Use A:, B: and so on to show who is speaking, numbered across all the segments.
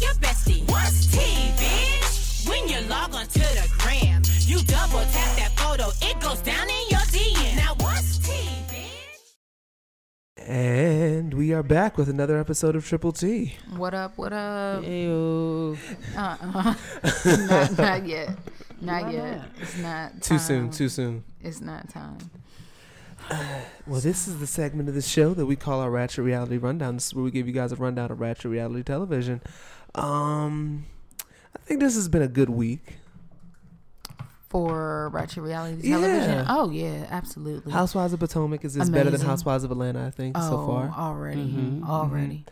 A: your bestie. What's tea, bitch? When you log on to the gram, you double tap that photo, it goes down in your DM. Now what's tea, bitch?
B: And we are back with another episode of Triple T.
C: What up? What up?
D: Ew.
C: Uh-uh. not, not yet. Not yet. It's not
B: Too soon,
C: time.
B: too soon.
C: It's not time.
B: Well, this is the segment of the show that we call our Ratchet Reality Rundown. This is where we give you guys a rundown of Ratchet Reality Television. Um, I think this has been a good week.
C: For Ratchet Reality
B: Yeah.
C: Television. Oh yeah, absolutely.
B: Housewives of Potomac is, is better than
C: Amazing.
B: Housewives of Atlanta, I think,
C: oh,
B: so far.
C: already,
D: Mm-hmm,
C: already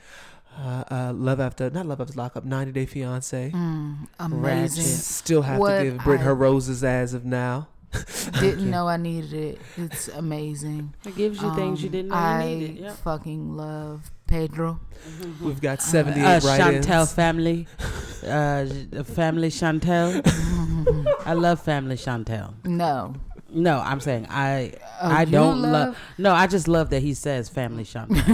B: Uh, uh, Love After, not Love After Lockup, 90 Day Fiance.
C: Mm, amazing.
B: Still have
C: What
B: to give Brit
C: I-
B: her roses as of now.
C: Didn't know I needed it. It's amazing.
D: It gives you things you
C: Um,
D: didn't know
C: I
D: you needed. Yep.
C: fucking love Pedro.
B: We've got 78
D: Uh,
B: write-ins.
D: Chantel family, uh, the family Chantel. I love family Chantel.
C: No,
D: No, I'm saying I
C: Oh,
D: I
C: you
D: don't
C: love-
D: love. No, I just love that he says family Chantel.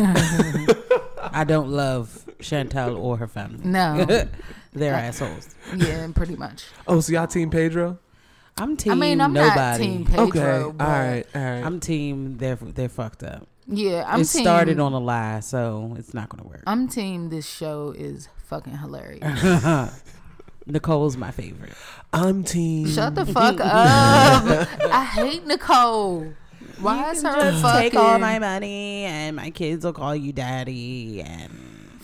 D: I don't love Chantel or her family.
C: no.
D: They're assholes.
C: yeah, pretty much.
B: Oh, so y'all team Pedro?
D: I'm team
C: I mean, I'm
D: nobody.
C: not team Pedro.
B: okay, all
C: but-
B: right, all right.
D: I'm team. They're they're fucked up.
C: Yeah, I'm
D: it
C: team,
D: started on a lie, so it's not gonna work.
C: I'm team. This show is fucking hilarious. Uh.
D: Nicole's my favorite.
B: I'm team.
C: Shut the fuck up. I hate Nicole. Why is her fucking,
D: Take all my money, and my kids will call you daddy. And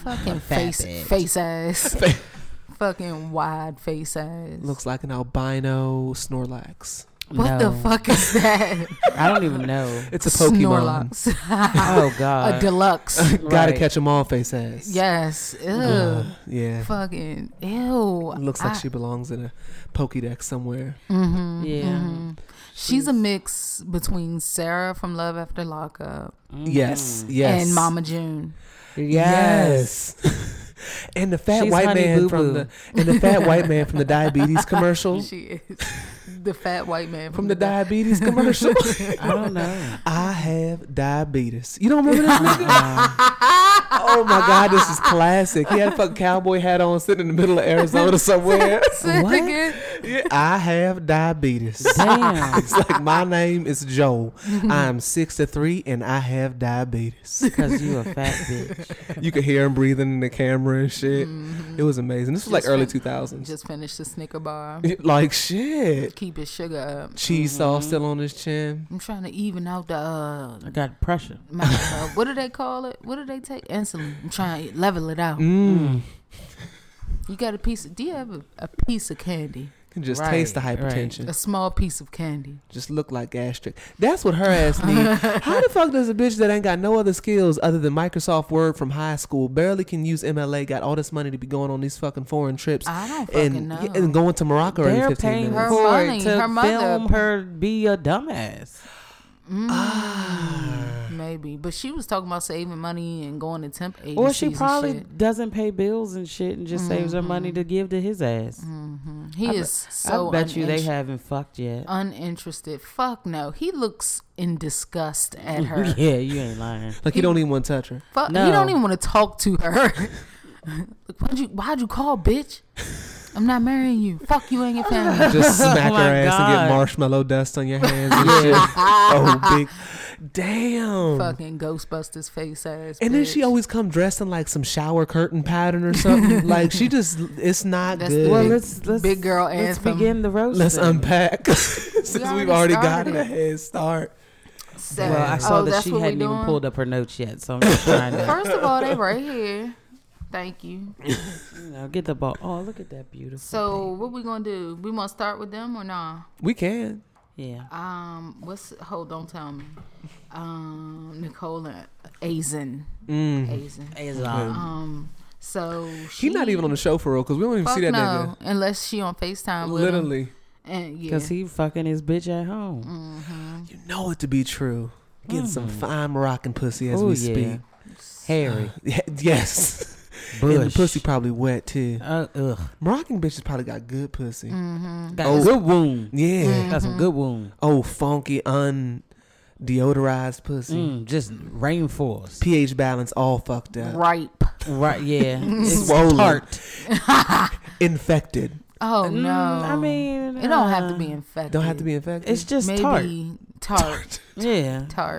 C: fucking
D: fat
C: face
D: bitch.
C: face ass? fucking wide face ass.
B: Looks like an albino Snorlax.
C: what the
D: No.
C: fuck is that?
D: I don't even know.
B: It's a Pokemon.
C: Snorlax.
D: oh God.
C: A deluxe.
B: Gotta
D: Right.
B: catch them all, face ass.
C: Yes. Ew.
B: Uh, yeah.
C: Fucking ew.
B: Looks like
C: I- mm-hmm,
B: she belongs in a Pokédex somewhere.
D: yeah.
C: she's a mix between Sarah from Love After Lockup
B: Yes, yes.
C: Mm-hmm. and Mama June.
D: Yes.
B: Yes. and the fat
D: She's
B: white
D: Honey
B: man
D: Boo
B: from
D: Boo.
B: the and the fat white man from the diabetes commercial.
C: She is the fat white man
B: From the diabetes commercial.
D: I don't know.
B: I have diabetes. You don't remember this nigga? oh my god, this is classic. He had a fucking cowboy hat on sitting in the middle of Arizona somewhere.
C: What? Again.
B: Yeah, I have diabetes.
D: Damn.
B: It's like my name is Joe. I'm 63 and I have diabetes.
D: Because you a fat bitch.
B: You could hear him breathing in the camera and shit.
D: Mm-hmm.
B: It was amazing. This was like
C: Just
B: early
C: fin-
B: 2000s.
C: Just finished the Snicker bar.
B: like shit.
C: Keep his sugar up.
B: Cheese
D: Mm-hmm.
B: sauce still on his chin.
C: I'm trying to even out the uh,
D: I got pressure.
C: my, uh what do they call it? What do they take? Insulin. I'm trying to level it out.
D: Mm.
C: You got a piece. Of, do you have a, a piece of candy?
B: Can just
D: Right,
B: taste the
D: right.
B: hypertension.
C: A small piece of candy.
B: Just look like gastric. That's what her ass needs. How the fuck does a bitch that ain't got no other skills other than Microsoft Word from high school, barely can use MLA, got all this money to be going on these fucking foreign trips?
C: I don't fucking
B: and,
C: know.
B: yeah, and going to Morocco in
D: They're
B: 15
D: paying
B: minutes.
C: Her
D: for
C: money,
D: it to
C: her mother-
D: film her be a dumbass.
C: Mm, Maybe, but she was talking about saving money and going to temp agencies.
D: Or she probably
C: And
D: doesn't pay bills and shit and just saves her money to give to his ass.
C: shit. He is Mm-hmm. so.
D: I bet you they
C: uninter-
D: haven't fucked yet.
C: uninterested. Fuck no. He looks in disgust at her.
D: yeah, you ain't lying.
B: Like, you don't even want to touch her.
C: Fuck,
D: No.
C: you don't even want to talk to her. Like, why'd you Why'd you call, bitch? I'm not marrying you. Fuck you and your family.
B: Just smack
C: Oh
B: her
D: my
B: ass and get
D: God.
B: marshmallow dust on your hands and shit. oh, big. Damn.
C: Fucking Ghostbusters face ass.
B: And then she
C: bitch.
B: always come dressed in like some shower curtain pattern or something. like she just, it's not
C: That's
B: good.
C: the
D: Well,
C: Big-
D: let's let's
C: big girl
D: Let's
C: anthem.
D: begin the roast.
B: Let's
D: then.
B: unpack since
C: We
B: we've already
C: already
B: gotten
C: started.
B: a head start.
C: So-
D: Well, I saw
C: oh,
D: that
C: that's
D: she
C: what we
D: hadn't even
C: doing?
D: pulled up her notes yet, so I'm just trying to
C: First of all, they right here. Thank you.
D: you know, get the ball. Oh, look at that beautiful.
C: So what we gonna do? We want to start with them or nah?
B: We can.
D: thing. yeah,
C: Um, what's? Hold, don't tell me. Um, Nicola Azen.
D: Mm.
C: Azen.
D: it's, um,
C: Um, so she
B: He's not even on the show for real because we don't even
C: Fuck
B: see that
C: no, unless she on Facetime.
B: nigga.
C: With him.
B: Literally.
C: And yeah,
D: Because he fucking his bitch at home.
C: Mm.
B: You know it to be true. Getting some fine rocking pussy
C: Mm.
B: as
D: Oh,
B: we
D: yeah.
B: speak.
D: Harry.
B: Yeah, yes.
D: Bush.
B: And the pussy probably wet too.
D: Uh, ugh.
B: Moroccan bitches probably got good pussy.
C: Mm.
D: Got
B: Oh.
D: a good wound.
B: Yeah.
D: Got
C: Mm-hmm.
D: some good wound.
B: Oh, funky, un deodorized pussy.
D: Mm, just rainforest.
B: pH balance all fucked up.
C: ripe.
D: Right, yeah. It's
B: Swollen.
D: tart.
B: Infected.
C: Oh
D: Mm,
C: no.
D: I mean,
C: it don't have
D: uh,
C: to be infected.
B: Don't have to be infected.
D: It's just tart.
C: maybe tart. Tart.
D: Yeah.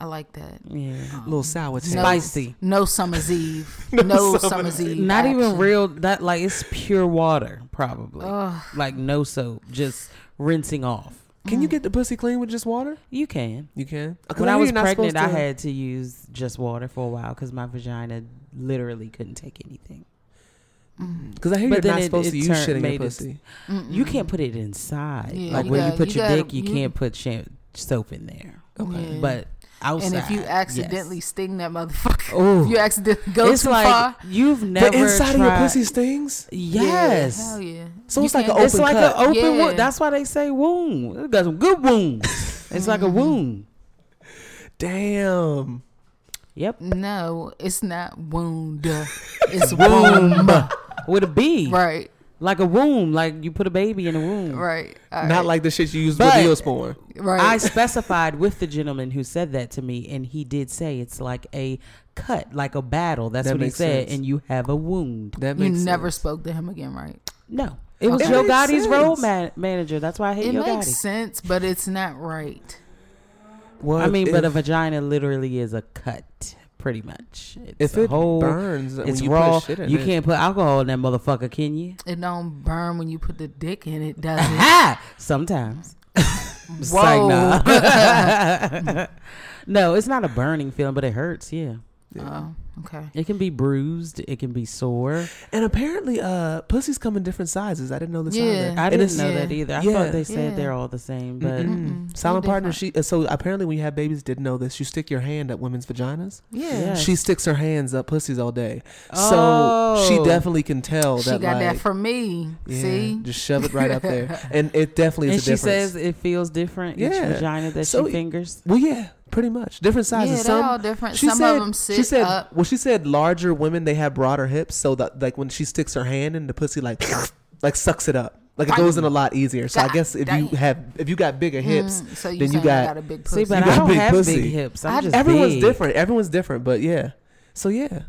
C: I like that.
D: Yeah.
B: a little sour taste.
C: No-
D: Spicy.
C: No summer's eve. no summer's eve.
D: Not even
C: action.
D: real. That like it's pure water, probably.
C: Ugh.
D: Like no soap, just rinsing off.
B: Can you
C: Mm.
B: get the pussy clean with just water?
D: You can.
B: You can.
C: Uh,
B: Uh, 'Cause
D: When I
B: know
D: was
B: you're not
D: pregnant, I
B: supposed to-
D: had to use just water for a while because my vagina literally couldn't take anything.
B: Cause I hear
D: but
B: you're
D: then
B: not
D: it-
B: supposed
D: it
B: to use
D: turned-
B: shit in your
D: made it-
B: pussy.
D: You can't put it inside.
C: Yeah,
D: like
C: you
D: where you
C: gotta-
D: put
C: you
D: your
C: gotta-
D: dick, you,
C: you-
D: can't put sham- soap in there.
C: Yeah.
D: But outside,
C: And if you
D: yes.
C: accidentally sting that motherfucker,
D: Ooh.
C: if you accidentally go
D: it's
C: too
D: like
C: far.
D: you've never
B: The inside
D: tried.
B: of your pussy stings.
D: Yes.
C: Yeah, hell yeah.
B: So
C: You
B: it's like
C: can't-
B: an
D: It's
B: open
D: like
B: cut.
D: an open
C: Yeah.
D: wound. That's why they say wound. It got some good wounds. it's like a
B: Mm-hmm.
D: wound.
B: Damn.
D: Yep.
C: No, it's not wound. It's womb.
D: With a B.
C: right,
D: Like a womb. Like you put a baby in a womb.
C: right.
B: Not like the shit you use with
D: But-
B: Neosporin.
C: right.
D: I specified with the gentleman who said that to me, and he did say it's like a cut, like a battle. That's
B: That
D: what he
B: makes
D: said.
B: sense.
D: And you have a wound.
B: That
C: you
B: makes
C: never
B: sense.
C: spoke to him again, right?
D: No, it was
C: Okay.
D: Joe
B: That makes
D: Gotti's
B: sense.
D: road ma- manager. That's why I hate
C: It
D: Joe
C: makes
D: Gotti.
C: sense, but it's not right.
B: Well,
D: I mean, but a
B: if-
D: vagina literally is a cut, pretty much. It's
B: if
D: a
B: it
D: whole,
B: burns, when
D: it's
B: you put
D: raw.
B: shit in
D: you
B: it.
D: can't put alcohol in that motherfucker, can you?
C: It don't burn when you put the dick in it, does it?
D: Ha! Sometimes. It's like,
C: Whoa.
D: nah. no, it's not a burning feeling, but it hurts. Yeah,
C: Oh, okay.
D: it can be bruised. It can be sore.
B: And apparently, uh, pussies come in different sizes. I didn't know this
C: Yeah.
B: either.
D: I
B: And
D: didn't
B: it's-
D: know
C: Yeah.
D: that either. I
B: Yeah.
D: thought they said
C: Yeah.
D: they're all the same, but
B: Mm-mm.
C: Mm-mm.
B: Silent
C: They're
B: partner. She uh, so apparently when you have babies, didn't know this. You stick your hand up women's vaginas.
C: Yeah.
D: Yeah.
B: She sticks her hands up pussies all day, so
D: Oh.
B: she definitely can tell
C: She
B: that.
C: got that
B: like,
C: from me.
B: yeah,
C: See?
B: just shove it right up there, and it definitely is
D: and
B: a
D: she
B: difference.
D: says it feels different
B: Yeah.
D: each vagina that
B: So-
D: she fingers.
B: well, yeah, pretty much different sizes.
C: Yeah,
B: Some
C: they're all different.
B: she
C: Some
B: said
C: of them sit
B: she said
C: up.
B: well she said larger women they have broader hips, so that like when she sticks her hand in the pussy like like sucks it up. Like it goes in a lot easier. So I
C: God
B: guess if you
C: damn.
B: have if you got bigger hips,
C: Mm, so you
B: then you
C: saying
B: got
C: I got a big
D: See,
C: pussy.
D: but
B: You
D: I
B: got
D: don't
B: big
D: have
B: pussy.
D: big hips. I'm
C: I-
D: just
B: everyone's
D: big.
B: different. Everyone's different, but yeah. So yeah.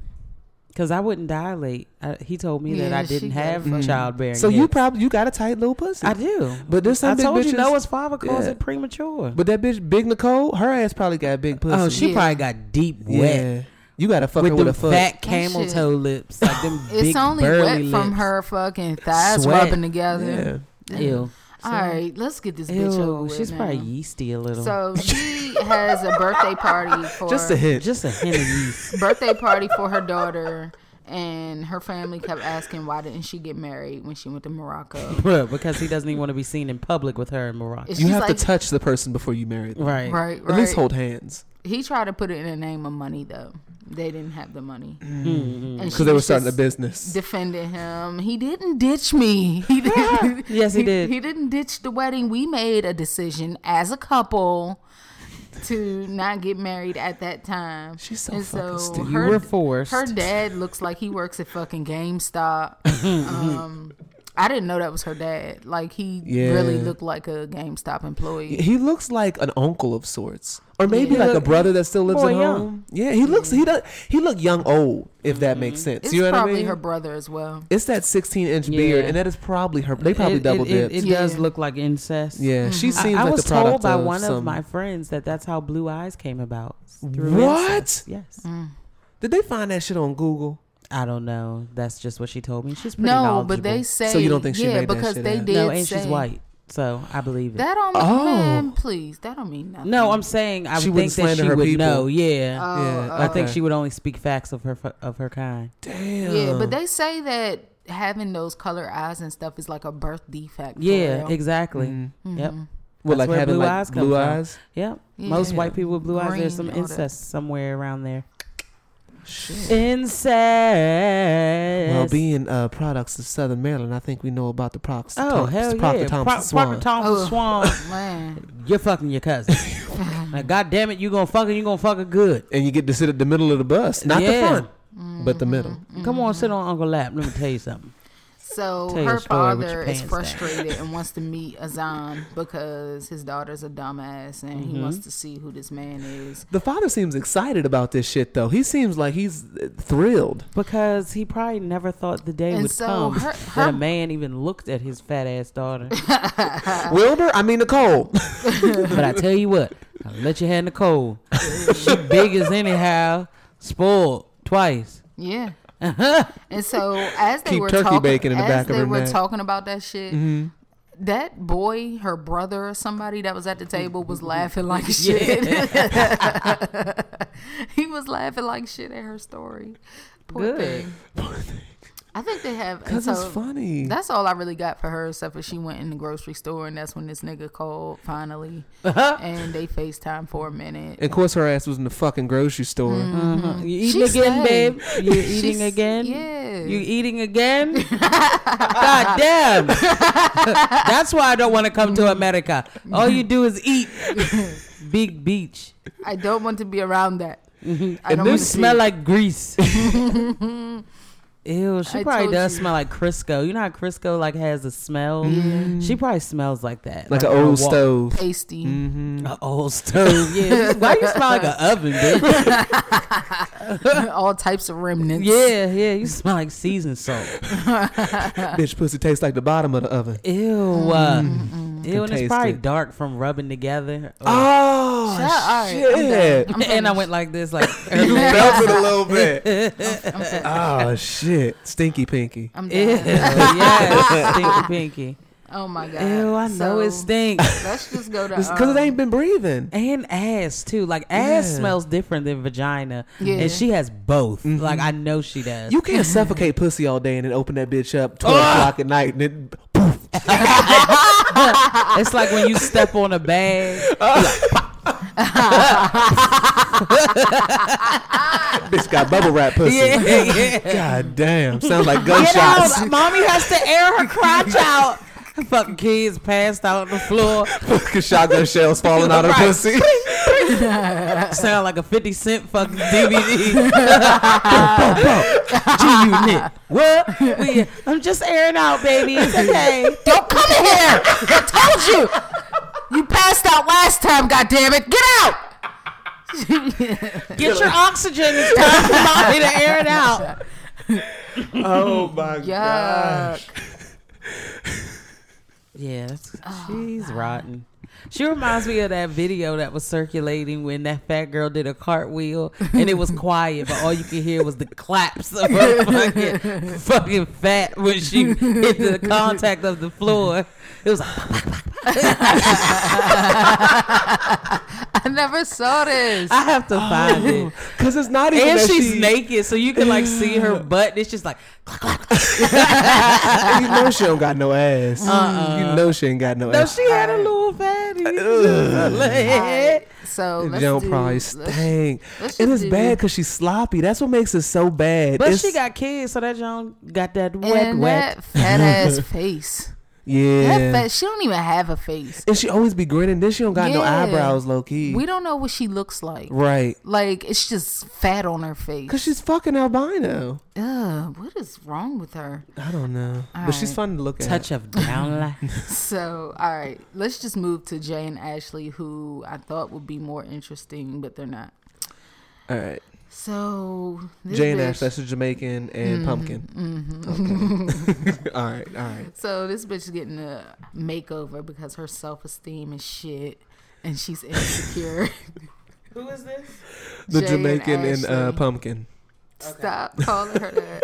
D: because I wouldn't dilate. I, he told me that
C: Yeah,
D: I
C: she
D: didn't
C: got
D: have
C: fucked.
D: childbearing.
B: Mm-hmm. So you
D: hips.
B: probably you got a tight little pussy.
D: I do.
B: But there's some
D: I
B: big
D: told
B: bitches-
D: you Noah's father calls
B: Yeah.
D: it premature.
B: but that bitch Big Nicole, her ass probably got big pussy.
D: oh, she
C: Yeah.
D: probably got deep
B: yeah.
D: wet
B: You got to fuck her
D: with
B: with a
D: them
B: foot.
D: fat camel
C: shit.
D: toe lips, like them
C: it's
D: big
C: only
D: burly
C: wet from
D: lips.
C: her fucking thighs
D: Sweat.
C: rubbing together.
B: yeah.
D: Ew,
C: All right, let's get this bitch over
D: ew.
C: with
D: She's
C: now.
D: probably yeasty a little.
C: So she has a birthday party for
B: Just a hit.
D: just a hint of yeast.
C: birthday party for her daughter, and her family kept asking why didn't she get married when she went to Morocco.
D: Bruh, because he doesn't even want to be seen in public with her in Morocco.
C: It's
B: you
C: just
B: have
C: like,
B: to touch the person before you marry them.
D: Right.
C: right,
B: At
C: right.
B: least hold hands
C: He tried to put it in the name of money though. They didn't have the money, and
B: because Mm. they were
C: was
B: starting a
C: just
B: business.
C: Defended him. He didn't ditch me. He didn't,
D: Yes, he did.
C: He didn't ditch the wedding. We made a decision as a couple to not get married at that time.
B: She's so fucking stupid.
D: You were forced.
C: Her dad looks like he works at fucking GameStop. um, I didn't know that was her dad. Like he
B: Yeah.
C: really looked like a GameStop employee.
B: He looks like an uncle of sorts, or maybe
C: Yeah.
B: like a brother that still lives
D: Boy,
B: at
D: young. Mm-hmm.
B: home. Yeah, he looks he does he look young old if that makes sense.
C: It's
B: you know what I
C: probably
B: mean?
C: her brother as well.
B: it's that 16 inch beard,
D: Yeah.
B: and that is probably her. They probably
D: It- it-
B: double
D: it,
B: dipped.
D: It,
C: Yeah.
D: does look like incest.
B: yeah, she
D: I,
B: seems
D: I
B: like
D: was
B: the product
D: told by
B: of
D: one of
B: some-
D: my friends that that's how Blue Eyes came about. Through
B: What?
D: incest. Yes.
C: Mm.
B: Did they find that shit on Google?
D: I don't know. That's just what she told me. She's pretty
C: No,
D: knowledgeable.
C: but they say
B: you don't think she
C: yeah
B: made that
C: because
B: shit
C: they
B: up?
C: did
D: no, and
C: say
D: she's white, so I believe it.
C: That don't mean
B: Oh.
C: man, please. That don't mean nothing.
D: no, I'm saying I
B: She
D: would think
B: wouldn't
D: that
B: slander
D: she
B: her
D: would
B: people.
D: know. Yeah,
C: Oh,
B: yeah,
D: I think
B: okay.
D: she would only speak facts of her f- of her kind.
B: Damn.
C: yeah, but they say that having those color eyes and stuff is like a birth defect. for
D: Yeah,
C: real. Mm-hmm.
D: exactly. Yep.
B: Mm-hmm. Well,
D: That's
B: like
D: where
B: having
D: blue
B: like
D: eyes come
B: blue
D: from.
B: eyes.
D: Yep. Most white people with blue eyes. There's
C: Green,
D: some
C: all that.
D: incest somewhere around there. Incest.
B: Well, being uh, products of Southern Maryland, I think we know about the Prox.
D: Oh,
B: Tom-
D: hell
B: the Proctor
D: yeah. Pro-
B: Thompson Swan.
D: Proctor Thompson
C: Oh.
D: Swan.
C: Man.
D: You're fucking your cousin. now, God damn it, you gonna fuck her, you gonna fuck her good.
B: and you get to sit at the middle of the bus, not the
D: Yeah. Mm-hmm.
B: front, but the middle.
C: Mm-hmm.
D: Come on, sit on Uncle Lap. Let me tell you something.
C: So
D: Tell your
C: her
D: story with your
C: father is
D: pants down.
C: frustrated and wants to meet Azan because his daughter's a dumbass and he wants
B: Mm-hmm.
C: to see who this man is.
B: The father seems excited about this shit, though. He seems like he's uh, thrilled.
D: Because he probably never thought the day
C: And
D: would
C: so
D: come
C: her-
D: that a
C: her-
D: man even looked at his fat ass daughter. Uh-uh.
B: Wilbur, I mean Nicole.
D: but I tell you what, I let you have Nicole. she big as anyhow, spoiled twice.
C: Yeah. and so as they
B: Keep
C: were
B: turkey
C: talking,
B: bacon in the
C: as
B: back of
C: they
B: her
C: were
B: neck. Mm-hmm.
C: talking about that shit, that boy, her brother, or somebody that was at the table was laughing like shit. he was laughing like shit at her story. Poor
D: Good.
C: thing. I think they have and
B: Because it's
C: so
B: funny.
C: That's all I really got for her, except for she went in the grocery store, and that's when this nigga called finally, and they Facetime for a minute.
B: And of course, her ass was in the fucking grocery store.
D: Uh-huh. You eating
C: Mm. She
D: again,
C: stayed.
D: babe? You
C: She
D: eating
C: s-
D: again?
C: yeah.
D: You eating again? God damn. That's why I don't want to come
C: Mm.
D: to America. All you do is eat. Big beach.
C: I don't want to be around that. I
B: And
C: don't
D: You
C: want
B: this
C: to
D: smell
C: be-
D: like grease. Ew, she
C: I
D: probably
C: told
D: does
C: you.
D: smell like Crisco. You know how Crisco like has a smell? She probably smells like that.
B: Like,
D: on
B: an
D: a
B: old
D: walk.
B: stove.
C: pasty.
D: An old stove. Yeah. Why you smell like an oven, bitch?
C: all types of remnants.
D: Yeah, yeah. You smell like seasoned salt.
B: Bitch, pussy tastes like the bottom of the oven.
D: Ew. uh, Ew, and it's
B: taste
D: probably
B: it.
D: dark from rubbing together.
B: Oh,
C: Yeah, all right, I'm
B: shit.
C: done. I'm
D: and I
C: finished.
D: went like this, like
B: You
D: earlier.
B: melted a little bit. oh, shit. Stinky Pinky.
C: I'm
D: Ew,
C: done.
D: yes, stinky pinky.
C: Oh my god.
D: Ew, I know it
C: So,
D: stinks.
C: Let's just go to um,
B: Because it ain't been breathing.
D: And ass too. Like ass
B: Yeah.
D: smells different than vagina,
C: Yeah.
D: and she has both. Like I know she does.
B: You can't suffocate pussy all day and then open that bitch up 12 o'clock at night and then poof.
D: it's like when you step on a bag.
B: bitch got bubble wrap pussy. God damn. Sounds like
D: Get
B: gunshots.
D: out! Mommy has to air her crotch out. Fucking kids passed out on the floor.
B: Fucking shotgun shells falling out of
D: Right.
B: pussy.
D: Sound like a fifty cent fucking DVD. G unit. What? We- I'm just airing out, baby. It's okay.
C: Don't come in here. I told you. You passed out last time. God damn it. Get out.
D: Get your oxygen. It's time for mommy to air it out.
B: Oh my
C: Yuck.
D: Yeah, that's- she's rotten. She reminds me of that video that was circulating when that fat girl did a cartwheel and it was quiet, but all you could hear was the claps of her fucking, fucking fat when she hit the contact of the floor. It was like,
C: I never saw this.
D: I have to find it.
B: Because it's not even
D: And
B: that
D: she's
B: she,
D: naked, so you can like see her butt. It's just like,
B: You know she don't got no ass. You know she ain't got no
D: no,
B: ass.
D: oh, she had a little fatty. Like,
C: So let's
B: Joan
C: do,
B: probably
C: let's-
B: stank.
C: let's
B: It
C: just
B: is
C: do-
B: bad because she's sloppy. That's what makes it so bad.
D: But
B: It's-
D: she got kids, so that John got that wet,
C: and
D: wet.
C: that fat ass face. That
B: yeah.
C: fat, she don't even have a face.
B: And she always be grinning. Then she don't got no
C: Yeah.
B: eyebrows, low key.
C: We don't know what she looks like.
B: right.
C: Like it's just fat on her face.
B: Cause she's fucking albino.
C: Ugh, what is wrong with her?
B: I don't know, but she's
C: right.
B: fun to look at.
D: Touch of down
C: So, all right, let's just move to Jay and Ashley, who I thought would be more interesting, but they're not.
B: All right,
C: So, this
B: Jane
C: bitch-
B: Ash, that's a Jamaican and pumpkin. Okay. all right, all right.
C: So this bitch is getting a makeover because her self esteem is shit and she's insecure.
D: Who is this?
B: The
C: Jay and
B: Jamaican and, uh,
C: Ashley.
B: pumpkin.
C: Stop calling her that.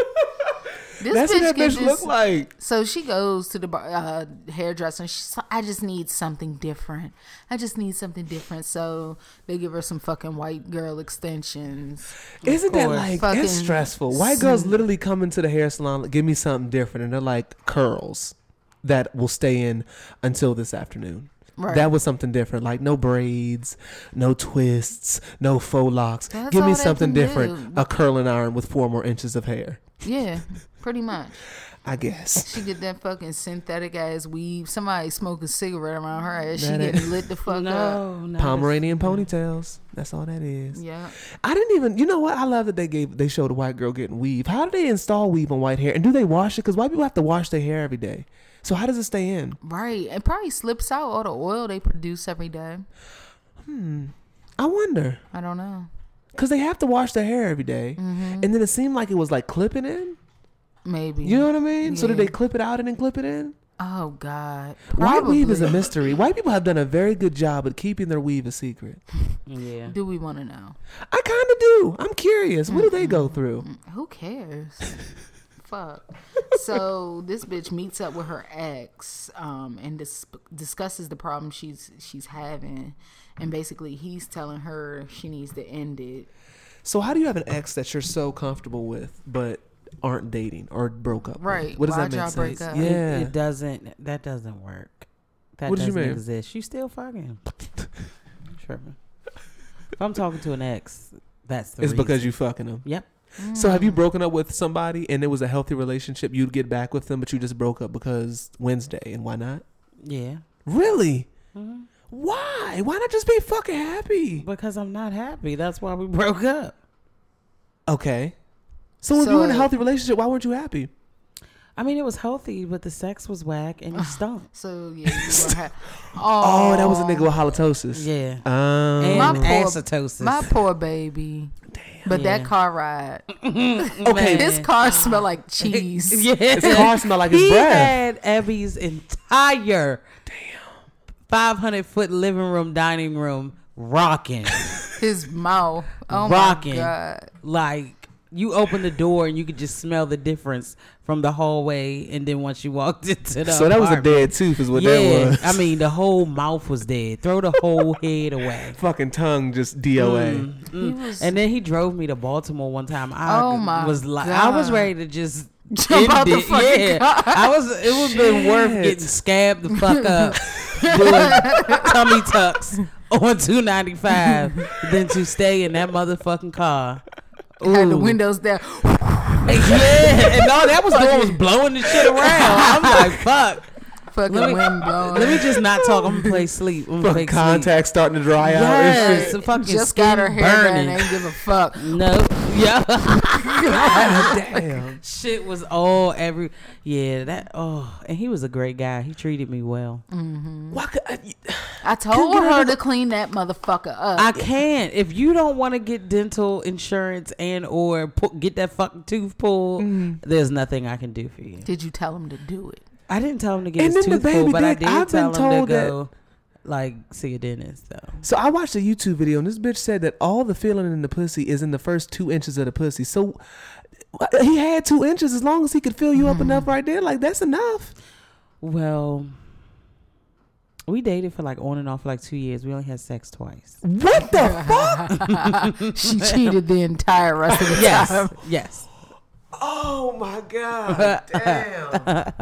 C: This
B: That's what that
C: gives
B: bitch look
C: this-
B: like.
C: So she goes to the bar, uh, hairdresser and she's like, I just need something different. I just need something different. So they give her some fucking white girl extensions.
B: Isn't that
D: course.
B: like
C: Fucking
B: it's stressful? White girls literally come into the hair salon, like, give me something different, and they're like curls that will stay in until this afternoon.
C: Right.
B: That was something different. Like no braids, no twists, no faux locks.
C: That's
B: Give me
C: all they
B: something
C: can do.
B: different. A curling iron with four more inches of hair.
C: Yeah, pretty much.
B: I guess.
C: She get that fucking synthetic ass weave. Somebody smoke a cigarette around her ass. She
B: That
C: getting
B: is-
C: lit the fuck up.
D: No, no.
B: Pomeranian ponytails. That's all that is.
C: Mm-hmm. Yeah.
B: I didn't even. You know what? I love that they gave they showed a white girl getting weave. How do they install weave on white hair? And do they wash it? Because white people have to wash their hair every day. So how does it stay in?
C: Right. It probably slips out all the oil they produce every day.
B: I wonder.
C: I don't know.
B: Because they have to wash their hair every day.
C: Mm-hmm.
B: And then it seemed like it was like clipping in.
C: Maybe.
B: You know what I mean? So did
C: Yeah.
B: they clip it out and then clip it in?
C: Oh God.
B: White weave is a
C: Probably.
B: mystery. White people have done a very good job at keeping their weave a secret.
D: Yeah.
C: Do we want to know?
B: I kind of do. I'm curious. What do they
C: Mm-hmm.
B: go through?
C: Who cares? Fuck. So this bitch meets up with her ex um, and dis- discusses the problem she's she's having, and basically he's telling her she needs to end it.
B: So how do you have an ex that you're so comfortable with but aren't dating or broke up? with?
C: Right.
B: What does
C: Why'd
B: that
C: y'all
B: make
C: break
B: sense?
C: up?
B: Yeah.
D: It, it doesn't. That doesn't work. That
B: What did you
D: doesn't
B: mean?
D: exist. You still fucking. Tripping. If I'm talking to an ex, that's the.
B: it's
D: reason.
B: because you fucking them.
D: Yep.
B: So
C: Mm.
B: have you broken up with somebody and it was a healthy relationship? You'd get back with them, but you just broke up because Wednesday and why not?
D: Yeah.
B: Really?
D: Mm-hmm.
B: Why? Why not just be fucking happy?
D: Because I'm not happy. That's why we broke up.
B: Okay. So, if you were in a
C: So-
B: healthy relationship, why weren't you happy?
D: I mean, it was healthy, but the sex was whack and you stunk.
C: So yeah. You gonna have,
B: Oh, that was a nigga with halitosis.
D: Yeah.
B: Um,
D: And
C: My poor-
D: acetosis.
C: My poor baby. But that car ride,
B: okay.
C: his car smelled like cheese.
D: yeah.
B: His car smelled like his
D: he
B: breath.
D: had Abby's entire damn 500 foot living room, dining room rocking,
C: His mouth. Oh
D: rocking.
C: my god.
D: Like you open the door and you could just smell the difference from the hallway, and then once you walked into the
B: so that was a
D: apartment.
B: dead tooth, is what
D: Yeah,
B: that was.
D: I mean the whole mouth was dead. Throw the whole head away.
B: fucking tongue just DOA.
D: mm,
C: He was
D: And then he drove me to Baltimore one time. I
C: Oh my
D: was like, I was
C: God.
D: ready to just
C: Jump
D: end
C: out the
D: it.
C: fucking
D: yeah, I was. It would have been worth
B: Shit.
D: getting scabbed the fuck up, doing tummy tucks on two ninety five, than to stay in that motherfucking car.
C: had the
D: Ooh.
C: windows down.
D: Yeah, and all that was doing was blowing the shit around. I'm like, fuck.
C: Fucking
D: Let me-
C: wind blowing.
D: Let me just not talk. I'm gonna play sleep. I'm gonna
B: Fucking
D: fake sleep.
B: contacts starting to dry out. and shit.
D: Yes, the fucking
C: just got her
D: skin
C: hair done and
D: burning.
C: ain't give a fuck.
D: No, yeah.
B: Damn.
D: shit was all every yeah that oh and he was a great guy he treated me well
B: Mm. Why could I,
C: I told
B: get
C: her
B: another-
C: to clean that motherfucker up.
D: i can't if you don't want to get dental insurance and or pu- get that fucking tooth pulled
B: Mm.
D: there's nothing i can do for you
C: Did you tell him to do it?
D: i didn't tell him to get
B: And
D: his
B: then the
D: tooth pulled
B: baby
D: but i
B: dick,
D: did
B: I've
D: tell
B: been
D: him
B: told
D: to
B: that-
D: go like see a dentist though
B: so I watched a YouTube video and this bitch said that all the feeling in the pussy is in the first two inches of the pussy. So wh- he had two inches as long as he could fill you
D: Mm.
B: up enough right there. Like that's enough.
D: well we dated for like on and off for like two years we only had sex twice
B: What the fuck?
C: She cheated the entire rest of the time.
D: yes yes
B: Oh my god. Damn.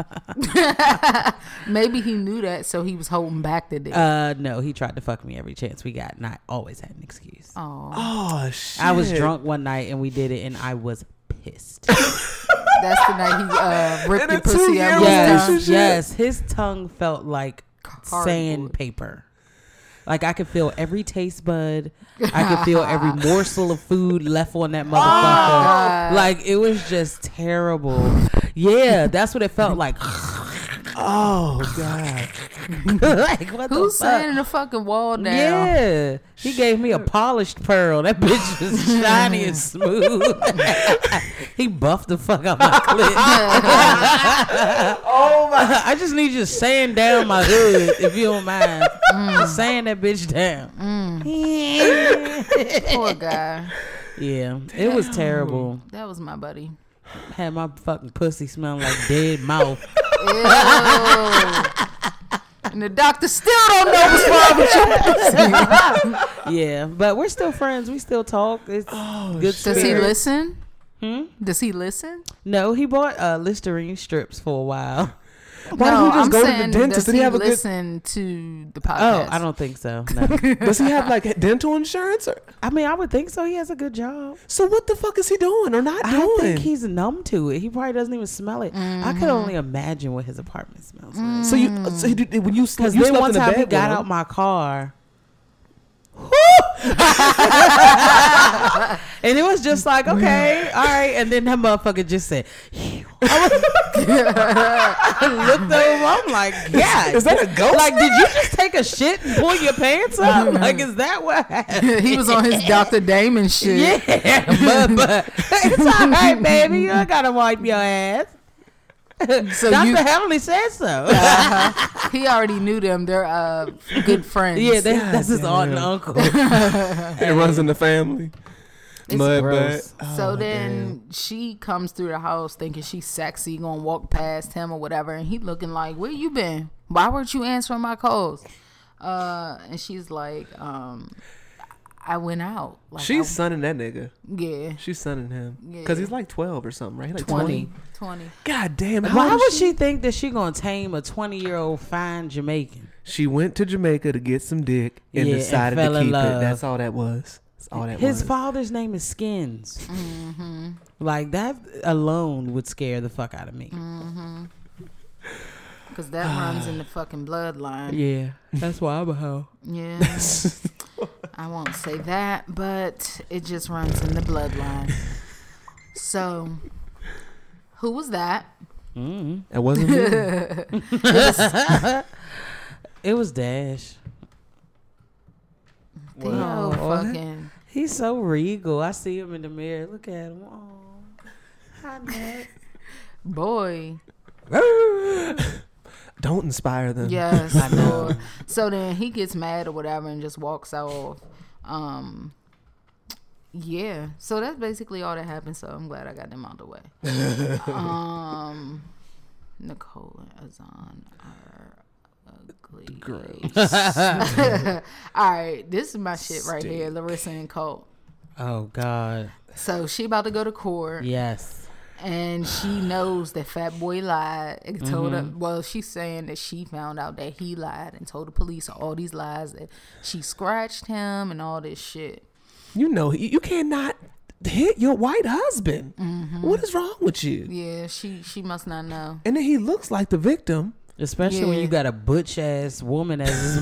C: Maybe he knew that, so he was holding back the dick.
D: uh no he tried to fuck me every chance we got and i always had an excuse
C: oh,
B: Oh shit.
D: I was drunk one night and we did it, and I was pissed.
C: that's the night he uh, ripped
B: And
C: your
B: a two-year
C: pussy
B: relationship.
C: out. Yes.
D: yes,
B: relationship.
D: yes. His tongue felt like
C: Cardboard.
D: sandpaper. Like I could feel every taste bud. I could feel every morsel of food left on that motherfucker. like it was just terrible. Yeah, that's what it felt like.
B: Oh god.
D: like what
C: Who's
D: the fuck?
C: saying the fucking wall down?
D: Yeah, he gave me a polished pearl. That bitch was shiny and smooth. he buffed the fuck out my clit. oh my! I just need you to sand down my hood if you don't mind. Just sand that bitch down.
C: Poor guy.
D: Yeah, it was terrible.
C: That was my buddy.
D: Had my fucking pussy smelling like dead mouth.
C: Ew. and the doctor still don't know what's wrong with you.
D: Yeah, but we're still friends. We still talk. It's good.
C: Does he
D: spirit.
C: listen? Hmm? Does he listen?
D: No, he bought uh, Listerine strips for a while.
B: Why
C: no,
B: don't he just
C: I'm
B: go to
C: saying,
B: the dentist?
C: Does
B: Did he have a good?
C: listen to the podcast?
D: Oh, I don't think so. No.
B: Does he have like dental insurance? Or,
D: I mean, I would think so. He has a good job.
B: so what the fuck is he doing or not
D: I
B: doing? Mm-hmm.
D: think he's numb to it. He probably doesn't even smell it. I could only imagine what his apartment smells like.
B: so you so he did, when you Mm. you
D: Because
B: slept
D: then one
B: in a
D: time
B: bed
D: he
B: with
D: got
B: him.
D: out my car. Whew! and it was just like, okay, all right. And then that motherfucker just said, "Ew." I was- I looked over, I'm like, yeah.
B: Is that a ghost? Mm-hmm.
D: Like, did you just take a shit and pull your pants up? Like, is that what happened?
C: he was on his Dr. Damon shit.
D: Yeah, but, but it's all right, baby. You ain't gotta wipe your ass.
C: So
D: Dr.
C: you,
D: Heavenly said so.
C: he already knew them. They're uh, good friends.
D: yeah, that, that's his aunt and uncle. It's
B: it runs in the family. Mud
D: gross.
B: butt.
C: So then she comes through the house thinking she's sexy, gonna walk past him or whatever, and he looking like, "Where you been? Why weren't you answering my calls?" Uh, and she's like, um, "I went out." Like,
B: She's sunning that nigga.
C: I, yeah,
B: She's sunning him because he's like twelve or something, right? He Like 20.
C: twenty, twenty.
B: God damn! How
D: Why
B: old
D: would she think that she gonna tame a twenty year old fine Jamaican?
B: She went to Jamaica to get some dick and
D: Yeah, and
B: decided
D: fell
B: to
D: in
B: keep it.
D: love.
B: That's all that was. That's all that
D: His
B: was.
D: father's name is Skins. Like that alone would scare the fuck out of me.
C: Cause that runs in the fucking bloodline.
D: Yeah, that's why I'm a hoe.
C: Yeah, I won't say that, but it just runs in the bloodline. So, who was that?
B: It wasn't me.
D: It was Dash.
C: Theo fucking.
D: He's so regal. I see him in the mirror. Look at him. Aw. Hi, Nick.
C: Boy.
B: Don't inspire them.
C: Yes. Lord. So then he gets mad or whatever and just walks off. Um Yeah. So that's basically all that happened. So I'm glad I got them out the way. um Nicole and Azan are ugly.
B: Gross.
C: All right, this is my shit right here, Larissa and Cole.
D: Oh God.
C: So she about to go to court.
D: Yes.
C: and she knows that Fat Boy lied and told her.
D: Mm-hmm.
C: Well, she's saying that she found out that he lied and told the police all these lies that she scratched him and all this shit.
B: you know you you cannot hit your white husband.
D: Mm-hmm.
B: What is wrong with you?
C: Yeah, she she must not know.
B: And then he looks like the victim.
D: Especially when
C: Yeah.
D: you got a butch ass woman as his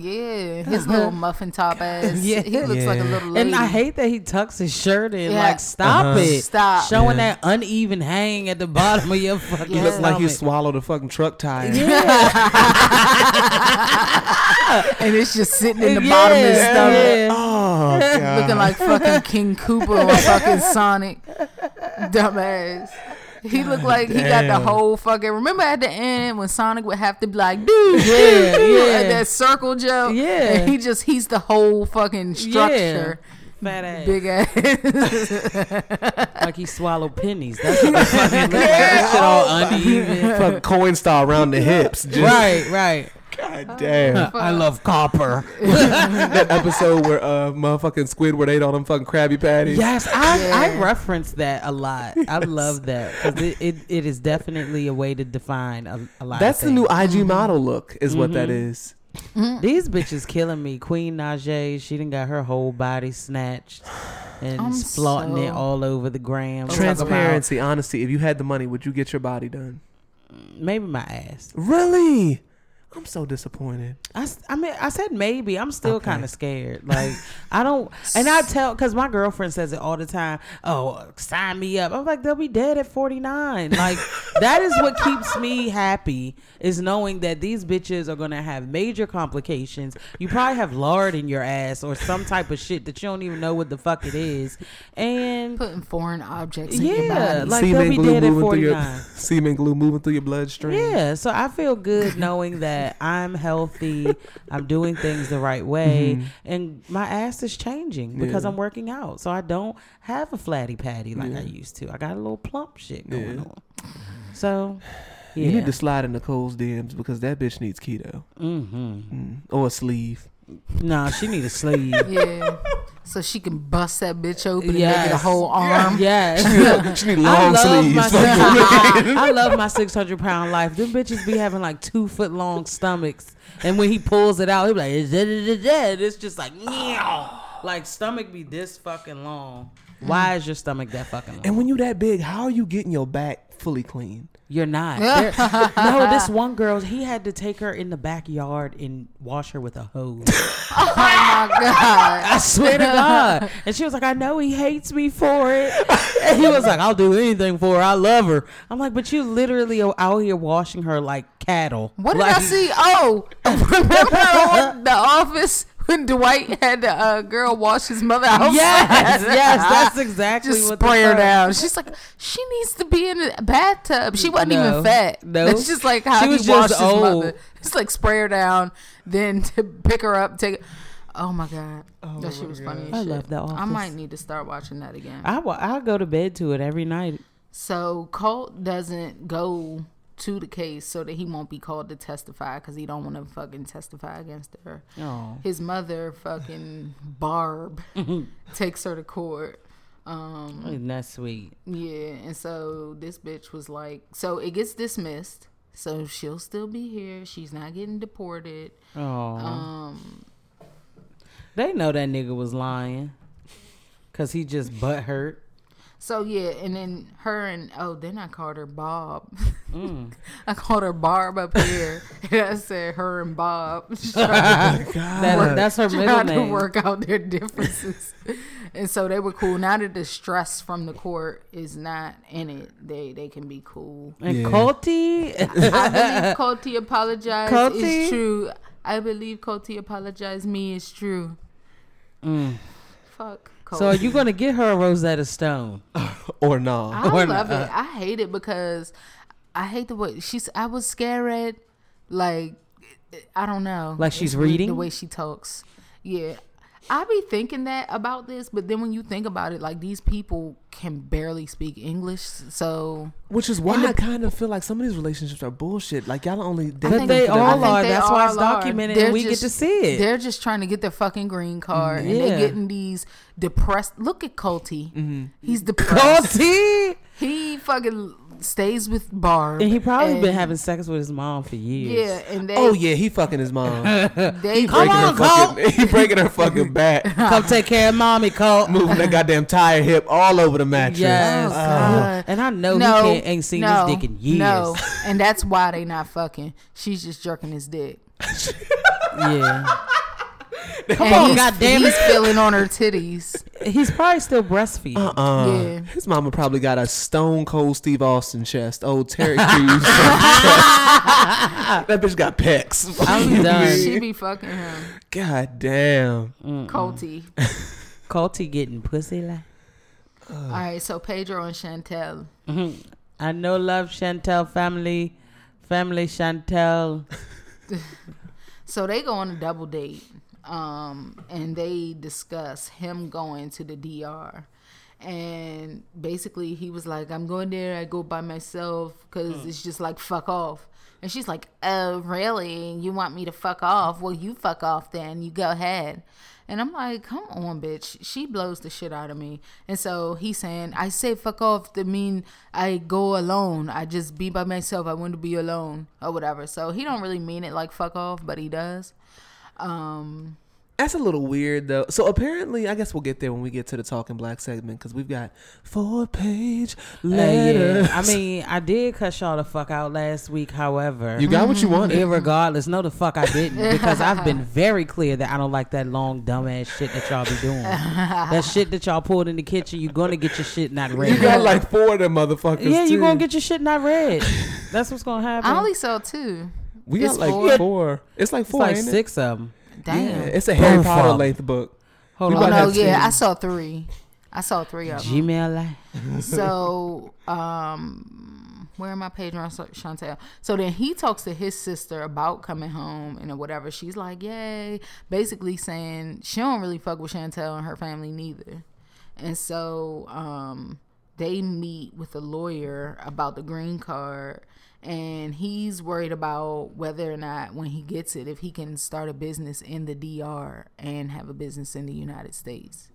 C: Yeah, his little muffin top ass.
D: Yeah.
C: he looks like a
B: Yeah.
C: little lady.
D: And I hate that he tucks his shirt in.
C: Yeah.
D: Like, stop
B: Uh-huh.
D: it.
C: Stop.
D: Showing that uneven hang at the bottom of your fucking
C: He
B: Looks like he
D: stomach.
B: swallowed a fucking truck tire.
C: and it's just sitting in the
D: Yeah,
C: bottom of his stomach.
D: yeah.
B: Oh god.
C: Looking like fucking King Cooper or fucking Sonic, dumbass. He looked like he got the
B: damn.
C: whole fucking. Remember at the end when Sonic would have to be like, dude,
D: Yeah,
C: at
D: yeah.
C: that circle jump.
D: Yeah.
C: And he just he's the whole fucking structure.
D: Fat ass.
C: Big ass.
D: Like he swallowed pennies. That's what the fucking look like. That shit
C: Oh,
D: all uneven.
B: Fucking coin star around the hips. Just,
D: Right, right.
B: God damn.
D: I love copper.
B: that episode where uh motherfucking Squidward ate all them fucking Krabby Patties.
D: Yes, I, I
C: Yeah.
D: reference that a lot. I love that because it, it, it is definitely a way to define a, a lot. of
B: That's the
D: things.
B: new IG model look, is what that
D: Mm-hmm.
B: is.
D: These bitches killing me. Queen Najee, she done got her whole body snatched and
C: I'm
D: flaunting it
C: so-
D: all over the gram. Talk about-
B: Transparency, honesty. If you had the money, would you get your body done?
D: Maybe my ass.
B: Really? I'm so disappointed.
D: I, s- I mean, I said maybe. I'm still
B: Okay.
D: kind of scared. Like, I don't, and I tell, because my girlfriend says it all the time. Oh, sign me up. I'm like, they'll be dead at 49. Like, that is what keeps me happy is knowing that these bitches are going to have major complications. You probably have lard in your ass or some type of shit that you don't even know what the fuck it is. And
C: Putting foreign objects in your
D: yeah,
C: body.
D: like, they'll be dead at 49.
B: your semen glue moving through your bloodstream.
D: Yeah, so I feel good knowing that I'm healthy, I'm doing things the right way, and my ass is changing because I'm working out. So I don't have a flatty patty like I used to. I got a little plump shit going
B: Yeah.
D: on. So, yeah.
B: You need to slide in Nicole's DMs because that bitch needs keto Mm.
D: mm-hmm.
B: or a sleeve.
D: Nah, she need a sleeve.
C: Yeah. So she can bust that bitch open and make it a
D: Yes.
C: whole arm.
D: Yes.
E: She need
D: I
E: long
D: love, my
E: sleeves.
D: 600 pound, I love my 600 pound life. Them bitches be having like two foot long stomachs. And when he pulls it out, he be like, "Is it- is it- is it?" it's just like, meow. Like, stomach be this fucking long. Why is your stomach that fucking long?
B: And when you that big, how are you getting your back fully clean?
D: You're not. There- no, this one girl, he had to take her in the backyard and wash her with a hose.
C: Oh my god.
D: I swear to God. And she was like, I know he hates me for it. And he was like, I'll do anything for her. I love her. I'm like, but you literally are out here washing her like cattle.
C: What did
D: like,
C: I see? Oh, remember on the office when Dwight had the uh, girl wash his mother outside?
D: Yes, yes, that's exactly
C: Just
D: what the
C: spray her
D: fuck.
C: down. She's like, she needs to be in a bathtub. She wasn't
D: No,
C: even fat.
D: no.
C: It's just like how
D: She
C: he
D: was
C: washed
D: just
C: his
D: old.
C: mother. It's like spray her down, then to pick her up, take. Oh my god, that shit was funny. as
D: I
C: shit.
D: love The
C: I
D: Office.
C: might need to start watching that again.
D: I, wa- I go to bed to it every night.
C: So Colt doesn't go to the case so that he won't be called to testify because he don't want to fucking testify against her.
D: Oh.
C: His mother, fucking Barb, takes her to court. Um,
D: Isn't that sweet?
C: yeah, and so this bitch was like, so it gets dismissed. So she'll still be here. She's not getting deported.
D: Oh.
C: Um,
D: they know that nigga was lying. Cause he just butt hurt.
C: so yeah, and then her and oh, then I called her Bob. I called her Barb up here. and I said her and Bob.
D: That, that's her middle
C: tried to
D: name.
C: work out their differences. and so they were cool. Now that the stress from the court is not in it, they they can be cool.
D: And
B: Yeah.
D: Colty,
C: I believe Cody apologized.
D: Cody?
C: It's true. I believe Cody apologized. Me is true. Fuck. Cody.
D: Mm. so are you gonna get her a Rosetta Stone?
B: Or no?
C: I love
D: uh,
C: it. I hate it because I hate the way she's. I was scared. Like I don't know.
D: Like she's
C: It's weird
D: reading?
C: the way she talks. Yeah, I be thinking that about this, but then when you think about it, like these people can barely speak English, so
B: Which is why I kind of feel like some of these relationships are bullshit. Like y'all only
C: I
B: date
D: But
C: think-
D: they
C: I
D: all
C: think
D: are. That's why it's
C: all are.
D: documented and we get to see it.
C: They're just trying to get their fucking green card, and
D: Yeah. Mm-hmm.
C: they're getting these depressed. Look at Colty. He's depressed.
D: Colty.
C: He fucking stays with Barb,
D: And he probably been
C: and-
D: having sex with his mom for years.
C: Yeah, and they.
B: Oh yeah, he fucking his mom.
C: They
D: breaking
B: breaking
D: Come
B: her
D: on, Colt.
B: fucking, he breaking her fucking back,
C: Uh-huh.
D: Come take care of mommy, Colt.
B: moving that goddamn tire hip all over the mattress.
D: Yes.
C: Oh, God.
D: and I know
C: no,
D: he can't, ain't seen
C: no,
D: his dick in years.
C: No, and that's why they not fucking. She's just jerking his dick.
D: Yeah.
C: Come
D: on,
C: he's,
D: God damn
C: He's feeling on her titties.
D: He's probably still breastfeeding.
B: Uh,
C: Yeah.
B: His mama probably got a stone cold Steve Austin chest. Old Terry Crews. that bitch got pecs.
D: I'm done.
C: She be fucking him.
B: God damn.
C: Colty.
D: Uh. Colty getting pussy like.
C: All right, so Pedro and Chantel.
D: I know love Chantel family. Family Chantel.
C: So they go on a double date, um, and they discuss him going to the DR. And basically, he was like, "I'm going there. I go by myself because it's just like fuck off." And she's like, "Oh, really? You want me to fuck off? Well, you fuck off then. You go ahead." And I'm like, "Come on, bitch." She blows the shit out of me. And so he's saying, "I say fuck off to mean I go alone. I just be by myself. I want to be alone or whatever." So he don't really mean it like fuck off, but he does. Um,
B: That's a little weird though. So apparently, I guess we'll get there when we get to the talking black segment because we've got four page
D: Uh,
B: letters.
D: yeah. I mean, I did cut y'all the fuck out last week, however.
B: you got what you wanted.
D: Irregardless, no, the fuck I didn't because I've been very clear that I don't like that long dumbass shit that y'all be doing. that shit that y'all pulled in the kitchen, you're gonna get your shit not
B: You
D: read.
B: got like four of them motherfuckers.
D: yeah,
B: too.
D: you're gonna get your shit not read. That's what's gonna happen.
C: I only saw two.
B: We got
C: it's
B: like
C: four.
B: four. It's like
D: it's
B: four.
D: like
B: ain't it?
D: six of them.
C: Damn.
B: Yeah, it's a Harry
D: Both
B: Potter
D: of 'em.
B: length book.
D: Hold
B: We
D: on.
B: might
C: Oh
B: have
C: yeah,
B: two.
C: I saw three. I saw three of them.
D: Gmail. like,
C: So, um, where am I, Pedro and Chantel? So then he talks to his sister about coming home and whatever. She's like, "Yay!" Basically saying she don't really fuck with Chantel and her family neither. And so, um, they meet with a lawyer about the green card, and he's worried about whether or not when he gets it if he can start a business in the DR and have a business in the United States.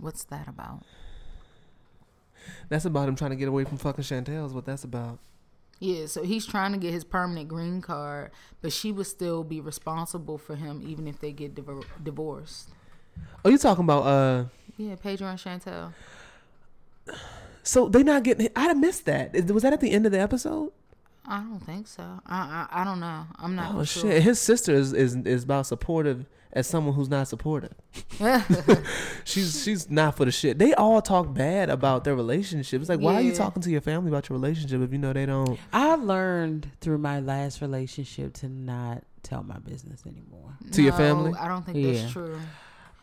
C: What's that about?
B: That's about him trying to get away from fucking Chantel is what that's about.
C: Yeah, so he's trying to get his permanent green card, but she would still be responsible for him even if they get divor- divorced.
B: Oh, you talking about uh
C: Yeah, Pedro and Chantel.
B: so they not getting I'd have missed that. Is- Was that at the end of the
C: Oh,
B: episode?
C: I don't think so. I I, I don't know. I'm not
B: Oh
C: sure.
B: shit. His sister is, is is about supportive as someone who's not supportive. she's she's not for the shit. They all talk bad about their relationships. Like why are you
C: Yeah.
B: talking to your family about your relationship if you know they don't
D: I learned through my last relationship to not tell my business anymore.
B: to your
C: No,
B: family?
C: I don't think
D: Yeah.
C: that's true.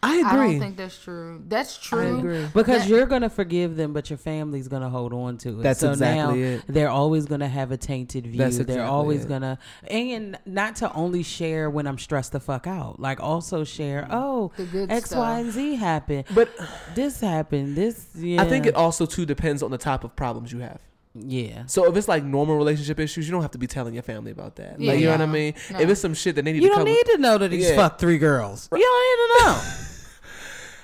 B: I
C: I
B: agree.
C: don't think that's true. That's true.
D: Because
C: That-
D: you're gonna forgive them, but your family's gonna hold on to it.
B: That's
D: so now
B: exactly it.
D: they're always gonna have a tainted view.
B: That's
D: they're
B: exactly
D: always
B: it.
D: gonna and not to only share when I'm stressed the fuck out. Like also share, oh,
C: Mm. The good
D: X,
C: stuff.
D: Y, and Z happened.
B: but
D: This happened. This yeah.
B: I think it also too depends on the type of problems you have.
D: Yeah.
B: So if it's like normal relationship issues, you don't have to be telling your family about that. Like you know what I
C: Yeah.
B: mean?
C: No.
B: If it's some shit that they need
D: You
B: to
D: don't
B: come
D: need to know that he
B: Yeah.
D: fucked three girls. You don't need to know.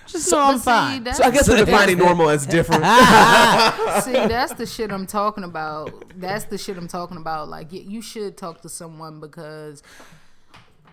D: Just know I'm
C: But see,
D: fine.
C: that's-
B: So I guess we're defining normal as different.
C: See, that's the shit I'm talking about. That's the shit I'm talking about. Like, y- you should talk to someone because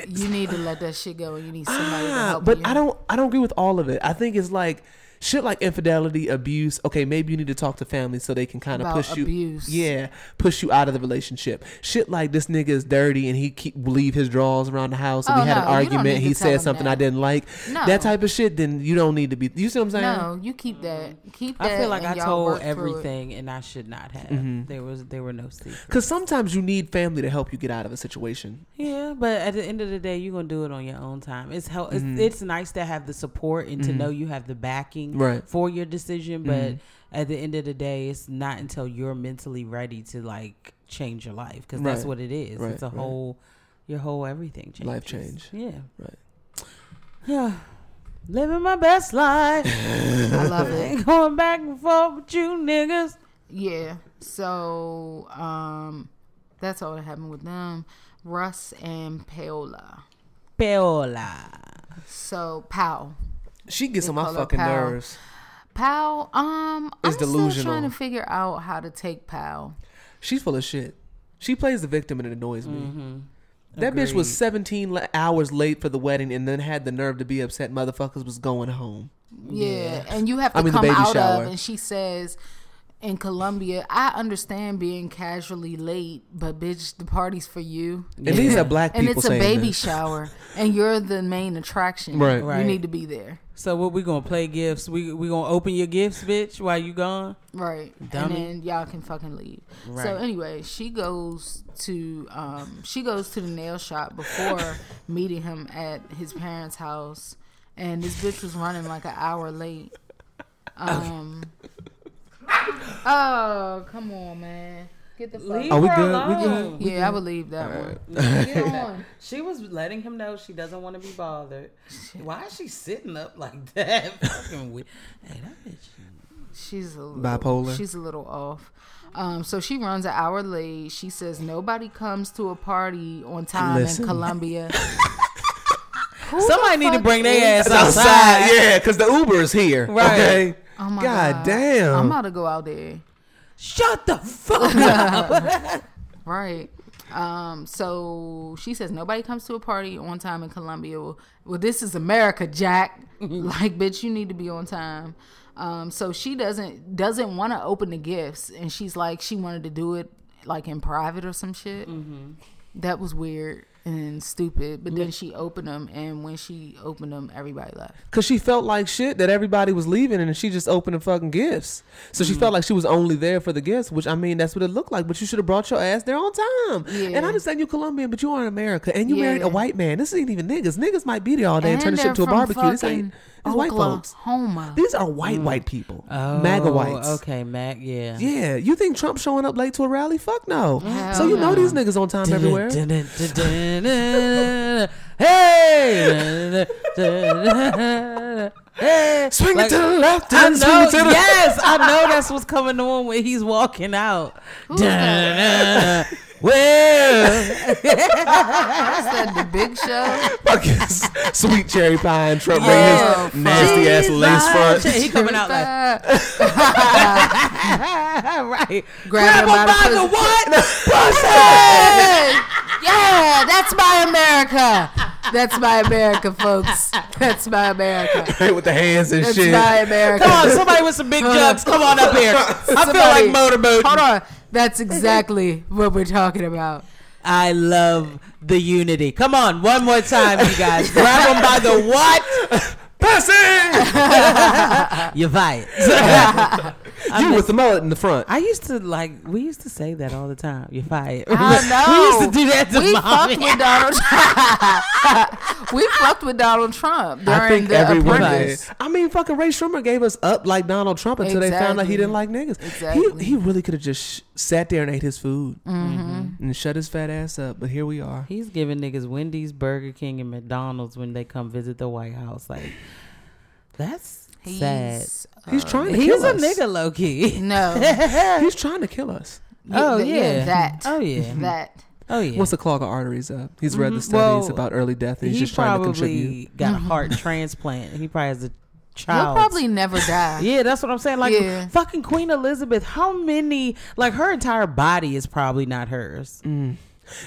C: you need to let that shit go, and you need somebody to
B: Ah,
C: help
B: but
C: you.
B: I don't I don't agree with all of it. I think it's like shit like infidelity, abuse. Okay, maybe you need to talk to family so they can kind of
C: About
B: push you.
C: abuse.
B: Yeah, push you out of the relationship. Shit like this nigga is dirty and he keep leave his drawers around the house and
C: Oh,
B: we had
C: no,
B: an
C: you don't need
B: argument.
C: to
B: He
C: tell
B: said
C: him
B: something I
C: that.
B: didn't like.
C: No.
B: That type of shit. Then you don't need to be. You see what I'm saying?
C: No, you keep that. Keep that.
D: I feel like I
C: and y'all
D: told
C: work through it.
D: everything, and I should not have.
B: Mm-hmm.
D: There was there were no secrets.
B: Because sometimes you need family to help you get out of a situation.
D: Yeah, but at the end of the day, you're gonna do it on your own time. It's hel- it's,
B: Mm-hmm.
D: it's nice to have the support and to know you have the backing
B: Right. Mm-hmm.
D: for your decision. But at the end of the day, it's not until you're mentally ready to like change your life because that's
B: Right.
D: what it is.
B: Right,
D: It's a
B: right.
D: whole your whole everything changes.
B: Life change.
D: Yeah.
B: Right.
D: Yeah. Living my best life.
C: I love it.
D: Ain't going back and forth with you niggas.
C: Yeah. So um, that's all that happened with them. Russ and Paola.
D: Paola.
C: So Pal.
B: She gets
C: They
B: on my
C: call her
B: fucking
C: Pal.
B: nerves.
C: Pal, um, I'm
B: It's
C: still
B: delusional.
C: trying to figure out how to take Pal.
B: She's full of shit. She plays the victim and it annoys me. That bitch was
D: Mm-hmm. Agreed.
B: 17 la- hours late for the wedding and then had the nerve to be upset motherfuckers was going home.
C: Yeah, and you have to
B: I mean, the
C: come
B: baby
C: out
B: shower.
C: of. And she says, in Colombia, I understand being casually late, but bitch, the party's for you.
B: And these are black
C: And
B: people
C: it's a
B: saying
C: baby
B: this.
C: shower, and you're the main attraction.
B: Right.
D: Right.
C: You need to be there.
D: So what we gonna play gifts? We we gonna open your gifts, bitch, while you gone?
C: Right.
D: Dummy.
C: And then y'all can fucking leave. So
D: Right.
C: anyway, she goes to um she goes to the nail shop before meeting him at his parents' house and this bitch was running like an hour late. Um Oh, come on, man. Get the fuck
D: Leave
B: Are we
D: her
B: good? We
D: alone.
C: Yeah, I believe that one. Get on.
D: She was letting him know she doesn't want to be bothered. Why is she sitting up like that? Fucking weird. Hey, that bitch.
C: She's a little,
B: Bipolar.
C: She's a little off. Um, so she runs an hour late. She says nobody comes to a party on time
B: Listen.
C: in Colombia.
D: Somebody need to bring their ass
B: It's
D: outside.
B: outside, yeah, because the Uber is here.
D: Right.
B: Okay.
C: Oh my
B: God damn.
C: I'm about to go out there.
D: Shut the fuck up.
C: Right. Um, so she says nobody comes to a party on time in Colombia. Well, well, this is America, Jack. like, bitch, you need to be on time. Um, so she doesn't doesn't want to open the gifts, and she's like, she wanted to do it like in private or some shit.
B: Mm-hmm.
C: That was weird and stupid. But then she opened them, and when she opened them, everybody left.
B: Cause she felt like shit that everybody was leaving, and she just opened the fucking gifts. So
C: Mm.
B: she felt like she was only there for the gifts, which I mean, that's what it looked like. But you should have brought your ass there on time.
C: Yeah.
B: And I understand you Colombian, but you are in America, and you married
C: Yeah.
B: a white man. This ain't even niggas. Niggas might be there all day and, turn the shit
C: they're
B: into a
C: from
B: barbecue. This
C: fucking
B: ain't these white folks.
C: Oklahoma. Mm. Oh,
B: These are white white people, MAGA whites.
D: Okay, Mac. Yeah.
B: Oh, Yeah, you think Trump showing up late to a rally? Fuck no.
C: Hell
B: so you know
C: no.
B: these niggas on time everywhere.
D: Hey. head.
B: Swing
D: Like,
B: it to the left.
D: I
B: And swing
D: know.
B: it to the
D: Yes, I know that's what's coming on when he's walking out.
C: Who's that?
D: Well,
C: What's that? The Big Show.
B: Fucking s- sweet cherry pie and Trump
C: Yeah, Oh,
B: bring his nasty ass lace front.
D: he coming out like right.
C: Grab him
D: Grab him
C: by the
D: by the
C: pussy.
D: what?
C: Hey, yeah, that's my America. That's my America, folks. That's my America.
B: Hit with the hands and
C: That's
B: shit.
C: my America.
D: Come on, somebody with some big
C: Hold
D: jugs,
C: on.
D: come on up here. I feel
C: Somebody-
D: like motorboat.
C: Hold on. That's exactly what we're talking about.
D: I love the unity. Come on, one more time, you guys. Grab him by the what?
B: Pussy!
D: You're fired.
B: you with the mullet in the front.
D: I used to like. We used to say that all the time. You're fired.
C: I
D: we used to do that to
C: We
D: mommy.
C: fucked with Donald Trump. we fucked with Donald Trump during
B: I think
C: the
B: everyone
C: apprentice.
B: did. I mean, fucking Ray Schumer gave us up like Donald Trump until they found out he
C: Exactly.
B: didn't like niggas.
C: Exactly.
B: He, he really could have just sh- sat there and ate his food
C: Mm-hmm.
B: and shut his fat ass up. But here we are.
D: He's giving niggas Wendy's, Burger King, and McDonald's when they come visit the White House. Like, that's sad.
C: He's,
B: He's trying to
D: He's
B: kill
D: a
B: us.
D: nigga, low key.
C: no.
B: He's trying to kill us.
D: Oh
C: th-
D: yeah.
C: That.
D: Oh yeah.
C: That.
D: Oh yeah. Mm-hmm.
B: Wants to clog our arteries up. He's read the studies
D: Well,
B: about early death. And he's
D: he
B: just trying to contribute.
D: probably got a heart transplant. He probably has a
C: You'll
D: child.
C: Mm-hmm. probably never die.
D: Yeah, that's what I'm saying. Like
C: Yeah.
D: fucking Queen Elizabeth, how many? Like her entire body is probably not hers.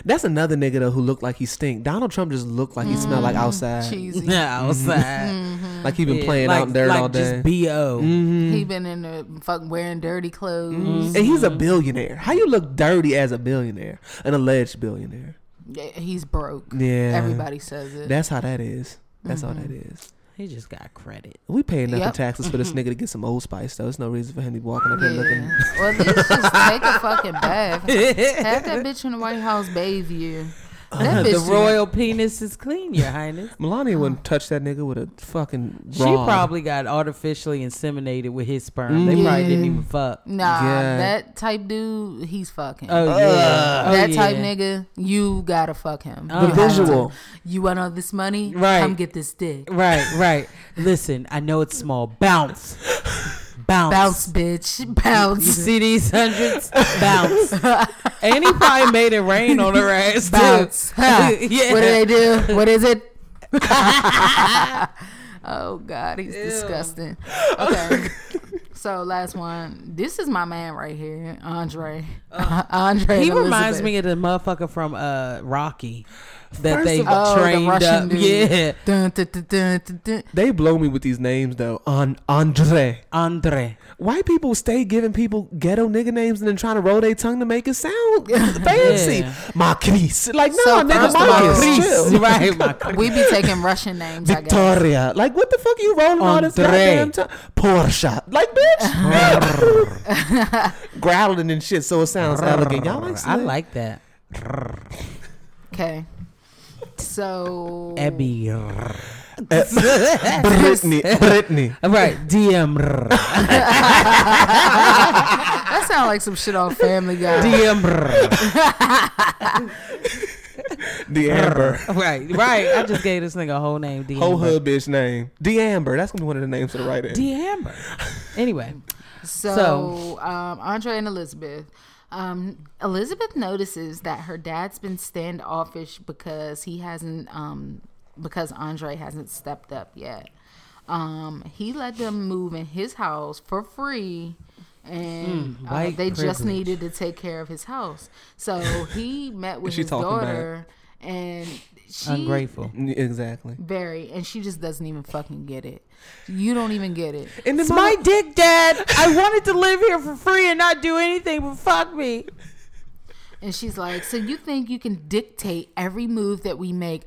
B: That's another nigga though who looked like he stink. Donald Trump just looked like he smelled like outside,
C: Cheesy.
D: Outside,
C: Mm-hmm.
B: like he been
D: Mm-hmm. Yeah,
B: playing
D: like,
B: out in dirt
D: like
B: all day. Mm-hmm.
D: Just bo. Mm-hmm.
C: He been in the fucking wearing dirty clothes.
B: and he's a billionaire. How you look dirty as a billionaire, an alleged billionaire?
C: Yeah, He's broke.
B: Yeah.
C: Everybody says it.
B: That's how that is. That's how that
D: Mm-hmm.
B: is.
D: He just got credit.
B: We pay enough in
C: Yep.
B: taxes for this nigga to get some Old Spice though. There's no reason for him to be walking up here looking.
C: yeah. Or at least just take a fucking bath. Have that bitch in the White House bathe you. That
D: Uh, the
C: bitch
D: royal penis is clean, Your Highness.
B: Melania wouldn't touch that nigga with a fucking.
D: She
B: rod.
D: probably got artificially inseminated with his sperm.
B: Mm-hmm.
D: They probably didn't even fuck.
C: Nah,
B: Yeah.
C: that type dude, he's fucking.
D: Oh yeah, Oh,
C: that type
D: yeah.
C: nigga, you gotta fuck him.
D: The
C: You have to.
B: visual.
C: You want all this money?
D: Right.
C: Come get this dick.
D: Right, right. Listen, I know it's small. Bounce, bounce,
C: Bounce, bitch.
D: You
C: Bounce.
D: see these hundreds? Bounce. and he probably made it rain on her ass too.
C: Bounce. Huh.
D: yeah.
C: What do they do? What is it? oh God, he's disgusting. Okay. So last one. This is my man right here, Andre. Andre.
D: Uh, he
C: and
D: reminds
C: Elizabeth.
D: me of the motherfucker from uh, Rocky that
B: First
D: they
B: of all-
C: Oh,
D: trained
C: the Russian
D: up.
C: dude.
D: Yeah,
C: Dun, dun, dun, dun, dun, dun.
B: They blow me with these names though. On Andre.
D: Andre.
B: White people stay giving people ghetto nigga names and then trying to roll their tongue to make it sound fancy.
D: Yeah.
B: Marquise. Like, no,
C: So
B: nigga,
C: first of
B: Marquise.
C: all-
B: chill.
D: right? My
C: We be taking Russian names, I guess.
B: Victoria. Like, what the fuck you rolling all this
D: Andre.
B: goddamn tongue? Porsche. Like, bitch. Growling and shit so it sounds elegant. Y'all like
D: I
B: slick?
D: like that.
C: Okay. So
D: Abby.
B: Brittany. Brittany.
D: All right, DM.
C: that sounds like some shit on Family Guy.
D: DM.
B: The Amber.
D: Right, right. I just gave this nigga a whole name. DM.
B: Whole hood bitch name. The Amber. That's going to be one of the names for the right end.
D: DM. Anyway,
C: So,
D: So-
C: um, Andre and Elizabeth. Um, Elizabeth notices that her dad's been standoffish because he hasn't, um, because Andre hasn't stepped up yet. Um, he let them move in his house for free, and uh,
D: Hmm, white
C: they just
D: privilege.
C: needed to take care care of his house. So he met with
B: She
C: his
B: talking back.
C: daughter, and she
D: ungrateful.
B: Exactly.
C: Very, and she just doesn't even fucking get it. You don't even get it.
B: And then
D: It's my dick, Dad. I wanted to live here for free and not do anything but fuck me.
C: And she's like, So you think you can dictate every move that we make?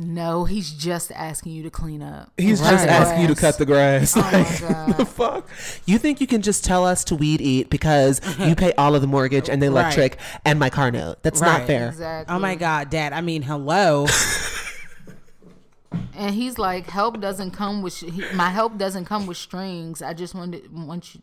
C: No, he's just asking you to clean up.
B: He's just
D: Right.
B: asking you to cut the grass.
C: Oh my
B: the
C: god.
B: fuck? You think you can just tell us to weed eat because you pay all of the mortgage and the electric and my car note? That's
D: Right.
B: not fair.
C: Exactly.
D: Oh my God, Dad. I mean, hello.
C: And he's like, help doesn't come with sh- he- my help doesn't come with strings. I just wanted want you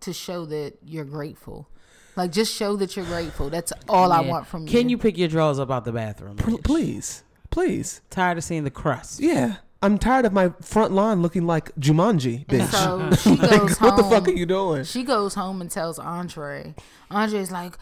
C: to show that you're grateful. Like just show that you're grateful. That's all I
D: Yeah.
C: want from you.
D: Can you pick your drawers up out the bathroom?
B: P- Please, please,
D: Tired of seeing the crust.
B: yeah. I'm tired of my front lawn looking like Jumanji, bitch.
C: So she
B: Like,
C: goes home.
B: what the fuck are you doing?
C: She goes home and tells Andre. Andre's like,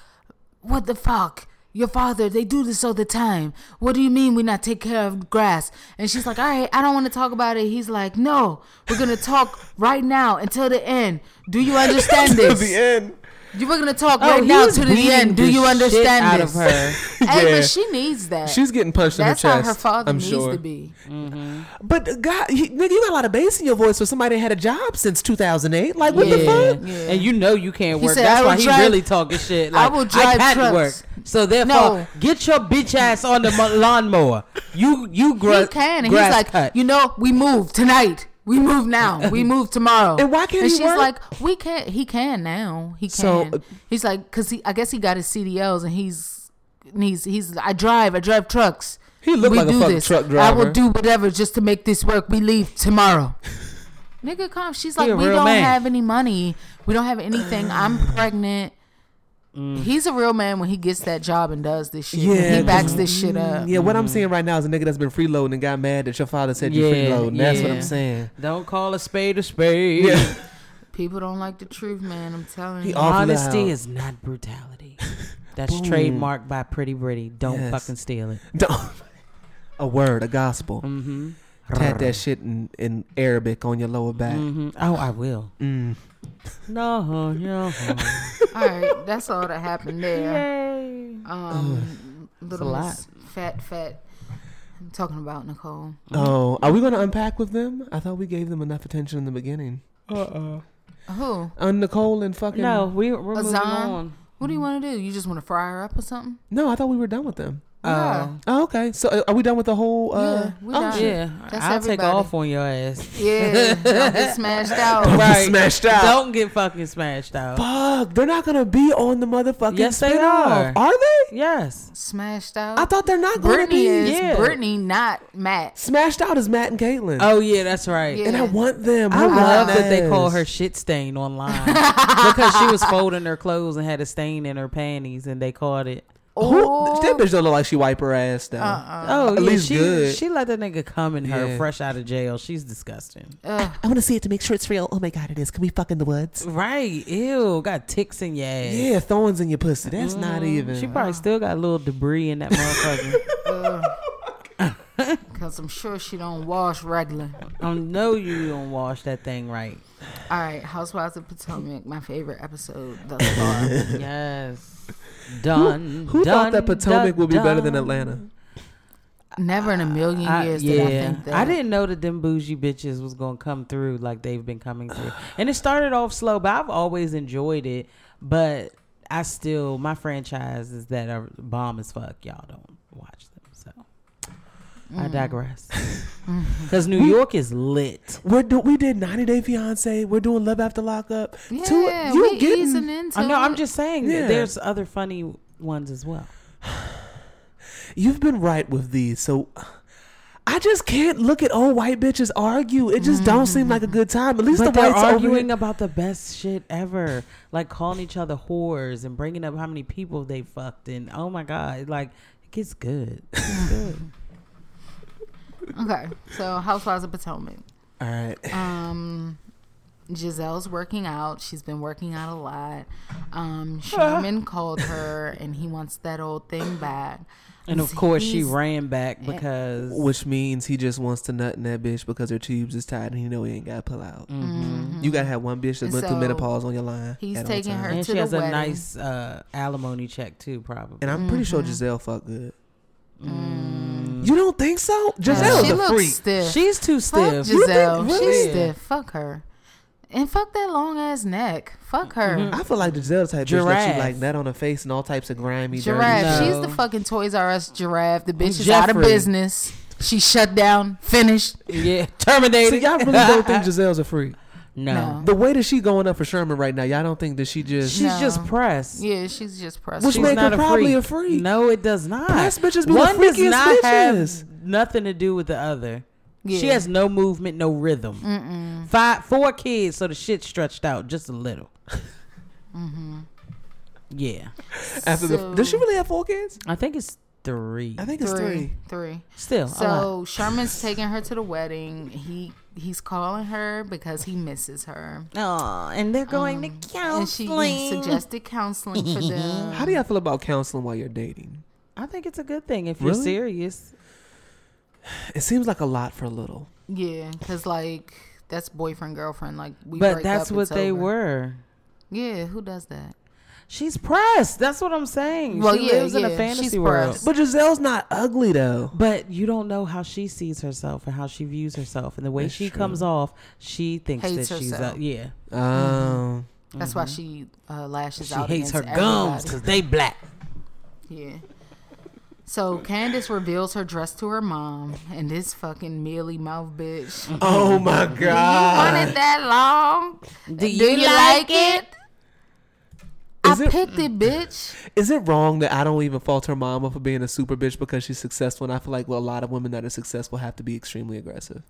C: "What the fuck? Your father? They do this all the time. What do you mean we not take care of grass?" And she's like, "All right, I don't want to talk about it." He's like, "No, we're gonna talk right now until the end. Do you understand
B: Till
C: this?
B: the end.
C: You were gonna talk
D: Oh,
C: right
D: he
C: now
D: was
C: to the
D: beating
C: end. Do
D: the
C: you
D: shit
C: understand
D: out
C: this?"
D: of her.
C: Hey,
B: Yeah.
C: but she needs that.
B: She's getting punched
C: That's
B: in her
C: how
B: chest.
C: her father
B: I'm
C: needs
B: sure.
C: to be.
B: But uh, God, you, nigga, you got a lot of bass in your voice for somebody that had a job since 2008. Like, what the fuck?
C: Yeah.
D: And you know you can't
C: He
D: work.
C: said,
D: That's
C: "I
D: why
C: will
D: he
C: drive-
D: really talking shit. Like, I
C: will drive
D: can't
C: trucks."
D: work. So therefore,
C: No.
D: get your bitch ass on the mo- lawnmower. You you gr-
C: he can, and he's
D: grass
C: like,
D: cut.
C: you know, we move tonight. We move now. We move tomorrow.
B: And why can't
C: and
B: he
C: she's
B: work?
C: like, we can't. He can now. He can.
B: So, uh,
C: he's like, cause he, I guess he got his CDLs, and he's, and he's, he's. I drive. I drive trucks.
B: He look like a fucking truck
C: I will
B: driver.
C: do whatever just to make this work. We leave tomorrow. Nigga, come. She's like,
D: a
C: we
D: real
C: don't
D: man."
C: have any money. We don't have anything. I'm pregnant. He's a real man when he gets that job and does this shit.
B: Mm. Yeah, mm-hmm.
C: he backs
B: 'cause-
C: this shit up.
B: Yeah, what I'm seeing right now is a nigga that's been freeloading and got mad that your father said you
D: Yeah,
B: freeloading. That's what
D: yeah.
B: I'm saying.
D: Don't call a spade a spade.
C: People don't like the truth, man. I'm telling
B: He
C: you.
B: Awful
D: Honesty
B: loud.
D: is not brutality. That's trademarked by Pretty Pretty. Don't
B: Yes.
D: fucking steal it.
B: Don't- a word, a gospel. Mm-hmm. Tat that shit in, in Arabic on your lower back.
C: Mm-hmm.
D: Mhm. Oh, I will.
B: Mm.
D: No, no.
C: all right, that's all that happened there. Um, little
D: It's a
C: Miss fat, fat. I'm talking about Nicole.
D: Mm-hmm.
B: Oh, are we going to unpack with them? I thought we gave them enough attention in the beginning.
C: Who?
B: Uh, Nicole and fucking.
D: No, we, we're moving
C: Azan?
D: on.
C: What do you want to do? You just want to fry her up or something?
B: No, I thought we were done with them.
C: Yeah.
B: Oh, okay. So uh, are we done with the whole? Uh,
C: Yeah, we
B: oh,
C: done.
B: shit.
D: Yeah,
C: That's
D: I'll take
C: everybody.
D: off on your ass.
C: Yeah. Don't get smashed out.
D: Right.
B: smashed out.
D: Don't get fucking smashed out.
B: Fuck, they're not gonna be on the motherfucking.
D: Yes, they
B: spinoff.
D: are.
B: Are they?
D: Yes.
C: Smashed out.
B: I thought they're not gonna
C: Brittany
B: be.
C: is
D: yeah.
C: Brittany, not Matt.
B: Smashed out is Matt and Caitlyn.
D: Oh yeah, that's right.
C: Yeah.
B: and I want them.
D: I
B: Her
D: love
B: rotten
D: that they call
B: ass.
D: her shit stain online because she was folding her clothes and had a stain in her panties, and they caught it.
B: Who, that bitch don't look like she wipe her ass down. At
D: Oh, yeah,
B: least
D: she
B: good.
D: she let that nigga come in her
B: Yeah.
D: fresh out of jail. She's disgusting.
E: I want to see it to make sure it's real. Oh my god, it is. Can we fuck in the woods?
D: Right? Ew. Got ticks in your ass.
B: Yeah, thorns in your pussy. That's not
C: Mm-hmm.
B: even.
D: She probably still got a little debris in that motherfucker.
C: Because I'm sure she don't wash regular.
D: I know you don't wash that thing right.
C: All right, Housewives of Potomac, my favorite episode thus far.
D: Yes. Done.
B: Who thought that Potomac would be better than
D: done.
B: Atlanta?
C: Never in a million
D: I-
C: years
D: yeah,
C: did I think that.
D: I didn't know that them bougie bitches was gonna come through like they've been coming through, and it started off slow, but I've always enjoyed it. But I still, my franchises that are bomb as fuck, y'all don't watch them, so I
C: Mm.
D: digress. Because New York is lit.
B: We're do- we did 90 Day Fiance. We're doing Love After Lockup.
C: Yeah,
B: Two-
C: we
B: getting-
C: easing into
D: I know. I'm
C: it.
D: just saying, that
B: Yeah.
D: there's other funny ones as well.
B: You've been right with these, so I just can't look at old white bitches argue. It just don't seem
C: Mm-hmm.
B: like a good time. At least
D: But
B: the
D: they're
B: whites over
D: arguing
B: here-
D: about the best shit ever, like calling each other whores and bringing up how many people they fucked, and oh my god, like it gets good. It's good.
C: Okay, so Housewives of Potomac.
B: All right,
C: Um, Giselle's working out. She's been working out a lot. Um, Sherman called her, and he wants that old thing back.
D: And of course, she
C: He's-
D: ran back because
B: which means he just wants to nut in that bitch because her tubes is tied and he know he ain't got to pull out. You gotta have one bitch that
C: Mm-hmm. And
B: went
C: so
B: through menopause on your line.
C: he's
B: at all
C: taking her-
B: times.
D: and
C: to
D: she
C: the
D: has a
C: wedding.
D: nice uh, alimony check too, probably.
B: and I'm pretty sure Giselle fuck good. You don't think so? Giselle's
C: She
B: a
C: looks
B: freak.
C: stiff.
D: She's too
C: Fuck
D: stiff.
C: Giselle.
B: You think-
C: She's
B: really?
C: stiff. Fuck her. And fuck that long ass neck. Fuck her.
B: I feel like the Giselle type bitch that
D: Giraffe.
B: you like that on her face and all types of grimy.
C: Giraffe.
D: No.
C: She's the fucking Toys R Us giraffe. The bitch is out of
D: Jeffrey.
C: business. She shut down. Finished.
D: yeah,
B: dirty. So
D: terminated.
B: y'all really don't think Giselle's a freak?
D: no.
C: No.
B: The way that she going up for Sherman right now, y'all don't think that she just
D: She's just pressed.
C: Yeah, she's just pressed.
B: Which
D: She's
B: make her
D: not
B: probably a freak.
D: No, it does not.
B: Press bitches be the
D: One does
B: freakiest
D: not
B: bitches.
D: have nothing to do with the other. She
C: Yeah.
D: has no movement, no rhythm. Five, four kids, so the shit stretched out just a little. Yeah,
B: after the?
C: So-
B: Does she really have four kids?
D: I think it's three.
B: I think it's three.
C: Three.
D: Still, a lot.
C: So Sherman's taking her to the wedding. He he's calling her because he misses her.
B: uh,
D: Oh, and they're going to
C: Um, And she suggested counseling for them.
B: How do y'all feel about counseling while you're dating?
D: I think it's a good thing if
B: Really?
D: you're serious.
B: It seems like a lot for little.
C: Yeah, because like that's boyfriend girlfriend. Like we.
D: But
C: break
D: that's
C: up,
D: what
C: it's
D: they
C: over.
D: were.
C: Yeah, who does that?
D: She's pressed. That's what I'm saying.
C: Well,
D: she
C: yeah,
D: lives in a
C: yeah,
D: fantasy
C: she's
D: world.
C: pressed.
B: But Giselle's not ugly though.
D: But you don't know how she sees herself and how she views herself, and the way she comes off, she thinks
C: Hates
D: that she's
C: herself.
D: uh, yeah.
B: Um,
C: That's why she uh, lashes
D: Mm-hmm. She
C: out.
D: hates
C: against
D: her
C: everybody.
D: gums because they black.
C: Yeah. So Candace reveals her dress to her mom, and this fucking mealy mouth bitch. You
B: oh my god!
C: want it that long?
D: Ah. Do
C: I
B: Is it-
C: picked it, bitch.
B: Is it wrong that I don't even fault her mama for being a super bitch because she's successful? And I feel like well, a lot of women that are successful have to be extremely aggressive.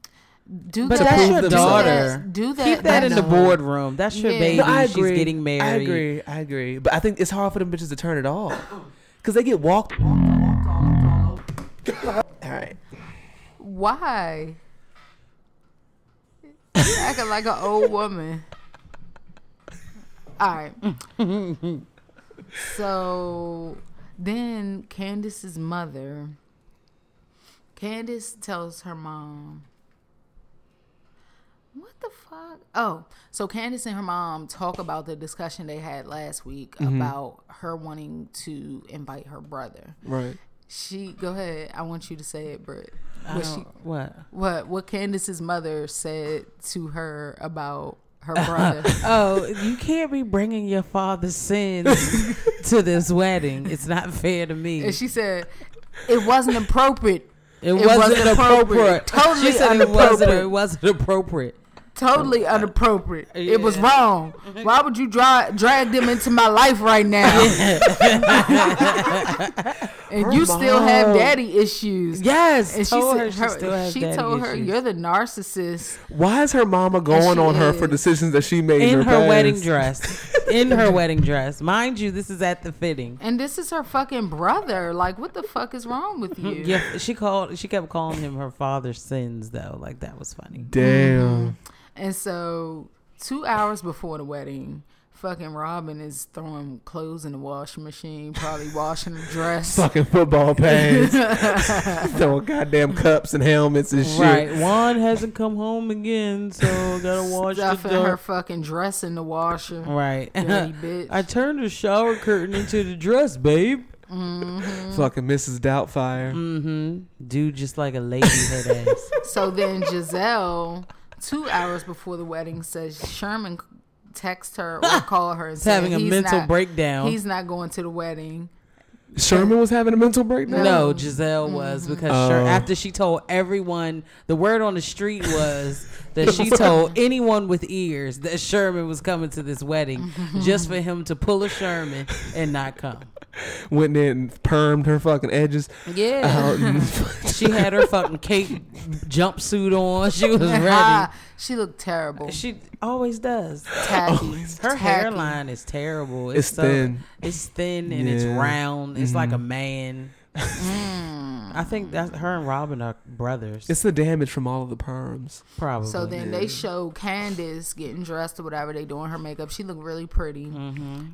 C: Do
D: But
C: that.
D: that's your
C: do
D: daughter.
C: That, do that.
D: Keep that in the
C: No.
D: boardroom. That's your
C: Yeah.
D: baby.
C: No,
B: I
D: She's getting married.
B: I agree. I agree. But I think it's hard for them bitches to turn it off because they get walked. walked, walked, walked, walked, walked. All right.
C: Why? You acting like an old woman. All right. So then Candace's mother, Candace tells her mom, What the fuck? Oh, so Candace and her mom talk about the discussion they had last week about her wanting to invite her brother.
B: Right.
C: She, go ahead. I want you to say it, Britt. What she,
D: What?
C: what what Candace's mother said to her about her brother.
D: Oh, you can't be bringing your father's sins to this wedding. It's not fair to me.
C: and she said it wasn't appropriate.
D: It wasn't,
C: wasn't appropriate.
D: appropriate.
C: Totally
D: she said it wasn't.
C: inappropriate.
D: It wasn't appropriate.
C: Totally inappropriate. It was
D: Oh, Yeah.
C: wrong. Why would you dra- drag them into my life right now? and you still have daddy issues.
D: Yes,
C: And she,
D: told
C: said-
D: her she still
C: her,
D: has
C: she
D: daddy
C: told her
D: issues.
C: you're the narcissist.
B: Why is her mama going
C: she
B: on her for
C: is.
B: decisions that she made in,
D: in her
B: past?
D: wedding dress. in her wedding dress, mind you, this is at the fitting.
C: And this is her fucking brother. Like what the fuck is wrong with you?
D: Yeah, she called. She kept calling him her father's sins, though. Like that was funny. Mm.
B: Damn.
C: And so, two hours before the wedding, fucking Robin is throwing clothes in the washing machine, probably washing the dress.
B: Fucking football pants. Throwing goddamn cups and helmets and shit.
D: Right, Juan hasn't come home again, so gotta wash the
C: Stuffing her
D: door.
C: fucking dress in the washer.
D: Right,
C: Dirty bitch.
D: I turned the shower curtain into the dress, babe. Mm-hmm.
B: Fucking Mrs. Doubtfire.
D: Dude, just like a lady head ass.
C: So then Giselle, two hours before the wedding, says Sherman text her or call her and
D: He's
C: said
D: having a
C: he's
D: mental
C: not-
D: breakdown.
C: He's not going to the wedding.
B: Sherman was having a mental breakdown.
D: No, Giselle was because Sher-
B: Oh.
D: after she told everyone, the word on the street was that she told anyone with ears that Sherman was coming to this wedding just for him to pull a Sherman and not come.
B: Went in and permed her fucking edges.
D: Yeah.
B: out and-
D: she had her fucking cape jumpsuit on. She was ready.
C: Ah, she looked terrible.
D: She always does.
C: Tacky.
D: Her
C: Tacky.
D: hairline is terrible.
B: It's thin.
D: It's thin and it's
B: Yeah. Mm-hmm.
D: round. It's like a man. I think that her and Robin are brothers.
B: it's the damage from all of the perms.
D: probably.
B: Oh,
C: So then they show Candace getting dressed or whatever they doing her makeup. She looked really pretty,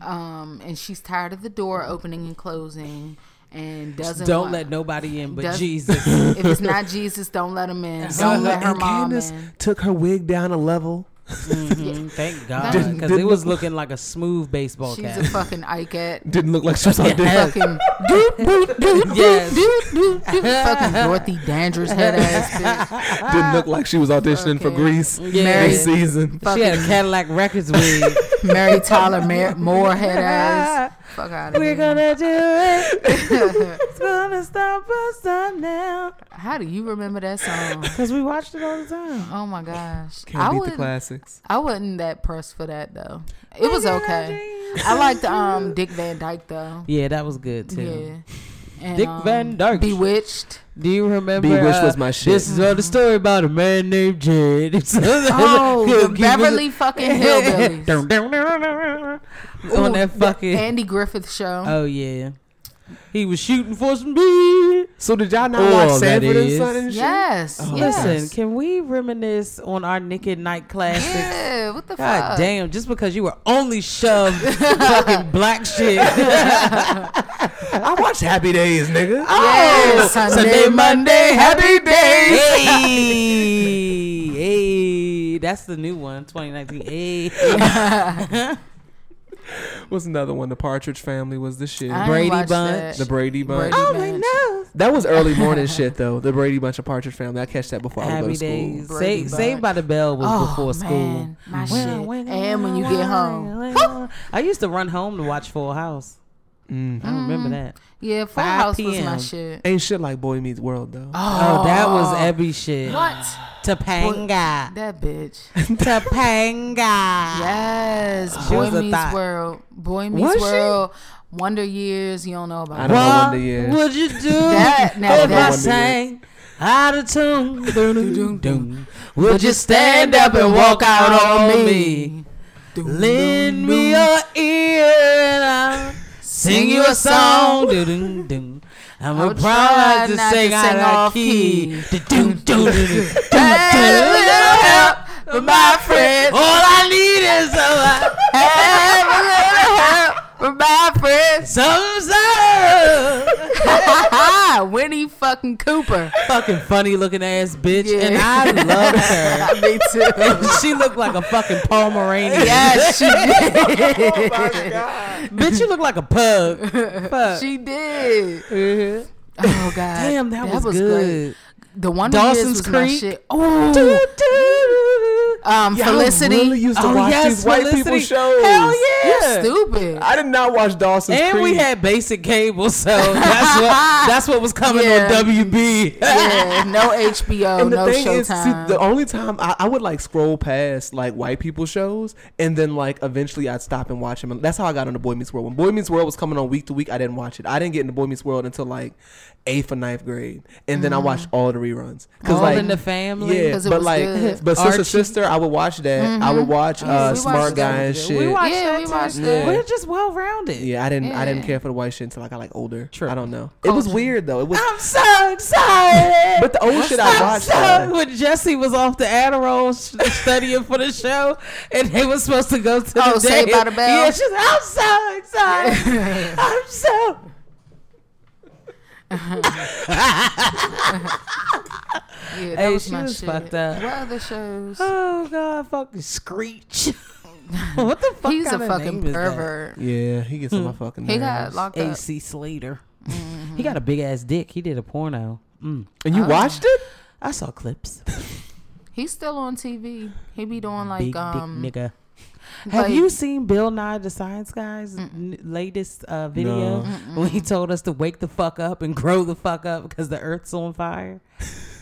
C: um, and she's tired of the door opening and closing, and doesn't
D: don't
C: want-
D: let nobody in but
C: does-
D: Jesus.
C: if it's not Jesus, don't let him in. Don't let her
B: and
C: mom
B: Candace
C: in.
B: took her wig down a level. Mm-hmm.
D: Mhm, Thank God,
B: Didn't-
D: because it
B: didn't
D: was
B: look-
D: looking like a smooth baseball
C: She's
D: cap.
C: a fucking Icat.
B: Didn't look like she was on dick.
D: Yes.
C: Fucking doot doot doot
D: Yes.
C: doot doot doot. Fucking Dorothy Dandridge head ass bitch.
B: Didn't look like she was auditioning for
C: Okay.
B: Grease
D: Yeah.
B: this season.
D: she had a Cadillac Records wig.
C: Mary Tyler Mar- Moore head ass. Fuck out of here.
D: do it. it's gonna stop us now.
C: How do you remember that song?
D: Cause we watched it all the time.
C: Oh my gosh.
B: Can't
C: I
B: beat
C: would
B: the classics.
C: I wasn't that pressed for that though. It was okay. I liked um Dick Van Dyke though.
D: Yeah, that was good too.
C: Yeah. And,
D: Dick
C: um,
D: Van Dyke.
C: Bewitched.
D: Do you remember?
B: Bewitched
D: uh,
B: was my shit.
D: This is another story about a man named Jed.
C: Oh,
D: oh,
C: the Beverly fucking Hillbillies.
D: on that
C: Ooh, the
D: fucking.
C: Andy Griffith show.
D: Oh yeah. He was shooting for some beef.
B: So did y'all not
D: All
B: watch
D: that
B: Sanford and
D: is- Oh,
B: Son and shit?
C: Yes. yes.
D: Listen, can we reminisce on our Nick at Night classics?
C: Yeah, what the
D: God
C: fuck?
D: damn, just because you were only shoved fucking black shit.
B: I watched Happy Days, nigga.
C: Yeah,
D: Oh,
C: Sunday, Monday,
D: happy days. Hey, hey, that's the new one, 2019. Hey,
B: What's another one? The Partridge Family was the shit.
C: I ain't
D: Brady
C: watched
D: Bunch. Oh,
C: that.
B: the Brady Bunch.
C: Brady Bunch.
B: That was early morning shit though. The Brady Bunch of Partridge Family. I catch that before I would go
D: happy
B: to school.
D: days.
C: Brady
D: Saved,
C: Bunch.
D: Saved by the Bell was
C: Oh,
D: before
C: man,
D: school.
C: my
D: Well,
C: shit.
D: well,
C: and when you
D: well,
C: get home.
D: well, I used to run home to watch Full House. I
C: Mm.
D: remember that.
C: Yeah, Full
D: 5
C: House was my
D: p.m..
C: shit.
B: Ain't shit like Boy Meets World though.
D: Oh, that was Ebby shit.
C: What?
D: Topanga.
C: That bitch.
D: Topanga.
C: Yes.
D: She
C: Boy
D: was a
C: Meets
D: thought.
C: World. Boy Meets
D: Was she?
C: World. Wonder Years. You don't know about
B: I
C: that.
B: don't know
D: What
B: Wonder Years.
D: would you do
C: That- now
D: if I
C: that-
D: sang out of tune? Dun, dun, dun. Would you stand up and walk out on me? Lend me your ear and I'll sing you a song. Dun, dun, dun. I'm
C: I'll
D: a promise
C: try
D: to
C: not
D: sing
C: to
D: out
C: sing
D: of
C: off
D: key.
C: key.
D: Dun, dun, dun, dun, dun,
C: Have a little
D: dun.
C: help from my friends.
D: All I need is some,
C: Have a little help from my friends.
D: some, some.
C: Ha Winnie fucking Cooper.
D: fucking funny looking ass bitch,
C: Yeah.
D: and I loved her.
C: Me too.
D: she looked like a fucking Pomeranian.
C: Yes, she did.
D: bitch, you look like a pug. Fuck.
C: she did. Oh god.
D: Damn, that, was, good.
C: The Wonder Years
D: Dawson's
C: was my
D: Creek.
C: shit. Oh, um,
B: Yeah,
C: Felicity.
B: I really used to
D: Oh,
B: watch
D: yes,
B: these white people
D: Felicity.
B: shows.
D: Hell
C: you
D: yeah.
C: stupid.
B: I did not watch Dawson's
D: And
B: Creek.
D: we had basic cable, so that's what that's what was coming
C: Yeah.
D: on WB.
C: yeah, no HBO,
B: and the
C: no
D: Oh,
B: thing is, see,
C: Showtime.
B: the only time I, I would like scroll past like white people shows, and then like eventually I'd stop and watch them. And that's how I got into Boy Meets World. When Boy Meets World was coming on week to week, I didn't watch it. I didn't get into Boy Meets World until like eighth or ninth grade, and then I watched all the reruns.
D: Mm. All in the Family?
B: yeah.
C: 'Cause it
B: But
C: was
B: like,
C: good. Mm-hmm.
B: but
D: Archie.
B: sister, sister, I would watch that. I would watch uh,
C: we
B: Smart
C: watched
B: Guy
C: that.
B: and shit.
D: We watched
C: Yeah,
D: that
C: we
D: too.
C: watched
B: that.
D: We're just well rounded.
B: yeah, I didn't. I didn't
C: Yeah. Oh,
B: care for the white shit until I got like older.
D: True.
B: I don't know. It was weird though. It
C: Ah!
B: was.
D: I'm so excited.
B: But the old shit I
D: I'm
B: watched.
D: so
B: though.
D: when Jesse was off the Adderall sh- studying for the show, and they were supposed to go to the
C: Oh,
D: day.
C: Saved by the Bell?
D: Yeah, she's I'm so excited. I'm so.
C: yeah, that
D: Hey,
C: was
D: she
C: my
D: was
C: shit.
D: fucked up.
C: What other shows?
D: Oh God, fucking Screech. what the fuck?
C: He's a
D: kind of
C: fucking
D: name is that?
C: pervert.
B: Yeah, he gets on my fucking.
C: Mm. He
B: nerves.
C: got locked up. Mm-hmm.
D: AC Slater. He got a big ass dick. He did a porno. Mm.
B: And you watched it?
D: I saw clips.
C: He's still on TV. He be doing like
D: big
C: um.
D: dick nigga. Have
C: like-
D: you seen Bill Nye the Science Guy's n- latest uh, video
B: No.
D: when he told us to wake the fuck up and grow the fuck up because the Earth's on fire?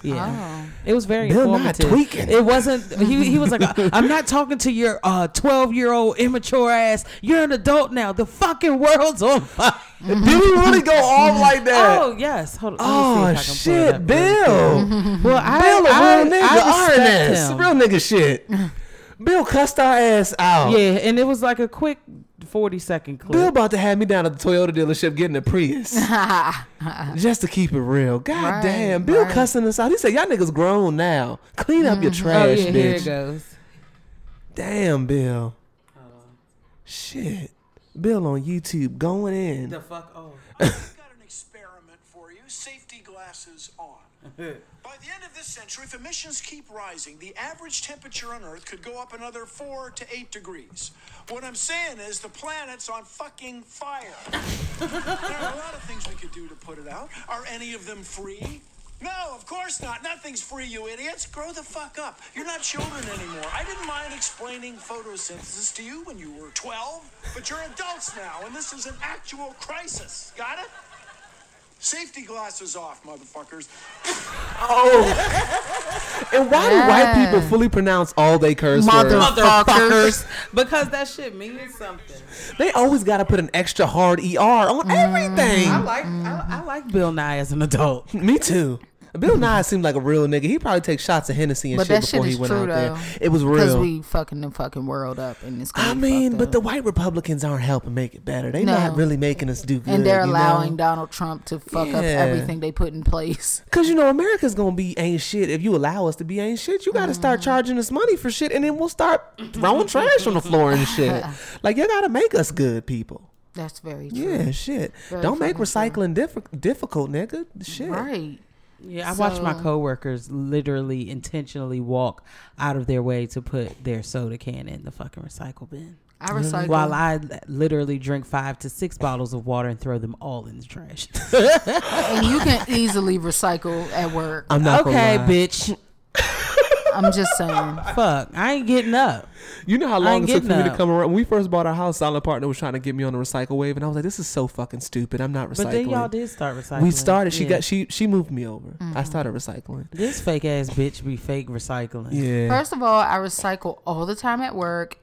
D: Yeah,
C: Oh.
D: it was very
B: Bill Nye
D: informative.
B: tweaking.
D: It wasn't. He, he was like, "I'm not talking to your 12 year old immature ass. You're an adult now. The fucking world's on fire."
B: Did
C: Mm-hmm.
B: he really go off like that?
D: Oh yes. Hold on.
B: Oh,
D: Let me see if I
B: shit,
D: can
B: Bill.
D: pull it up
B: Bill,
C: Mm-hmm.
D: really quick. Well, I,
B: a real
D: I,
B: nigga.
D: I respect
B: RNS.
D: him.
B: Real nigga shit. Bill cussed our ass out.
D: Yeah, and it was like a quick 40 second clip.
B: Bill about to have me down at the Toyota dealership getting a Prius just to keep it real. God
C: Right,
B: damn, Bill
C: right. Mm-hmm.
B: cussing us out. He said, "Y'all niggas grown now. Clean up your
C: Oh,
B: trash, bitch."
D: goes.
B: Damn, Bill. Shit, Bill on YouTube going in.
D: fuck oh.
F: I've got an experiment for you. Safety glasses on. By the end of this century, if emissions keep rising, the average temperature on Earth could go up another four to eight degrees. What I'm saying is the planet's on fucking fire. there are a lot of things we could do to put it out. Are any of them free? No, of course not. Nothing's free, you idiots. Grow the fuck up. You're not children anymore. I didn't mind explaining photosynthesis to you when you were 12, but you're adults now, and this is an actual crisis. Got it? Safety glasses off, motherfuckers.
B: Oh. and why do white people fully pronounce all they curse
C: Mother-
B: words?
D: Motherfuckers. because that shit means something.
B: They always got to put an extra
C: Mm-hmm.
B: hard ER on everything.
D: I like I, I like Bill Nye as an adult.
B: Me too. Bill Nye seemed like a real nigga. He probably takes shots of Hennessy and
C: But
B: shit
C: that
B: before
C: shit
B: he
C: is
B: went
C: true
B: out there.
C: though.
B: It was
C: Because
B: real.
C: we fucking the fucking world up and it's gonna
B: I
C: be
B: mean,
C: fucked
B: but the
C: up.
B: white Republicans aren't helping make it better. They
C: No.
B: not really making us do good.
C: and they're
B: you know?
C: allowing Donald Trump to fuck up
B: Yeah.
C: everything they put in place.
B: Cause you know America's gonna be ain't shit if you allow us to be ain't shit. You gotta start
C: Mm.
B: charging us money for shit, and then we'll start throwing trash on the floor and shit. Like you gotta make us good people.
C: That's very true.
B: Yeah, shit.
C: Very
B: Don't make
C: fucking true.
B: recycling diff- difficult, nigga. Shit.
C: Right.
D: Yeah, I watched my
C: So-
D: coworkers literally intentionally walk out of their way to put their soda can in the fucking recycle bin.
C: I recycle.
D: While I literally drink five to six bottles of water and throw them all in the trash.
C: and you can easily recycle at work.
B: I'm not
D: okay,
B: gonna lie.
D: bitch.
C: I'm just saying.
D: Fuck. I ain't getting up.
B: You know how long
D: ain't
B: it took for
D: getting
B: me to
D: up.
B: come around. When we first bought our house, Solid Partner was trying to get me on the recycle wave, and I was like, "This is so fucking stupid. I'm not recycling."
D: But then y'all did start recycling.
B: We started. She
D: Yeah.
B: got. She she moved me over. I started recycling.
D: this fake ass bitch be fake recycling.
B: Yeah.
C: First of all, I recycle all the time at work,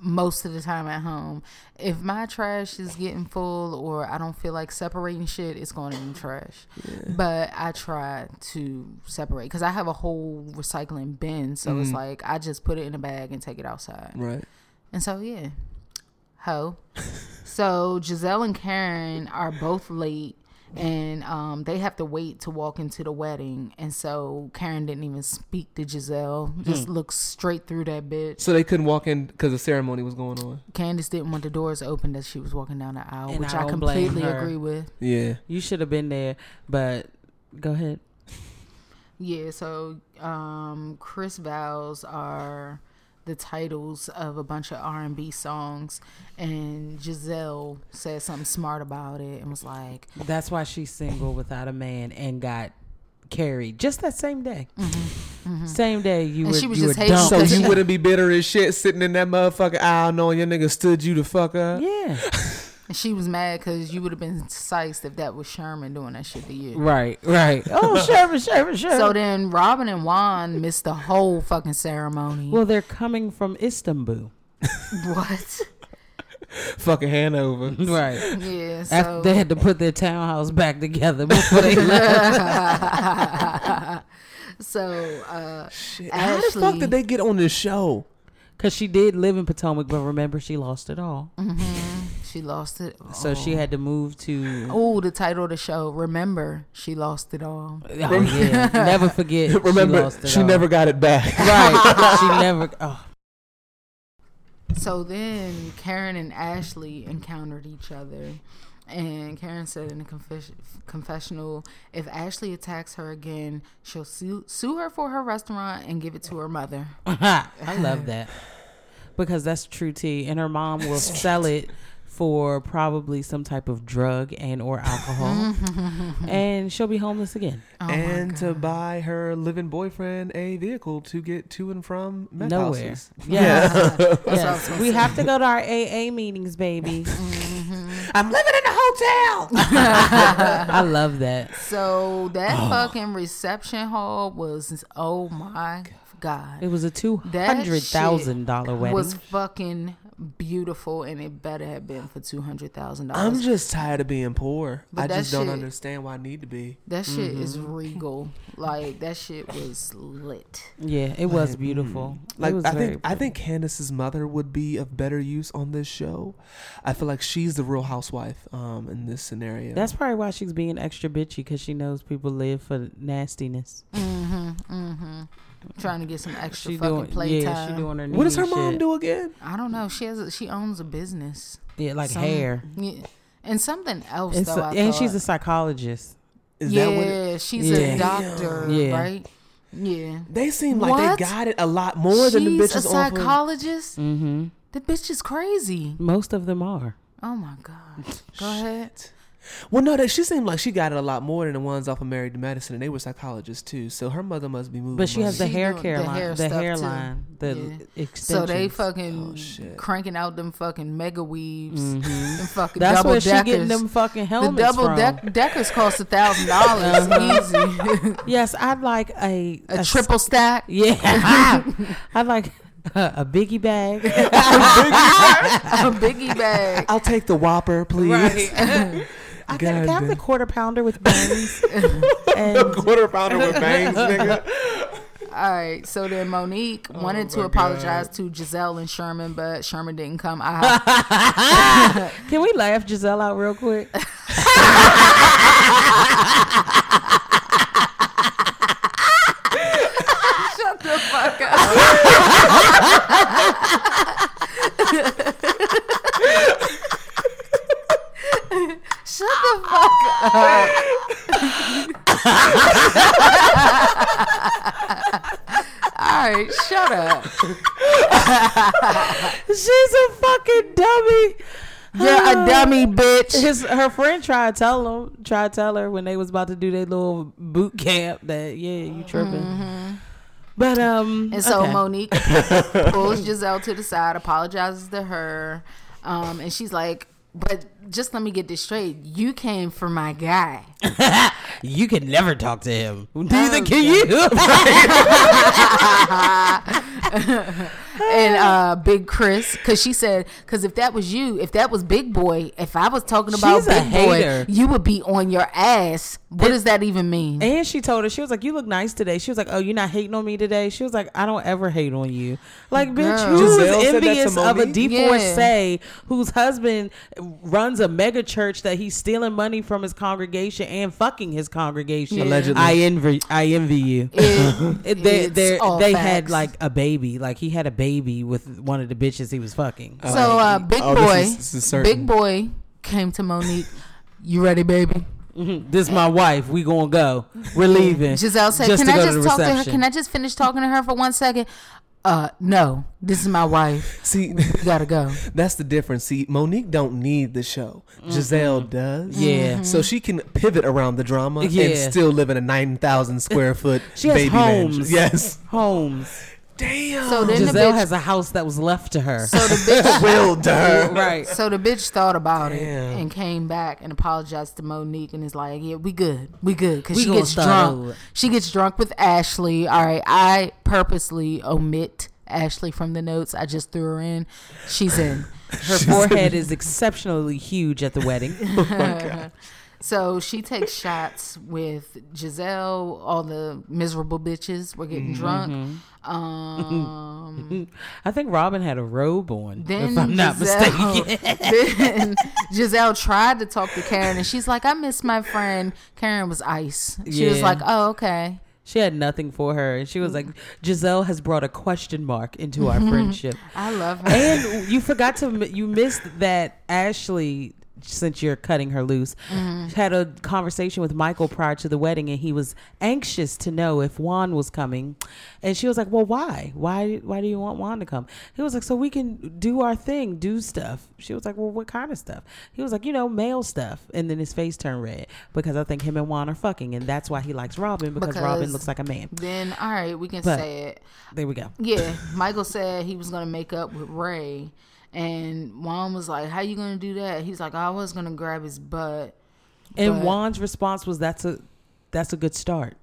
C: most of the time at home. If my trash is getting full or I don't feel like separating shit, it's going in the trash. But I try to separate because I have a whole recycling bin. So it's like I just put it in a bag and take it outside.
B: Right.
C: And so, yeah, ho. so Giselle and Karen are both late. And um, they have to wait to walk into the wedding, and so Karen didn't even speak to Giselle.
D: Hmm.
C: Just looked straight through that bitch.
B: So they couldn't walk in because the ceremony was going on.
C: Candace didn't want the doors open as she was walking down the aisle,
D: And
C: which
D: I
C: I,
D: don't blame
C: completely
D: her.
C: agree with.
B: Yeah.
D: You should have been there, but go ahead.
C: Yeah. So um, Chris vows are the titles of a bunch of R and B songs, and Giselle said something smart about it and was like,
D: That's why she's single without a man and got carried just that same day. Same day
C: Mm-hmm. And
D: you were
C: she was
D: you
C: just
D: were
C: hating
D: dumped.
B: So
C: Because-
B: you wouldn't be bitter as shit sitting in that motherfucking aisle knowing your nigga stood you the fuck up.
D: Yeah.
C: And She was mad because you would have been siced if that was Sherman doing that shit to you.
D: Right, right. Oh, Sherman, Sherman, Sherman.
C: So then Robin and Juan missed the whole fucking ceremony.
D: well, they're coming from Istanbul.
C: what?
B: Fucking Hanover.
D: Right.
C: Yeah.
D: After
C: So
D: they had to put their townhouse back together before they left.
C: so uh,
B: Shit. How the fuck
C: Ashley-
B: did they get on this show?
D: Because she did live in Potomac, but remember, she lost it all.
C: Mm-hmm. she lost it.
D: So she had to move to.
C: Oh, the title of the show. Remember, she lost it all.
D: Oh, yeah. Never forget. she,
B: Remember,
D: lost
B: she,
D: it all.
B: never got it back.
D: Right. she never. Oh,
C: So then Karen and Ashley encountered each other. And Karen said in the confes- confessional, if Ashley attacks her again, she'll sue, sue her for her restaurant and give it to her mother.
D: I love that because that's true tea, and her mom will sell it for probably some type of drug and or alcohol, and she'll be homeless again.
B: and to buy her living boyfriend a vehicle to get to and from meth
D: Nowhere.
B: houses.
D: Yes. yes. We have to go to our AA meetings, baby.
B: I'm living in a hotel.
D: I love that.
C: So that
D: Oh.
C: fucking reception hall was oh my god.
D: It was a two
C: That
D: hundred thousand dollar
C: shit
D: wedding.
C: was fucking beautiful, and it better have been for two hundred thousand
B: I'm
C: dollars.
B: just tired of being poor.
C: But
B: I
C: that
B: just don't
C: shit-
B: understand why I need to be.
C: That shit is
D: Mm-hmm.
C: regal. Like that shit was lit.
D: yeah, it was
C: Mm-hmm.
D: beautiful.
B: Like
D: it was
B: I
D: very
B: think I think Candace's mother would be of better use on this show. I feel like she's the real housewife um, in this scenario.
D: That's probably why she's being extra bitchy because she knows people live for nastiness.
C: Trying to get some extra
D: She
C: fucking
D: doing,
C: playtime.
D: yeah, she doing her.
B: what does her
D: needy
B: mom
D: shit.
B: do again?
C: I don't know. She has. A, she owns a business.
D: Yeah, like
C: Some-
D: hair.
C: Yeah. And something else
D: And,
C: though.
D: so-
C: I
D: and she's a
C: thought.
D: psychologist.
B: Is
C: yeah.
B: that what it,
C: she's
D: Yeah.
C: a doctor,
D: Yeah.
C: right? Yeah.
B: they seem like
C: What?
B: they got it a lot more than the
C: She's
B: bitches Mm-hmm.
C: a
B: on for-
C: psychologist. The bitch is crazy.
D: Most of them are.
C: Oh my god. Go ahead.
B: Well, no, that she seemed like she got it a lot more than the ones off of Married to Medicine, and they were psychologists too. So her mother must be moving.
D: But she has the
C: She
D: hair
C: doing
D: care
C: the
D: line,
C: hair
D: the
C: stuff,
D: hairline, the
C: Yeah.
D: extensions. Oh,
C: So they fucking
B: shit.
C: cranking out them fucking mega weaves
B: Mm-hmm.
C: and fucking
D: That's
C: double
D: where she
C: deckers.
D: getting them fucking
C: the
D: helmets
C: double
D: from. Uh-huh.
C: deck- deckers cost a thousand dollars easy.
D: yes, I'd like a
C: a
D: s-
C: triple stack.
D: Yeah, I'd like a, a biggie bag.
C: a biggie bag.
B: I'll take the Whopper, please.
D: I got can I have
B: Goddamn.
D: the quarter pounder with buns. and
B: Quarter pounder with bangs, nigga.
C: All right, so then Monique
D: Oh
C: wanted to apologize to Giselle and Sherman, but Sherman didn't come. I,
D: can we laugh Giselle out real quick?
C: shut the fuck up. shut the fuck up. All right, shut up.
D: She's a fucking dummy.
C: You're a dummy, bitch.
D: His her friend tried to tell him, tried to tell her when they was about to do their little boot camp that yeah, you tripping. But um,
C: And Mm-hmm. so
D: okay.
C: Monique pulls Giselle to the side, apologizes to her, um, and she's like, "But just let me get this straight. You came for my guy."
D: you can never talk to him. Neither can
C: and uh big chris because she said because if that was you if that was big boy if i was talking about
D: She's a
C: big boy
D: hater.
C: you would be on your ass what does that even mean
D: you. and she told her she was like, "You look nice today." She was like, "Oh, you're not hating on me today." She was like, "I don't ever hate on you." Like, bitch,
C: Girl.
D: who is
B: Giselle said that to
D: envious of a
B: Monique?
D: divorcee whose husband runs a mega church that he's stealing money from his congregation and fucking his congregation?
B: Allegedly.
D: I envy, I envy you.
C: It-
D: It- they
C: it's
D: they
C: all
D: they
C: facts.
D: had like a baby, like he had a baby with one of the bitches he was fucking.
C: so uh big
B: Oh,
C: boy
B: this is- this is certain.
C: big boy came to monique you ready baby
D: This my wife. We gonna go. We're leaving.
C: giselle said
D: Just
C: can
D: to
C: i
D: go to
C: just
D: the
C: talk to her
D: reception."
C: can i just finish talking to her for one second uh no this is my wife
B: See,
C: we gotta go
B: that's the difference. See, Monique don't need the show. Giselle does.
D: Mm-hmm. Yeah. Mhm.
B: So she can pivot around the drama and
D: Yeah.
B: still live in a 9,000 square foot
D: She has
B: baby
D: homes.
B: mansion. Yes.
D: Holmes.
B: Damn.
C: so then
D: Giselle
C: the bitch
D: has a house that was left to her.
C: so the bitch
B: Willed her.
D: right.
C: So the bitch thought about it and came back and apologized to Monique and is like, "Yeah, we good, we good." Because
D: We
C: she
D: gonna
C: gets
D: start
C: drunk.
D: over.
C: She gets drunk with Ashley. All right, I purposely omit Ashley from the notes. I just threw her in. She's in.
D: Her forehead is exceptionally huge at the wedding.
C: So she takes shots with Giselle. All the miserable bitches were getting
D: Mm-hmm.
C: drunk. Um,
D: I think Robin had a robe on,
C: Then
D: if I'm not
C: Giselle,
D: mistaken.
C: then Giselle tried to talk to Karen, and she's like, "I miss my friend." Karen was ice. She was
D: Yeah.
C: like, "Oh, okay."
D: She had nothing for her, and she was like, "Giselle has brought a question mark into our friendship."
C: I love her.
D: and you forgot to you missed that Ashley since you're cutting her loose had a conversation with Michael prior to the wedding and he was anxious to know if Juan was coming and she was like well why why why do you want Juan to come he was like so we can do our thing do stuff she was like well what kind of stuff he was like you know male stuff and then his face turned red because I think him and Juan are fucking and that's why he likes Robin because, Robin
C: Because-
D: looks like a man
C: Then, all right, we can
D: But-
C: say it.
D: there we go
C: Yeah, Michael said he was gonna make up with Ray, and Juan was like, "How you gonna do that?" He's like, "I was gonna grab his butt."
D: and
C: But-
D: Juan's response was that's a that's a good start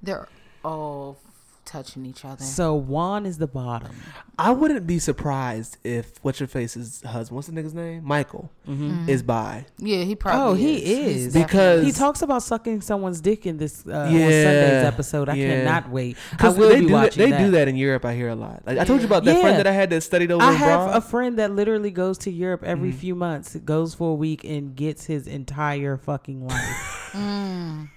C: They're all touching each other.
D: So Juan is the bottom.
B: I wouldn't be surprised if what's your face's husband, what's the nigga's name? Michael,
D: Mm-hmm.
B: is by.
C: yeah, he
D: Oh,
C: probably.
D: he
C: He's
D: is
C: definitely-
B: Because-
D: he talks about sucking someone's dick in this uh, on
B: Yeah,
D: Sunday's episode. I
B: yeah.
D: cannot wait. I
B: 'Cause
D: will
B: they
D: be
B: do that,
D: watching.
B: They
D: that.
B: do that in Europe. I hear a lot. Like I told you about that friend
D: Yeah.
B: that I had that studied over. Mm-hmm.
D: I
B: in
D: have
B: Bronx.
D: a friend that literally goes to Europe every few months, goes for a week, and gets his entire fucking life. Mm.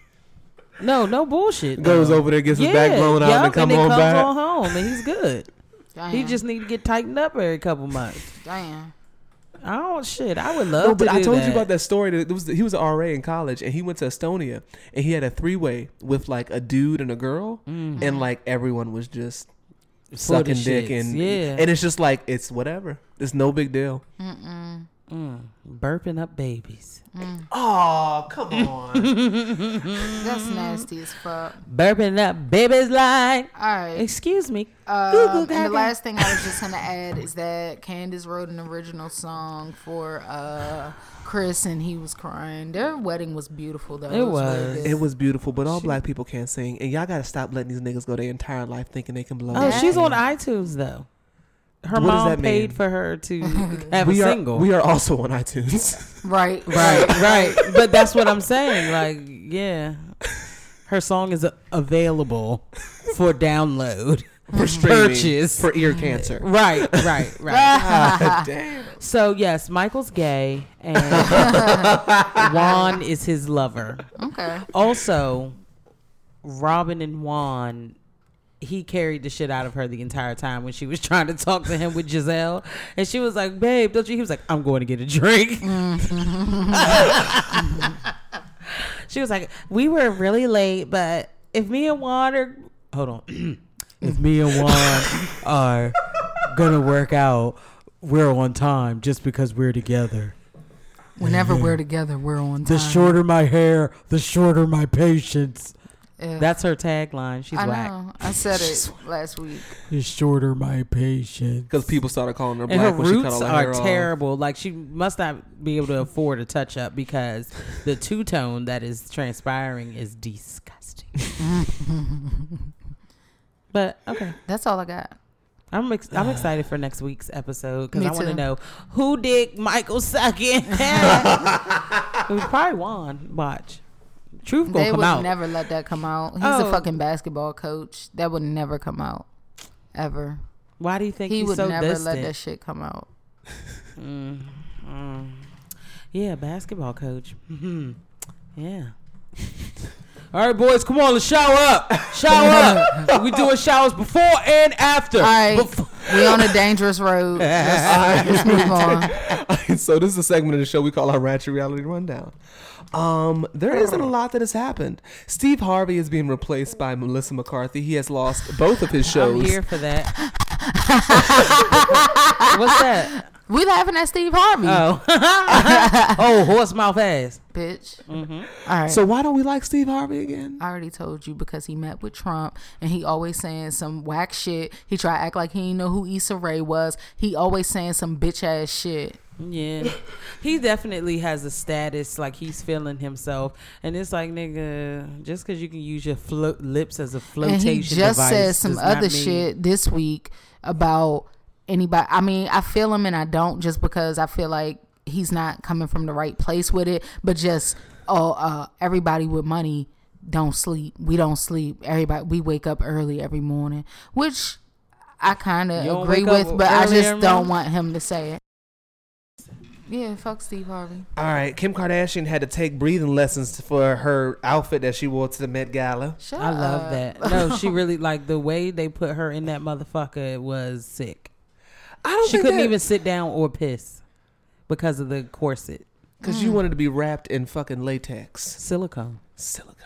D: No, no bullshit.
B: goes
D: though.
B: over there, gets his back blown out,
D: yup,
B: and come
D: then
B: on
D: comes
B: back. Mm.
D: on home, and he's good.
C: Damn,
D: He just need to get tightened up every couple months.
C: damn.
D: I don't shit. I would love
B: No,
D: to.
B: but I
D: do
B: told you about that story. That it was he was an RA in college, and he went to Estonia, and he had a three way with like a dude and a girl, and like everyone was just
D: Mm-hmm. Full of
B: sucking dick,
D: shits,
B: and
D: yeah.
B: and it's just like it's whatever. It's no big deal.
D: burping up babies,
B: Oh come on!
C: That's nasty as fuck.
D: burping up babies like.
C: All right.
D: Excuse me.
C: Um, and the last thing I was just gonna add is that Candace wrote an original song for uh, Chris, and he was crying. Their wedding was beautiful, though.
D: It was.
C: really good.
B: it was beautiful, but all black people can't sing, and y'all gotta stop letting these niggas go their entire life thinking they can blow.
D: oh,
B: it.
D: she's on iTunes though. her
B: What does
D: mom
B: that
D: paid
B: mean?
D: for her to have
B: we
D: a
B: are
D: single.
B: we are also on iTunes.
C: Right.
D: right, right. But that's what I'm saying. Like, yeah, her song is a- available for download, for
B: Streaming
D: purchase.
B: for ear cancer.
D: right, right, right.
B: God damn.
D: So yes, Michael's gay and Juan is his lover.
C: Okay.
D: Also, Robin and Juan, he carried the shit out of her the entire time when she was trying to talk to him with Giselle. And she was like, babe, don't you? He was like, I'm going to get a drink. she was like, we were really late, but if me and Juan are. Hold on. if me and Juan are going to work out, we're on time just because we're together.
C: Whenever we're together, we're on time.
D: The shorter my hair, the shorter my patience.
C: Yeah.
D: That's her tagline. She's
C: I
D: whack.
C: know. I said it last week.
D: The shorter my patience.
B: Because people started calling her black
D: And her
B: when she cut
D: roots
B: all her hair
D: are
B: off.
D: terrible. Like she must not be able to afford a touch up because the two tone that is transpiring is disgusting. but okay,
C: That's all I got.
D: I'm ex- I'm excited for next week's episode because
C: Me
D: I want to
C: too.
D: know who did Michael suck in. it was probably Juan. Watch, truth gonna
C: they
D: come
C: would
D: out.
C: never let that come out. He's
D: Oh.
C: a fucking basketball coach. That would never come out. Ever.
D: Why do you think
C: He
D: he's
C: would
D: so
C: never let
D: distant?
C: that shit come out.
D: Yeah, basketball coach.
C: Mm-hmm.
D: Mhm. Yeah. All right, boys, come on, let's shower up. Shower up. we doing showers before and after.
C: All right. we on a dangerous road. Let's, let's move on.
B: so this is a segment of the show we call our Ratchet Reality Rundown. Um, there isn't a lot that has happened. Steve Harvey is being replaced by Melissa McCarthy. He has lost both of his
D: I'm
B: shows.
D: here for that. What's that?
C: We laughing at Steve Harvey,
D: Oh, oh, horse mouth ass.
C: bitch. All right.
B: So why don't we like Steve Harvey again?
C: I already told you because he met with Trump and he always saying some whack shit. He try to act like he ain't know who Issa Rae was. He always saying some bitch ass shit.
D: Yeah, he definitely has a status like he's feeling himself, and it's like nigga, just because you can use your flo- lips as a
C: And
D: flotation
C: he just
D: device
C: said some
D: does not
C: other
D: mean-
C: shit this week about anybody. I mean, I feel him and I don't just because I feel like he's not coming from the right place with it. But just oh, uh, everybody with money don't sleep. We don't sleep. Everybody, we wake up early every morning, which I kind
D: You
C: of
D: don't
C: agree
D: wake up
C: with, but I
D: early
C: just
D: every
C: don't
D: morning?
C: want him to say it. Yeah, fuck Steve Harvey.
B: All right, Kim Kardashian had to take breathing lessons for her outfit that she wore to the Met Gala.
C: Shut
D: I love
C: up.
D: that. No, she really like the way they put her in that motherfucker was sick.
B: I don't
D: She couldn't even
B: even
D: sit down or piss because of the corset
B: because you wanted to be wrapped in fucking latex,
D: silicone.
B: silicone,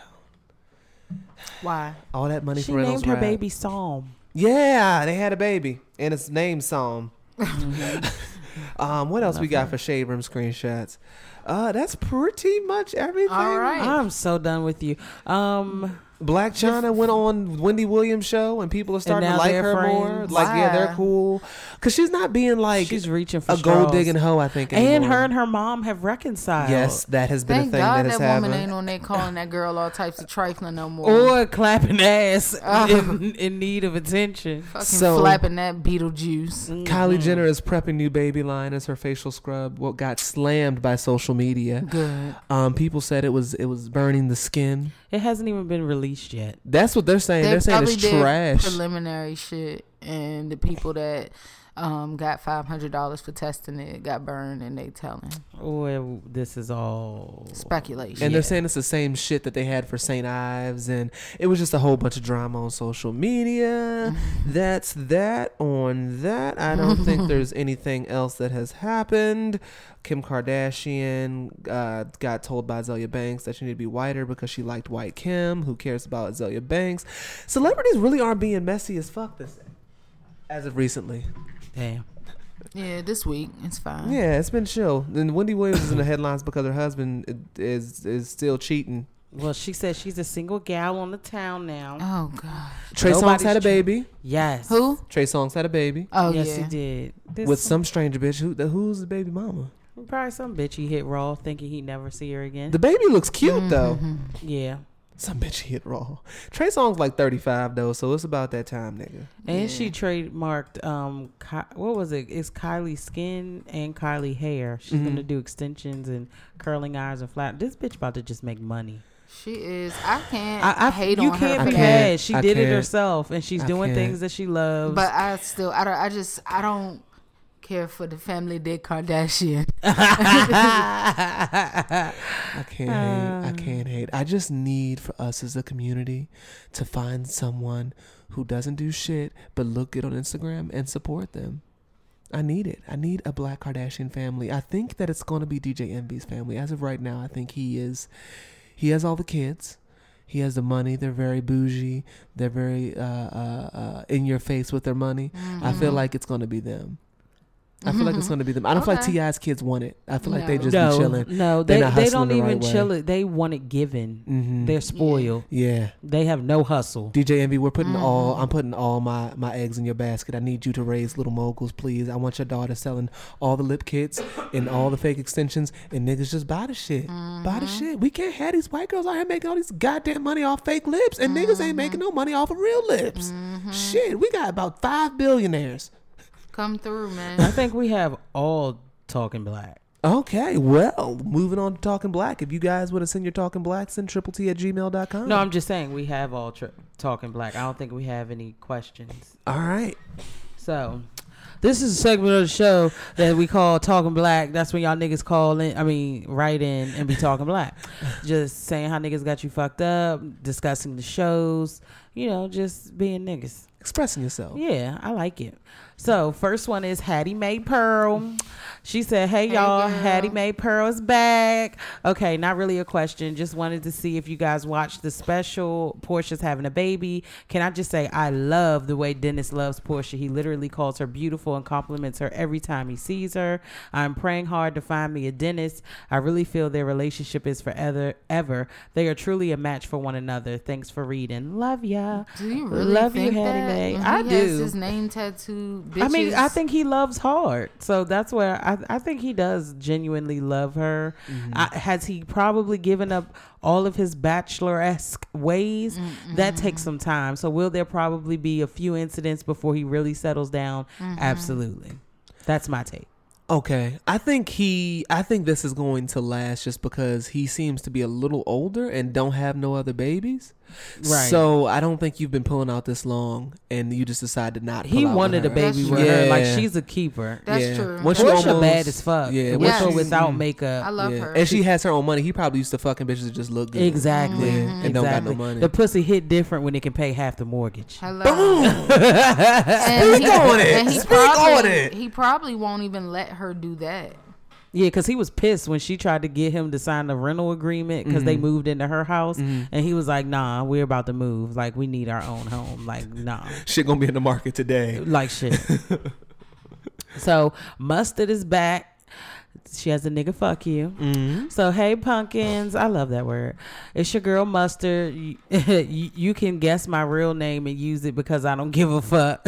C: Why?
B: all that money
D: She
B: for Reynolds
D: named her
B: Wrap.
D: baby Psalm.
B: Yeah, they had a baby, and it's named Psalm.
D: Mm-hmm.
B: um, what else we got for shade room screenshots? Uh, that's pretty much everything.
C: All right.
D: I'm so done with you. Um,
B: Black China went on Wendy Williams show, and people are starting to
D: now
B: like
D: they're
B: her
D: friends.
B: more. Like, yeah, they're
C: Why?
B: cool because she's not being like
D: she's reaching for
B: a gold
D: straws.
B: digging hoe. I think,
D: and
B: anymore.
D: her and her mom have reconciled.
B: Yes, that has been
C: Thank
B: a thing
C: God
B: that
C: that,
B: has
C: woman ain't
B: happened.
C: on there calling that girl all types of trifling no more.
D: Or clapping ass in, in need of attention.
C: Fucking
B: So-
C: flapping that Beetlejuice.
B: Kylie Jenner is prepping new baby line as her facial scrub. What got slammed by social media?
C: Good.
B: Um, people said it was it was burning the skin.
D: It hasn't even been released yet.
B: That's what they're saying. They are saying it's trash.
C: preliminary shit, and the people that um, got five hundred dollars for testing it got burned, and they telling
D: Or this is all
C: speculation.
B: and they're saying it's the same shit that they had for St. Ives, and it was just a whole bunch of drama on social media. That's that on that. I don't think there's anything else that has happened. Kim Kardashian uh, got told by Azalea Banks that she needed to be whiter because she liked white Kim. Who cares about Azalea Banks? Celebrities really aren't being messy as fuck this, as of recently.
D: damn.
C: yeah, this week it's fine.
B: Yeah, it's been chill. And Wendy Williams is in the headlines because her husband is is still cheating.
D: Well, she said she's a single gal on the town now.
C: Oh god.
B: Trey Songz
D: Nobody's
B: had a
D: cheating.
B: baby. Uh,
D: Yes.
C: Who?
B: Trey Songz had a baby
C: Oh
D: yes,
C: yeah.
D: he did. This
B: with some stranger bitch. Who the, who's the baby mama?
D: Probably some bitch he hit raw thinking he'd never see her again.
B: Mm-hmm. The baby looks cute though.
D: yeah.
B: Some bitch hit raw. Trey Songz like 35 though, so it's about that time, nigga.
D: And she trademarked um Ki- what was it? It's Kylie skin and Kylie hair. She's
B: Mm-hmm.
D: gonna do extensions and curling irons and flat. This bitch about to just make money.
C: She is. I can't.
D: I, I
C: hate
D: you
C: on
D: can't
C: her.
D: be
C: for
B: can't.
C: that.
D: mad. She
B: I
D: did
B: can't.
D: it herself, and she's
B: I
D: doing
B: can't.
D: things that she loves.
C: But I still, I don't. I just, I don't care for the family Dick Kardashian.
B: I can't hate. I can't hate. I just need for us as a community to find someone who doesn't do shit but look good on Instagram and support them. I need it. I need a black Kardashian family. I think that it's going to be DJ Envy's family. As of right now, I think he is. He has all the kids. He has the money. They're very bougie. They're very uh, uh, uh, in your face with their money. I feel like it's going to be them. I feel like it's going to be them. I don't feel like
C: Okay.
B: Ti's kids want it. I feel like they
C: No.
B: just be
D: no,
B: chilling.
D: no,
B: They're
D: they
B: not
D: they
B: hustling
D: don't
B: the
D: even
B: right way. Mm-hmm.
D: chill it. They want it given. They're spoiled.
B: Yeah.
D: They have no hustle.
B: DJ Envy, we're putting
D: Mm-hmm.
B: all I'm putting all my my eggs in your basket. I need you to raise little moguls, please. I want your daughter selling all the lip kits and all the fake extensions and niggas just buy the shit. Buy
D: Mm-hmm.
B: the shit. We can't have these white girls out here making all these goddamn money off fake lips and niggas
D: Mm-hmm.
B: ain't making no money off of real lips. Shit, we got about five billionaires.
C: Come through, man.
D: I think we have all talking black.
B: Okay, well, moving on to Talking Black. If you guys want to send your Talking Black, send triple T at gmail.com.
D: No, I'm just saying we have all tr talking black. I don't think we have any questions.
B: all right.
D: So, this is a segment of the show that we call Talking Black. That's when y'all niggas call in, I mean, write in and be talking black. just saying how niggas got you fucked up, discussing the shows, you know, just being niggas.
B: Expressing yourself.
D: Yeah, I like it. So, first one is Hattie Mae Pearl. She said, Hey, y'all,
C: girl."
D: Hattie Mae Pearl is back. Okay, not really a question. Just wanted to see if you guys watched the special Portia's having a baby. Can I just say, I love the way Dennis loves Portia. He literally calls her beautiful and compliments her every time he sees her. I'm praying hard to find me a dentist. I really feel their relationship is forever. Ever. They are truly a match for one another. Thanks for reading. Love ya.
C: do you really
D: Love
C: think
D: you, Hattie
C: that?
D: Mae.
C: When
D: I
C: he
D: do.
C: Has his name tattooed. Bitches,
D: I mean, I think he loves hard, so that's where I, I think he does genuinely love her.
C: Mm-hmm.
D: I, has he probably given up all of his bachelor esque ways? That
C: Mm-hmm.
D: takes some time. So will there probably be a few incidents before he really settles down?
C: Mm-hmm.
D: Absolutely. That's my take.
B: Okay. I think he I think this is going to last just because he seems to be a little older and don't have no other babies.
D: Right.
B: So I don't think you've been pulling out this long and you just decide to not pull
D: He
B: out with
D: wanted a
B: her.
D: baby
C: That's
D: with
C: true.
D: her, like
B: Yeah.
D: she's a keeper.
C: that's true.
B: Once you
D: Portia
B: almost-
D: bad as fuck.
B: Yeah,
D: with
B: once
D: or
C: you-
D: without
B: mm.
D: makeup.
C: I love
B: Yeah.
C: her.
B: And she has her own money. He probably used to fucking bitches that just look good.
D: Exactly.
B: Yeah,
D: exactly.
B: and don't got no money.
D: The pussy hit different when it can pay half the mortgage.
C: Hello. and he,
B: on it.
C: and he
B: Speak
C: probably,
B: on it.
C: He probably won't even let her do that.
D: Yeah, because he was pissed when she tried to get him to sign the rental agreement because
B: Mm-hmm.
D: they moved into her house, and he was like, "Nah, we're about to move. Like, we need our own home. Like, nah,
B: Shit gonna be in the market today.
D: like shit." so mustard is back. She has a nigga fuck you. So hey pumpkins, I love that word. It's your girl mustard. You, you you can guess my real name and use it because I don't give a fuck.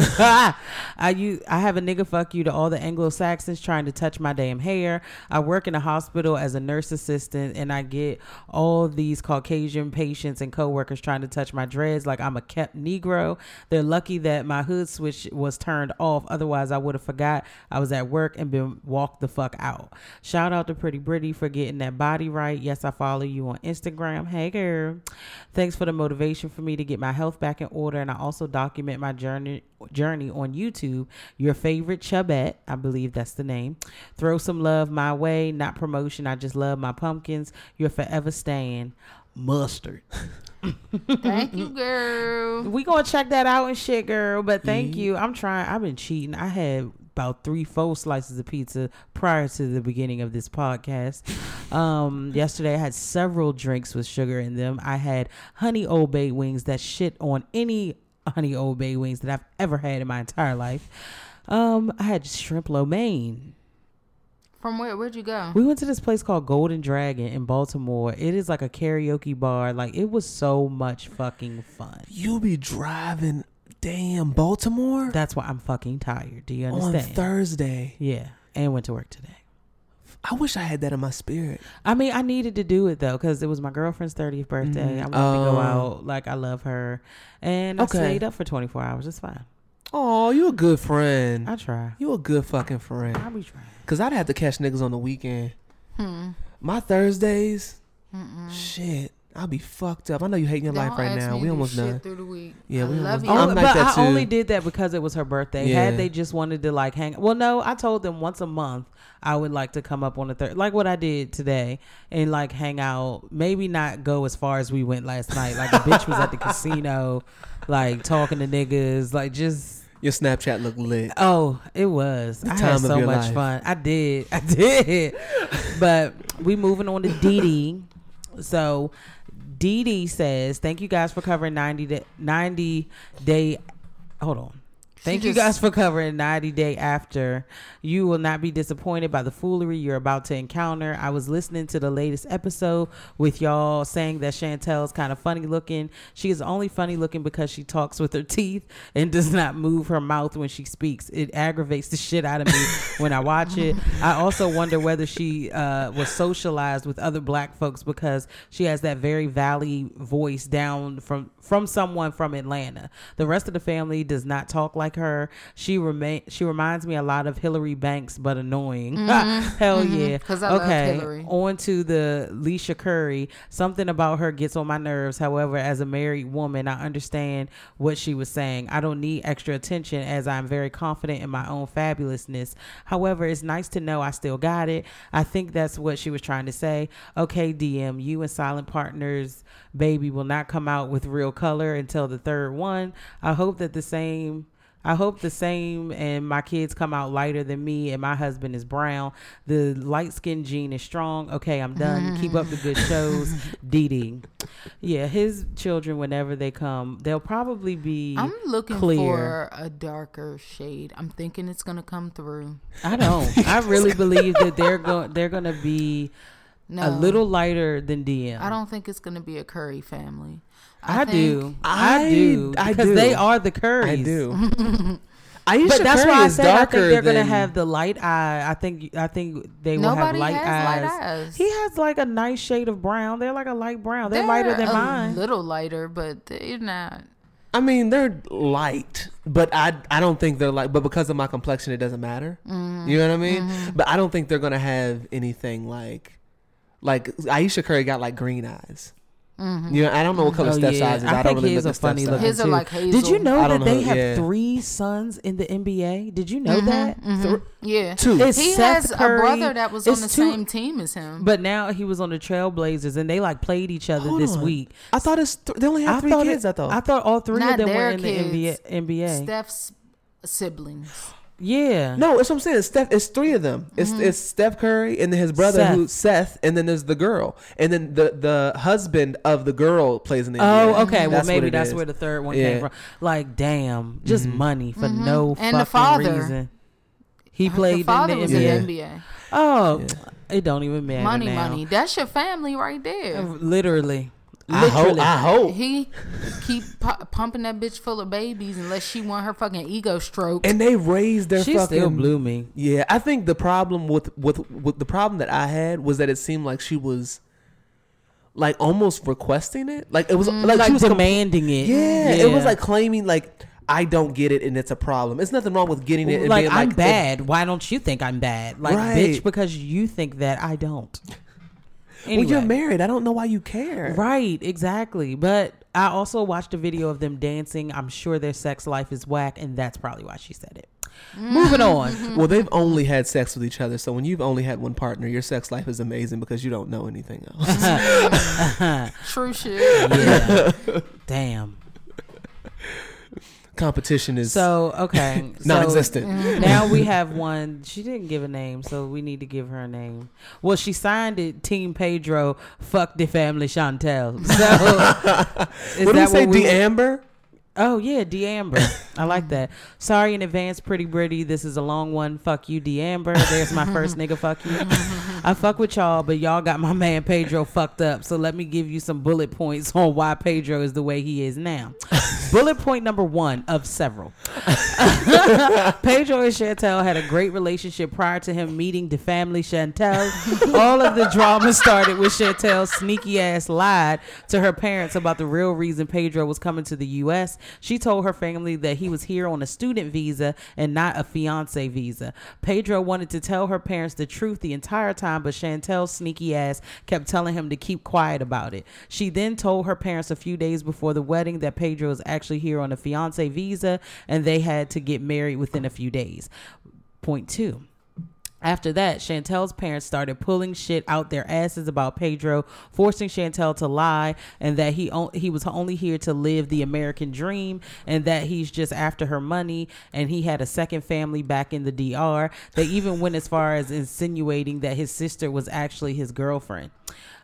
D: I use I have a nigga fuck you to all the Anglo Saxons trying to touch my damn hair. I work in a hospital as a nurse assistant and I get all these Caucasian patients and coworkers trying to touch my dreads like I'm a kept Negro. They're lucky that my hood switch was turned off. Otherwise, I would have forgot I was at work and been walked the fuck out. Shout out to Pretty Britty for getting that body right. Yes, I follow you on Instagram. Hey, girl. Thanks for the motivation for me to get my health back in order. And I also document my journey journey on YouTube. Your favorite Chubette, I believe that's the name. Throw some love my way, not promotion. I just love my pumpkins. You're forever staying mustard.
C: Thank you,
B: Mm.
C: girl.
D: We gonna check that out and shit, girl. But thank you. I'm trying. I've been cheating. I had about three full slices of pizza prior to the beginning of this podcast. Um, yesterday I had several drinks with sugar in them. I had honey old bay wings that shit on any honey old bay wings that I've ever had in my entire life. Um, I had shrimp lo mein.
C: From where? Where'd you go?
D: We went to this place called Golden Dragon in Baltimore. It is like a karaoke bar. Like it was so much fucking fun.
B: You be driving damn Baltimore
D: That's why I'm fucking tired. Do you
B: on
D: understand?
B: Thursday.
D: yeah, and went to work today. stuff.
B: I wish I had that in my spirit.
D: I mean, I needed to do it though because it was my girlfriend's thirtieth birthday. I wanted to go out. Like I love her, and
B: Mm-hmm. Oh. Okay.
D: I stayed up for twenty four hours. It's fine.
B: Oh, you a good friend.
D: I try.
B: you a good fucking friend.
D: I be trying.
B: Cause I'd have to catch niggas on the weekend.
D: Hmm.
B: My Thursdays, shit, I'll be fucked up. I know you hating your life
C: Don't
B: right
C: ask
B: now.
C: me
B: We
C: to do
B: almost
C: shit
B: done.
C: through the week.
B: Yeah,
C: I
B: we
C: love
B: almost-
C: you.
B: I'm
D: Only,
B: like
D: but
B: that,
D: I only
B: too.
D: did that because it was her birthday.
B: Yeah.
D: Had they just wanted to like hang, well, no, I told them once a month I would like to come up on the third, like what I did today, and like hang out. Maybe not go as far as we went last night. Like the bitch was at the casino, like talking to niggas, like just.
B: Your Snapchat look lit.
D: Oh, it was. I
B: time
D: had
B: of
D: so
B: your life.
D: much fun. I did. I did. but we moving on to Dee Dee. So Dee Dee says, "Thank you guys for covering 90 day, 90 day hold on. Thank you
C: just-
D: guys for covering 90 Day After. You will not be disappointed by the foolery you're about to encounter. I was listening to the latest episode with y'all saying that Chantel's kind of funny looking. She is only funny looking because she talks with her teeth and does not move her mouth when she speaks. It aggravates the shit out of me when I watch it. I also wonder whether she uh, was socialized with other black folks because she has that very valley voice down from from someone from Atlanta. The rest of the family does not talk like her. She remain she reminds me a lot of Hillary Banks, but annoying. Hell yeah.
C: Mm-hmm. 'Cause I love Hillary.
D: On to the Leisha Curry. Something about her gets on my nerves. However, as a married woman, I understand what she was saying. I don't need extra attention as I'm very confident in my own fabulousness. However, it's nice to know I still got it. I think that's what she was trying to say. Okay, DM, you and Silent Partners baby will not come out with real color until the third one. I hope that the same I hope the same and my kids come out lighter than me and my husband is brown. The light skinned gene is strong. Okay, I'm done. Keep up the good shows. Dee Dee. Yeah, his children, whenever they come, they'll probably be
C: I'm looking for
D: clear.
C: a darker shade. I'm thinking it's gonna come through.
D: I don't. I really believe that they're going they're gonna be
C: No,
D: a little lighter than DM.
C: I don't think it's gonna be a Curry family.
D: I, do.
C: think-
D: I, do.
B: I- I
D: because
B: do.
D: they are the Currys.
B: I do. Aisha
D: But that's
B: Curry
D: why I
B: is
D: said I
B: darker
D: think they're gonna
B: than-
D: have the light eye. I think I think they will have
C: Nobody
D: light
C: has
D: eyes.
C: light eyes.
D: He has like a nice shade of brown. They're like a light brown. They're,
C: They're
D: lighter than
C: a
D: mine.
C: little lighter, but they're not.
B: I mean, they're light, but I I don't think they're like. But because of my complexion, it doesn't matter.
D: Mm-hmm.
B: You know what I mean? But I don't think they're gonna have anything like like Aisha Curry got like green eyes. You know, I don't know what color
D: Oh,
B: Steph's
D: yeah.
B: eyes is.
D: I
B: I, don't
D: think
B: really
D: his
B: look
D: are
B: at Steph's
D: funny
B: eyes.
D: looking
C: His are
D: too.
C: like
D: Did you
C: hazel.
D: know
B: I
D: that
B: don't
D: they
B: know,
D: have
B: yeah.
D: three sons in the NBA? Did you
C: Mm-hmm,
D: know that? Thr-
C: Yeah,
B: Two.
D: It's
C: he
D: Seth
C: has
D: Curry.
C: a brother that was
D: It's
C: on the
D: two-
C: same team as him.
D: But now he was on the Trailblazers, and they like played each other
B: Hold
D: this
B: on.
D: week.
B: I thought it's th- they only have three
D: thought
B: kids.
D: it-
B: I thought.
D: I thought all three
C: Not
D: of them were
C: their
D: in
C: kids.
D: the NBA. NBA.
C: Steph's siblings.
D: yeah.
B: no, that's what I'm saying. It's Steph. It's three of them. It's it's Steph Curry and then his brother
D: Mm-hmm.
B: who
D: Seth.
B: Seth, and then there's the girl, and then the the husband of the girl plays in the. NBA.
D: Oh, okay. Well,
B: That's what
D: maybe
B: it
D: that's
B: is.
D: where the third one
B: Yeah. Mm-hmm.
D: came from. Like, damn, just money for no
C: Mm-hmm. And the
D: fucking
C: father. Uh,
D: reason. He
C: The
D: played in
C: father
D: the
C: was
D: NBA.
B: Yeah.
C: in the NBA.
D: Oh, it don't even matter.
C: Money,
D: now.
C: money. That's your family right there.
D: Literally,
B: I hope.
D: literally.
B: I hope.
C: He keep pu- pumping that bitch full of babies unless she want her fucking ego stroke.
B: and they raised their
D: she
B: fucking
D: still blew me.
B: Yeah, I think the problem with with with the problem that I had was that it seemed like she was like almost requesting it. Like it was like,
D: Mm, Like
B: she was com-
D: demanding it.
B: yeah, it was
D: Yeah.
B: like claiming like I don't get it and it's a problem. It's nothing wrong with getting it. And
D: Like,
B: being
D: I'm
B: like,
D: bad. Why don't you think I'm bad? Like,
B: Right.
D: bitch, because you think that I don't.
B: Well,
D: Anyway.
B: you're married. I don't know why you care.
D: Right, exactly. But I also watched a video of them dancing. I'm sure their sex life is whack, and that's probably why she said it.
C: Mm.
D: Moving on.
B: Well, they've only had sex with each other, so when you've only had one partner, your sex life is amazing because you don't know anything else.
C: True shit.
D: Yeah. Damn.
B: Competition is
D: So okay, so
B: non-existent. Mm-hmm.
D: now we have one. She didn't give a name, so we need to give her a name. Well, she signed it. Team Pedro. Fuck the family, Chantel. So
B: what do
D: is
B: we
D: that
B: say,
D: what we?
B: De Amber?
D: oh yeah, De Amber. I like that. Sorry in advance, pretty Britty. This is a long one. Fuck you, D'Amber. There's my first nigga. Fuck you. I fuck with y'all, but y'all got my man Pedro fucked up. So let me give you some bullet points on why Pedro is the way he is now. bullet point number one of several. Pedro and Chantel had a great relationship prior to him meeting the family Chantel. All of the drama started when Chantel's sneaky ass lied to her parents about the real reason Pedro was coming to the U.S. She told her family that he was here on a student visa and not a fiance visa. Pedro wanted to tell her parents the truth the entire time, but Chantel's sneaky ass kept telling him to keep quiet about it. She then told her parents a few days before the wedding that Pedro was actually here on a fiance visa and they had to get married within a few days. Point two. After that, Chantel's parents started pulling shit out their asses about Pedro, forcing Chantel to lie and that he on, he was only here to live the American dream and that he's just after her money and he had a second family back in the DR. They even went as far as insinuating that his sister was actually his girlfriend.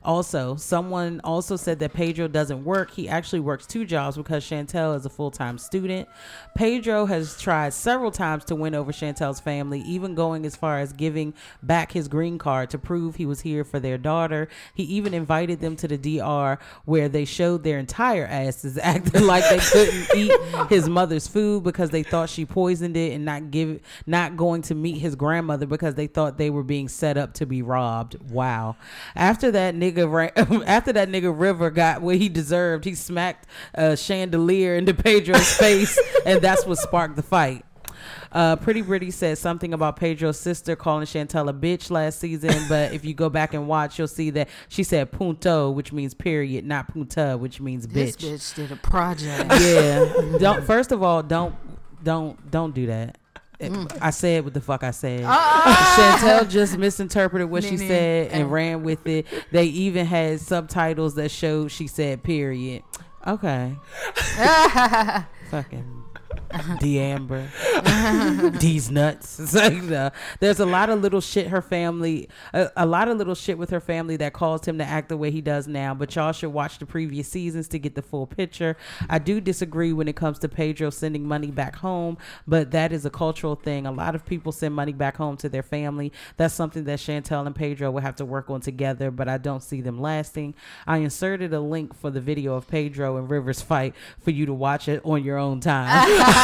D: Also, someone also said that Pedro doesn't work. He actually works two jobs because Chantel is a full time student. Pedro has tried several times to win over Chantel's family, even going as far as giving back his green card to prove he was here for their daughter. He even invited them to the DR where they showed their entire asses acting like they couldn't eat his mother's food because they thought she poisoned it and not give not going to meet his grandmother because they thought they were being set up to be robbed. Wow. After that nigga ra- after that nigga River got what he deserved, he smacked a chandelier into Pedro's face and that's what sparked the fight. Uh, Pretty Britty said something about Pedro's sister calling Chantel a bitch last season, but if you go back and watch, you'll see that she said punto, which means period, not punta, which means
C: This
D: bitch.
C: bitch did a project.
D: Yeah. don't. First of all, don't, don't, don't do that. It- I said what the fuck I said. Chantel just misinterpreted what she
C: Nene.
D: said and ran with it. They even had subtitles that showed she said period. Okay. Fucking D'Amber. These nuts. It's like, uh, there's a lot of little shit her family, a, a lot of little shit with her family that caused him to act the way he does now. But y'all should watch the previous seasons to get the full picture. I do disagree when it comes to Pedro sending money back home, but that is a cultural thing. A lot of people send money back home to their family. That's something that Chantel and Pedro will have to work on together, but I don't see them lasting. I inserted a link for the video of Pedro and Rivers fight for you to watch it on your own time.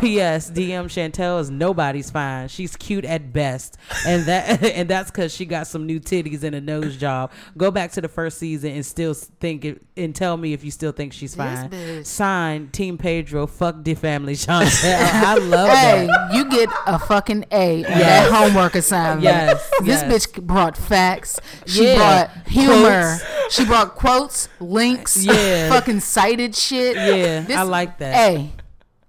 D: P.S. DM Chantel is nobody's fine. She's cute at best, and that and that's because she got some new titties and a nose job. Go back to the first season and still think it, and tell me if you still think she's fine.
C: bitch.
D: Signed, Team Pedro. Fuck the family, Chantel. I love
C: Hey,
D: that.
C: you get a fucking A on that homework assignment.
D: Yes,
C: This
D: yes.
C: bitch brought facts. She
D: Yeah.
C: brought humor. She brought quotes, links,
D: Yeah.
C: fucking cited shit.
D: Yeah, I like that.
C: A.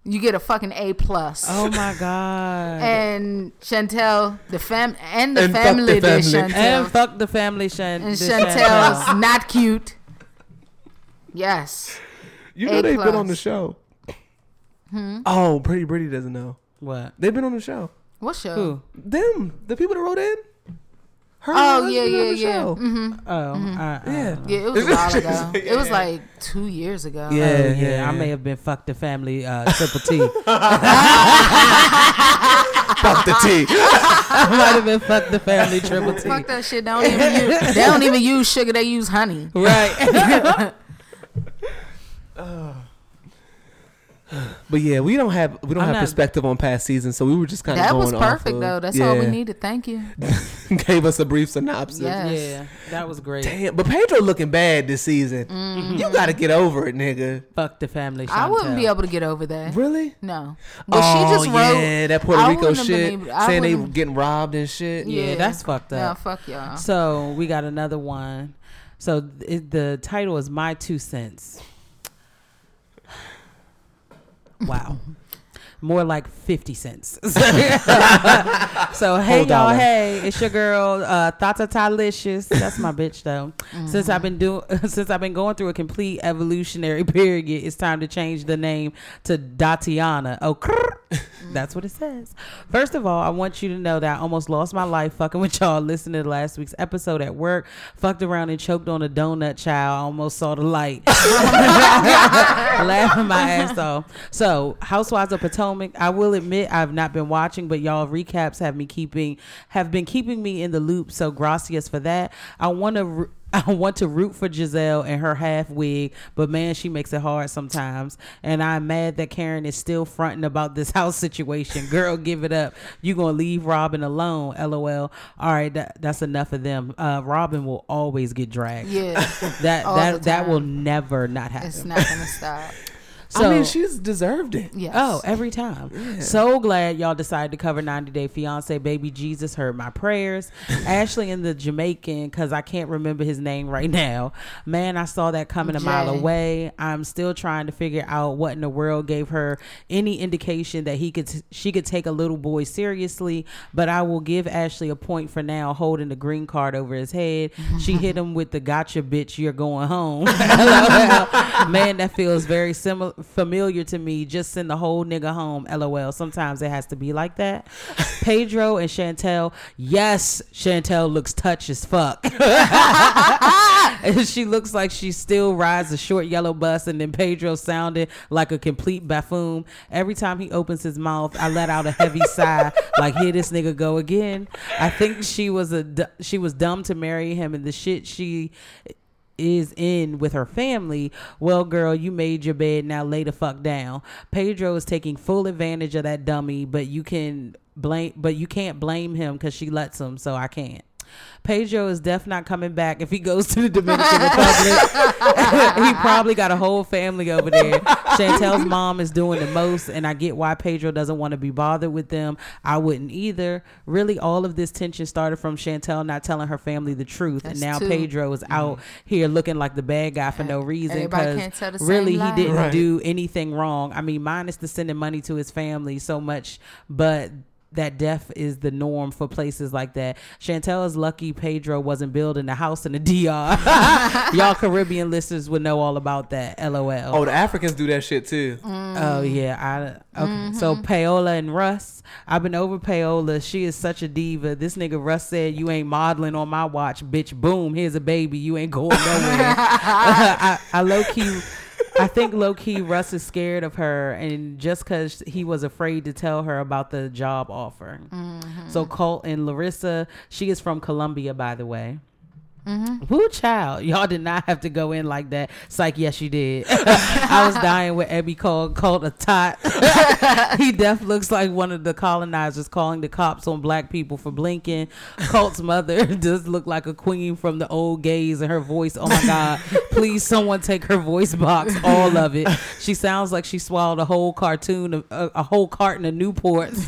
C: You get a fucking A plus.
D: Oh my god.
C: And Chantel, the fam and the
B: And fuck the
C: family did
B: family.
C: Chantel.
D: And fuck the family, Chan-
C: and
D: the
C: Chantel's not cute. Yes.
B: You
C: A
B: know they've been on
C: plus. Hmm?
B: the show. Oh, Pretty Britty doesn't know.
D: What?
B: They've been on the show.
C: What show?
D: Who?
B: Them, the people that wrote in. Her
C: Oh,
B: husband
C: yeah,
B: on
C: yeah,
B: the
C: yeah. Mm-hmm.
B: show.
D: Oh, I, I,
B: Yeah.
C: Yeah, it was a while ago. It was like two years ago.
D: Oh,
B: Yeah,
D: yeah,
B: yeah,
D: I may have been fucked the family uh, triple T.
B: Fuck the tea.
D: I might have been fucked the family triple T.
C: Fuck that shit. They don't even use, they don't even use sugar. They use honey.
D: Right.
B: But yeah, we don't have we don't
D: I'm
B: have
D: not-
B: perspective on past seasons, so we were just kind of
C: That was
B: going off
C: perfect
B: of-
C: though. That's all we
B: yeah.
C: needed. Thank you.
B: Gave us a brief synopsis.
C: Yeah. Yes.
D: Yeah, that was great.
B: Damn, but Pedro looking bad this season.
C: Mm-hmm.
B: You gotta get over it, nigga.
D: Fuck the family.
C: I wouldn't be
D: Chantel.
C: able to get over that.
B: Really?
C: No. But
B: oh
C: she just wrote
B: yeah, that Puerto
C: I
B: Rico
C: wouldn't have
B: shit,
C: been able- I
B: saying they
C: wouldn't-
B: getting robbed and shit.
D: Yeah, that's fucked
C: Nah,
D: up.
C: fuck y'all.
D: So we got another one. So th- it, the title is My Two Cents. Wow. More like 50 cents. so, hey, y'all,
B: dollar.
D: hey, it's your girl, uh, Thata Talicious. That's my bitch, though. Since I've been doing, since I've been going through a complete evolutionary period, it's time to change the name to Datiana. Oh, crrr. That's what it says. First of all, I want you to know that I almost lost my life fucking with y'all listening to last week's episode at work. Fucked around and choked on a donut, child. I almost saw the light. Laughing my ass off. So, Housewives of Potomac, I will admit I've not been watching, but y'all recaps have me keeping have been keeping me in the loop. So, gracias for that. I want to r I want to root for Giselle and her half wig, but man, she makes it hard sometimes. And I'm mad that Karen is still fronting about this house situation. Girl, give it up. You gonna leave Robin alone? LOL. All right, that, that's enough of them. Uh, Robin will always get dragged.
C: Yeah.
D: that
C: all
D: that
C: the
D: that will
C: time.
D: never not happen.
C: It's not gonna stop.
D: So-
B: I mean, she's deserved it.
C: Yes.
D: Oh, every time. So glad y'all decided to cover 90 Day Fiance. Baby Jesus heard my prayers. Ashley and the Jamaican, because I can't remember his name right now. Man, I saw that coming a mile
C: Jay.
D: away. I'm still trying to figure out what in the world gave her any indication that he could she could take a little boy seriously. But I will give Ashley a point for now, holding the green card over his head. She hit him with the gotcha bitch, you're going home. LOL. Man, that feels very similar familiar to me. Just send the whole nigga home. LOL. Sometimes it has to be like that. Pedro and Chantel. Yes, Chantel looks touch as fuck. she looks like she still rides a short yellow bus, and then Pedro sounded like a complete buffoon. Every time he opens his mouth, I let out a heavy sigh, like here this nigga go again. I think she was a d- she was dumb to marry him, and the shit she is in with her family. Well, girl, you made your bed. Now lay the fuck down. Pedro is taking full advantage of that dummy, but you can blame, but you can't blame him because she lets him. So I can't. Pedro is def not coming back if he goes to the Dominican Republic. he probably got a whole family over there. Chantel's mom is doing the most, and I get why Pedro doesn't want to be bothered with them. I wouldn't either. Really, all of this tension started from Chantel not telling her family the truth, and
C: That's
D: now
C: two.
D: Pedro is out here looking like the bad guy for no reason
C: everybody can't tell the
D: because
C: same
D: really he
C: lie.
D: didn't do anything wrong. I mean, minus the sending money to his family so much, but that death is the norm for places like that. Chantel is lucky Pedro wasn't building a house in the DR. Y'all Caribbean listeners would know all about that. LOL.
B: Oh, the Africans do that shit too.
D: Oh yeah, I okay. So Paola and Russ, I've been over Paola. She is such a diva. This nigga Russ said, "You ain't modeling on my watch, bitch." Boom, here's a baby. You ain't going nowhere. I, I low key. I think low key Russ is scared of her, and just because he was afraid to tell her about the job offer. So Colt and Larissa, she is from Colombia, by the way. Woo child, y'all did not have to go in like that. It's like, yes, you did. I was dying when Ebby called called a tot. he def looks like one of the colonizers calling the cops on black people for blinking. Colt's mother does look like a queen from the old gays, and her voice. Oh my god! Please, someone take her voice box, all of it. She sounds like she swallowed a whole cartoon, of, uh, a, a whole carton of Newports.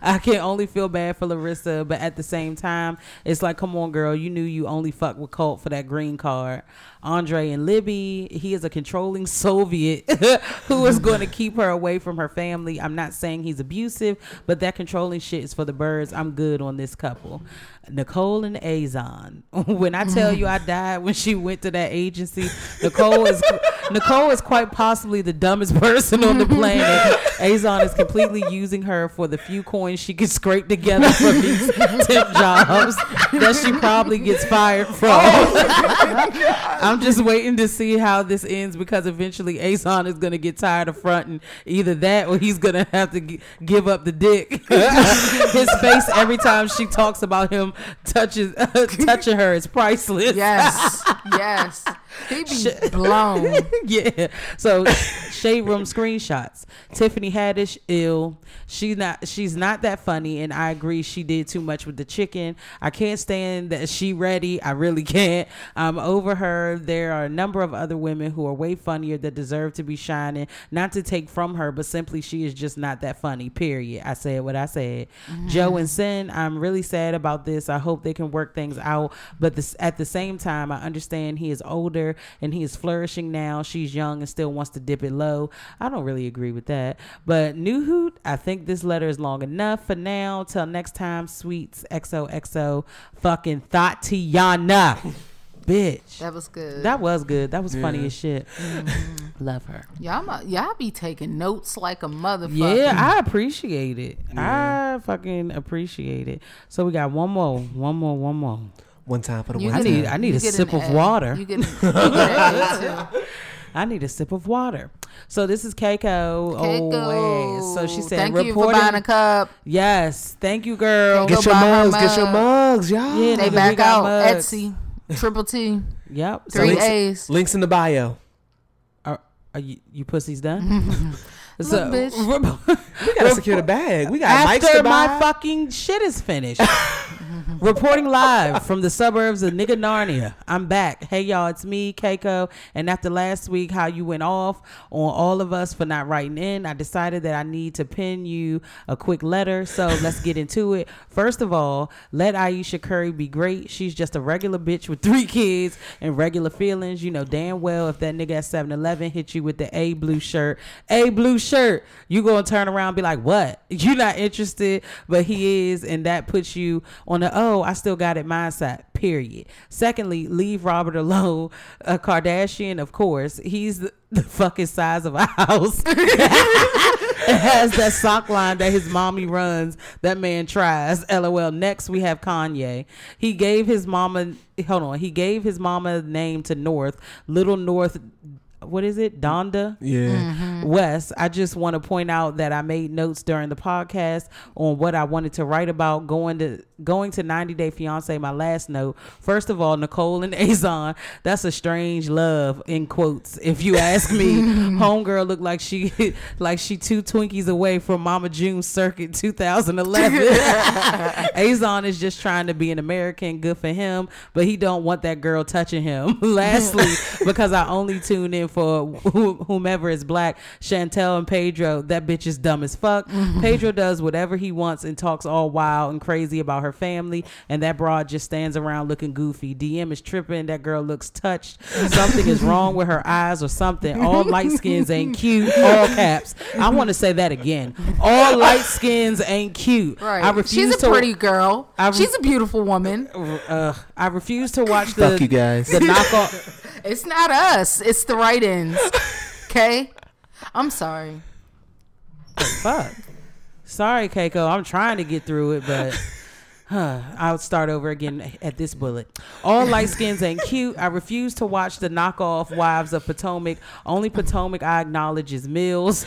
D: I can only feel bad for Larissa, but at the same time, it's like, come on, girl, you knew you only fuck with Colt for that green card. Andre and Libby, he is a controlling Soviet who is going to keep her away from her family. I'm not saying he's abusive, but that controlling shit is for the birds. I'm good on this couple. Nicole and Azon. when I tell you I died when she went to that agency, Nicole is Nicole is quite possibly the dumbest person on the planet. Azon is completely using her for the few coins she can scrape together from these temp jobs that she probably gets fired from. I'm just waiting to see how this ends because eventually Azon is going to get tired of fronting either that or he's going to have to gi- give up the dick. His face every time she talks about him touches touching her is priceless.
C: Yes. yes. He be blown.
D: yeah. So shade room screenshots. Tiffany Haddish ill. She not she's not that funny and I agree she did too much with the chicken. I can't stand that she ready. I really can't. I'm over her. There are a number of other women who are way funnier that deserve to be shining. Not to take from her, but simply she is just not that funny. Period. I said what I said.
C: Mm-hmm.
D: Joe and Sin, I'm really sad about this. I hope they can work things out. But this, at the same time, I understand he is older and he is flourishing now. She's young and still wants to dip it low. I don't really agree with that. But New Hoot, I think this letter is long enough for now. Till next time, sweets XOXO fucking Tatiana. Bitch.
C: That was good. Mm-hmm.
D: That was good. That was funny as shit. Love her.
C: Y'all, mu- y'all be taking notes like a motherfucker.
D: Yeah, I appreciate it. I fucking appreciate it. So we got one more, one more, one more.
B: One time for the
C: You
B: one
C: get
B: time.
D: need- I need
C: you
D: a
C: get an
D: sip of
C: A.
D: water.
C: You get, an, you get an A too.
D: I need a sip of water. So this is Keiko.
C: Oh,
D: Always.
C: Keiko.
D: So she said,
C: Oh, Thank you for
D: reporting-
C: buying a cup.
D: Yes, thank you, girl.
C: Go
B: Get your
C: buy her
B: mugs. Get your mugs, y'all.
D: Yeah, nigga,
C: They
D: we
C: back
D: got
C: out.
D: mugs.
C: Etsy, Triple T,
D: Yep. So
C: three
D: we-
C: A's.
B: Links in the bio.
D: are, are you, you pussies
C: Mm-hmm.
D: done? so
C: Look,
D: we
B: We gotta secure the bag. We got mics
D: after
B: to
D: my
B: buy.
D: fucking shit is finished. Reporting live from the suburbs of nigga Narnia. I'm back. Hey y'all, it's me, Keiko. And after last week, how you went off on all of us for not writing in, I decided that I need to pin you a quick letter. So let's get into it. First of all, let Aisha Curry be great. She's just a regular bitch with three kids and regular feelings. You know damn well if that nigga at 7 Eleven hit you with the A blue shirt, A blue shirt, you gonna turn around and be like, what? You're not interested, but he is, and that puts you on the oh, I still got it mindset. Period. Secondly, leave Robert alone. A Kardashian, of course, he's the, the fucking size of a house. It has that sock line that his mommy runs. That man tries. LOL. Next we have Kanye. He gave his mama. Hold on. He gave his mama name to North. Little North. What is it? Donda.
B: Yeah.
D: Mm, Wes, I just want to point out that I made notes during the podcast on what I wanted to write about going to going to 90 Day Fiance. My last note. First of all, Nicole and Azon, that's a strange love in quotes. If you ask me, homegirl looked like she like she two Twinkies away from Mama June Circuit 2011. Azon is just trying to be an American. Good for him, but he don't want that girl touching him. Lastly, because I only tune in for wh- whomever is black, Chantel and Pedro. That bitch is dumb as fuck. Pedro does whatever he wants and talks all wild and crazy about her family, and that broad just stands around looking goofy. DM is tripping. That girl looks touched. Something is wrong with her eyes or something. All light skins ain't cute. All caps. I want to say that again. All light skins ain't cute.
C: Right.
D: I refuse
C: She's a
D: to
C: pretty girl.
D: I re-
C: She's a beautiful woman.
D: uh, I refuse to watch the
B: Fuck you guys.
D: the knockoff.
C: It's not us. It's the write-ins. Okay. I'm sorry.
D: Fuck. Sorry, Keiko. I'm trying to get through it, but. Huh, I'll start over again at this bullet. All light skins ain't cute. I refuse to watch the knockoff Wives of Potomac. Only Potomac I acknowledge is Mills.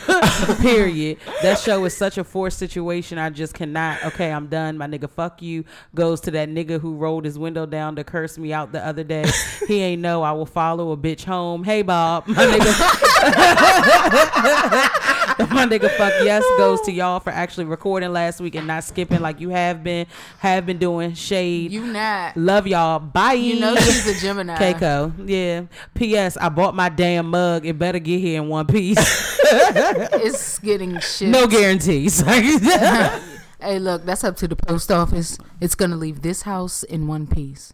D: Period. That show is such a forced situation. I just cannot. Okay, I'm done. My nigga, fuck you. Goes to that nigga who rolled his window down to curse me out the other day. He ain't know I will follow a bitch home. Hey, Bob. My nigga. my nigga fuck yes goes to y'all for actually recording last week and not skipping like you have been have been doing shade
C: You not.
D: love y'all bye
C: You know she's a Gemini.
D: Keiko, yeah. P.S. I bought my damn mug. It better get here in one piece.
C: It's getting shit.
D: no guarantees.
C: Hey, look. That's up to the post office. It's gonna leave this house in one piece.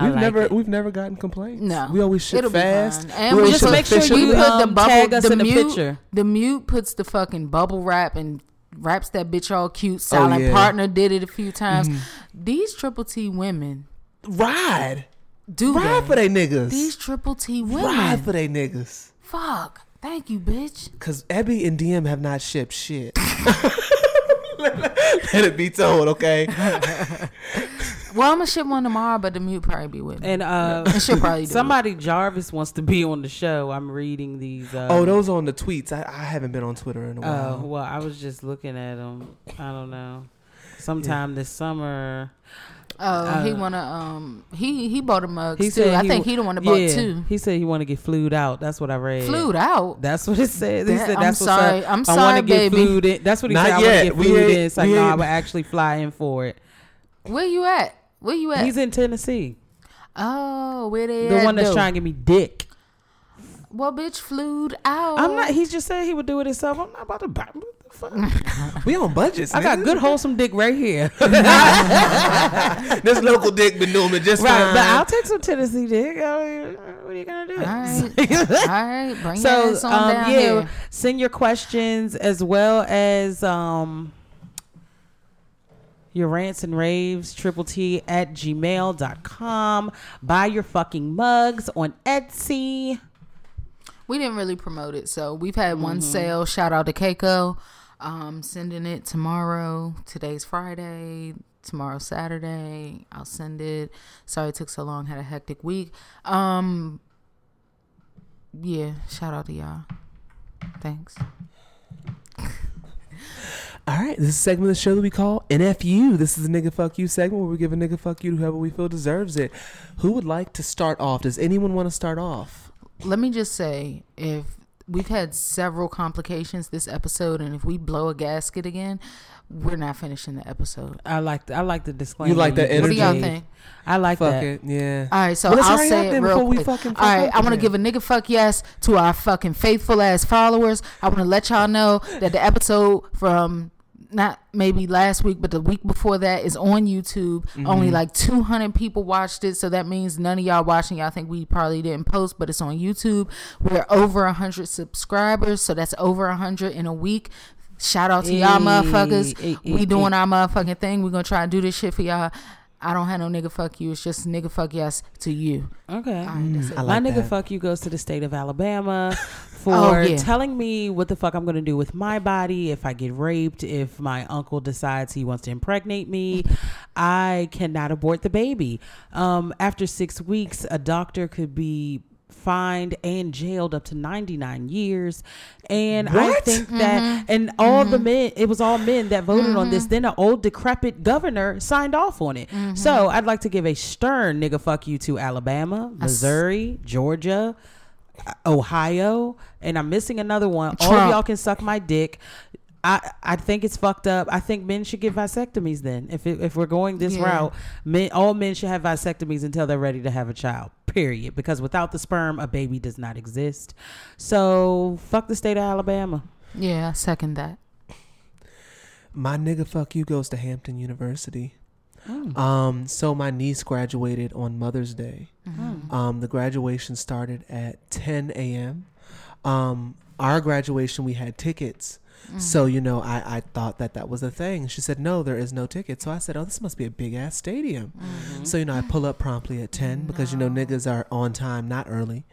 B: We've
D: like
B: never
D: it.
B: we've never gotten complaints.
C: No.
B: We always shit
C: It'll be
B: fast.
C: fine. And
B: we
C: we
B: always
D: just
B: shit
D: make sure
B: efficient.
D: you-
C: We put the
D: um,
C: bubble,
D: tag us
C: the
D: in the
C: mute,
D: picture.
C: The mute puts the fucking bubble wrap and wraps that bitch all
D: Oh,
C: cute. Silent
B: yeah.
C: partner did it a few times.
D: Mm-hmm.
C: These triple T women
B: ride.
C: do
B: Ride
C: that.
B: for they niggas.
C: These triple T women.
B: ride for they niggas.
C: Fuck. Thank you, bitch.
B: Cause Ebby and DM have not shipped shit. Let it be told, okay?
C: Well, I'm gonna ship one tomorrow, but the mute probably be with me.
D: and uh,
C: And she'll probably do. Somebody,
D: somebody Jarvis wants to be on the show. I'm reading these. Uh,
B: Oh, those on the tweets. I, I haven't been on Twitter in a
D: Oh
B: while.
D: well, I was just looking at them. I don't know. Sometime this summer.
C: it. Oh, he wanna. Um, he he bought a mug
D: uh, He
C: too.
D: said
C: I think
D: w-
C: he the one that bought
D: yeah,
C: two.
D: He said he want to get flued out. That's what I read.
C: Flued out.
D: That's what it says. He
C: That-
D: said
C: I'm
D: that's what's
C: sorry.
D: up.
C: I'm
D: I
C: sorry,
D: want to get
C: baby.
D: flued in. That's what he
B: Not
D: said. I want
B: yet.
D: to get
B: We
D: flued
B: ain't-
D: in. It's like,
B: we
D: no, I
B: ain't-
D: would actually fly in for it.
C: Where you at? Where you at?
D: He's in Tennessee.
C: oh, where they
D: The
C: at?
D: one that's
C: though?
D: trying to get me dick.
C: Well, bitch, flued out.
D: I'm not. He just said he would do it himself. I'm not about to buy. What the fuck?
B: We on budgets.
D: I got
B: nigga.
D: good wholesome dick right here.
B: This local dick been doing it just
D: right,
B: Oh. right.
D: but I'll take some Tennessee dick. I mean, What are you gonna do?
C: All right, all right. Bring your
D: so
C: ass on
D: um, yeah
C: down here.
D: send your questions as well as um your rants and raves triple t at gmail.com buy your fucking mugs on etsy
C: we didn't really promote it. So we've had one
D: Mm-hmm.
C: sale. Shout out to Keiko. Um, sending it tomorrow. Today's Friday. Tomorrow Saturday. I'll send it. Sorry it took so long. Had a hectic week. Um, yeah. Shout out to y'all. Thanks.
B: All right, this is a segment of the show that we call NFU. This is a nigga fuck you segment where we give a nigga fuck you to whoever we feel deserves it. Who would like to start off? Does anyone want to start off?
C: Let me just say, if we've had several complications this episode, and if we blow a gasket again, we're not finishing the episode.
D: I like the, I like the disclaimer.
B: like that
D: you
B: What do
D: just
B: y'all
D: gave.
C: think?
D: I like
B: Fuck
D: that.
B: it, yeah.
C: All right, so
B: Well, let's
C: I'll
B: hurry up
C: say it
B: then
C: real
B: before we
C: quick.
B: fucking fuck
C: All right,
B: up
C: I want to
B: again.
C: give a nigga fuck yes to our fucking faithful ass followers. I want to let y'all know that the episode from not maybe last week, but the week before that is on YouTube. Only like 200 people watched it, so that means none of y'all watching. Y'all think we probably didn't post, but it's on YouTube. We're over 100 subscribers, so that's over 100 in a week. Shout out to y'all
D: Ayy,
C: motherfuckers.
D: ayy,
C: we
D: ayy,
C: doing our motherfucking thing. We're gonna try and do this shit for y'all. I don't have no nigga fuck you. It's just nigga fuck yes to you.
D: Okay.
C: All right, that's it.
D: My
B: like
D: nigga
B: that.
D: fuck you goes to the state of Alabama for
C: Oh, yeah.
D: telling me what the fuck I'm gonna do with my body if I get raped, if my uncle decides he wants to impregnate me. I cannot abort the baby. Um, after six weeks, a doctor could be fined and jailed up to 99 years and i
B: What?
D: think that
C: Mm-hmm.
D: and all the men it was all men that voted on this then an old decrepit governor signed off on it
C: Mm-hmm.
D: so i'd like to give a stern nigga fuck you to alabama Missouri, Georgia, Ohio, and I'm missing another one. All of
C: Trump.
D: y'all can suck my dick. I, I think it's fucked up. I think men should get vasectomies then. If it, if we're going this
C: Yeah.
D: route, men all men should have vasectomies until they're ready to have a child. Period. Because without the sperm, a baby does not exist. So fuck the state of Alabama.
C: Yeah, I second that.
B: My nigga fuck you goes to Hampton University. Um, so my niece graduated on Mother's Day. Um, the graduation started at 10 a.m. Um, our graduation, we had tickets. So, you know, I, I thought that that was a thing. She said, no, there is no ticket. So I said, oh, this must be a big ass stadium. So, you know, I pull up promptly at 10 because, you know, niggas are on time, not early.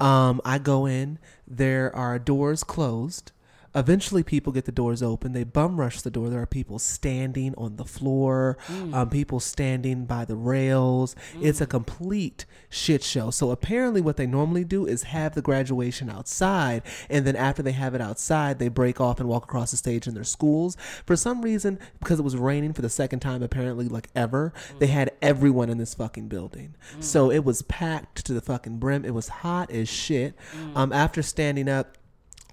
B: Um, I go in, there are doors closed. Eventually, people get the doors open. They bum rush the door. There are people standing on the floor, um, people standing by the rails. It's a complete shit show. So, apparently, what they normally do is have the graduation outside. And then, after they have it outside, they break off and walk across the stage in their schools. For some reason, because it was raining for the second time, apparently, like ever, they had everyone in this fucking building. So, it was packed to the fucking brim. It was hot as shit. Um, after standing up,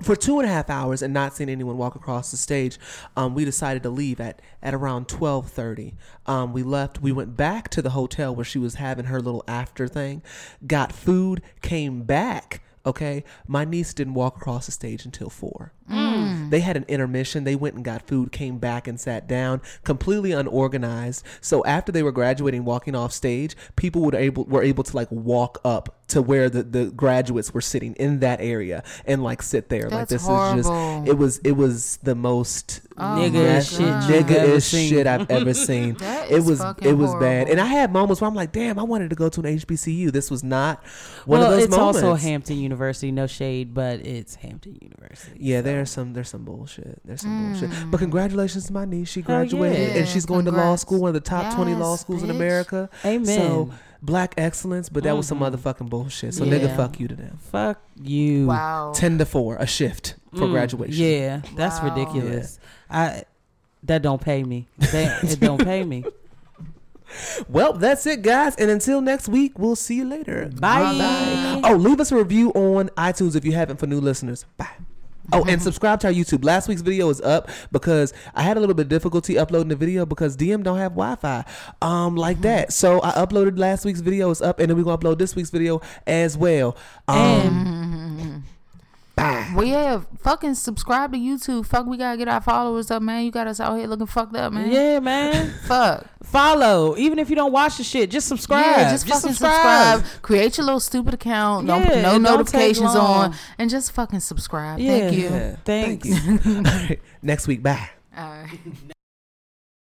B: for two and a half hours and not seeing anyone walk across the stage, um, we decided to leave at, at around twelve thirty. Um, we left. We went back to the hotel where she was having her little after thing, got food, came back. Okay, my niece didn't walk across the stage until four.
C: Mm.
B: They had an intermission. They went and got food, came back and sat down, completely unorganized. So after they were graduating, walking off stage, people were able were able to like walk up to where the, the graduates were sitting in that area and like sit there. like
C: That's
B: this is
C: horrible. Oh
B: just it was it was the most
D: Nigga
B: nasty-
D: shit you've ever
B: nigga
D: seen.
B: shit I've ever seen.
C: That
B: it
C: is
B: was
C: fucking
B: it was bad.
C: horrible.
B: And I had moments where I'm like, damn, I wanted to go to an HBCU. This was not one
D: well,
B: of those
D: it's
B: moments.
D: also Hampton University. No shade, but it's Hampton University.
B: Yeah, there's some there's some bullshit. There's some bullshit. But congratulations to my niece. She
D: Mm. Hell yeah.
B: graduated
D: Yeah,
B: and she's going to law
C: congrats.
B: school, one of the top 20 law
C: Yes,
B: schools in
C: bitch.
B: America.
D: Amen. Mm-hmm.
B: So black excellence, but that was some motherfucking bullshit. So
D: Yeah.
B: nigga fuck you to them.
D: Fuck you.
C: Wow.
B: 10 to 4, a shift for graduation.
D: Mm, Yeah, that's
C: Wow.
D: ridiculous. I that don't pay me. That, it don't pay me.
B: Well, that's it, guys. And until next week, we'll see you later.
D: Bye.
B: Oh, leave us a review on iTunes if you haven't for new listeners. Bye. Oh, and subscribe to our YouTube. Last week's video is up because I had a little bit of difficulty uploading the video because DM don't have Wi-Fi, um, like that. So I uploaded last week's video is up, and then we're gonna upload this week's video as well. Um,
C: Well, yeah, fucking subscribe to YouTube. Fuck, we gotta get our followers up, man. You got us out here looking fucked up, man.
D: Yeah, man.
C: Fuck.
D: Follow. Even if you don't watch the shit, just subscribe.
C: Yeah, just fucking subscribe. Create your little stupid account. Don't
D: Yeah,
C: put no
D: it don't
C: notifications
D: take long.
C: on. And just fucking subscribe.
D: Yeah.
C: Thank you.
D: Thanks.
B: All right. Next week, bye.
C: All right.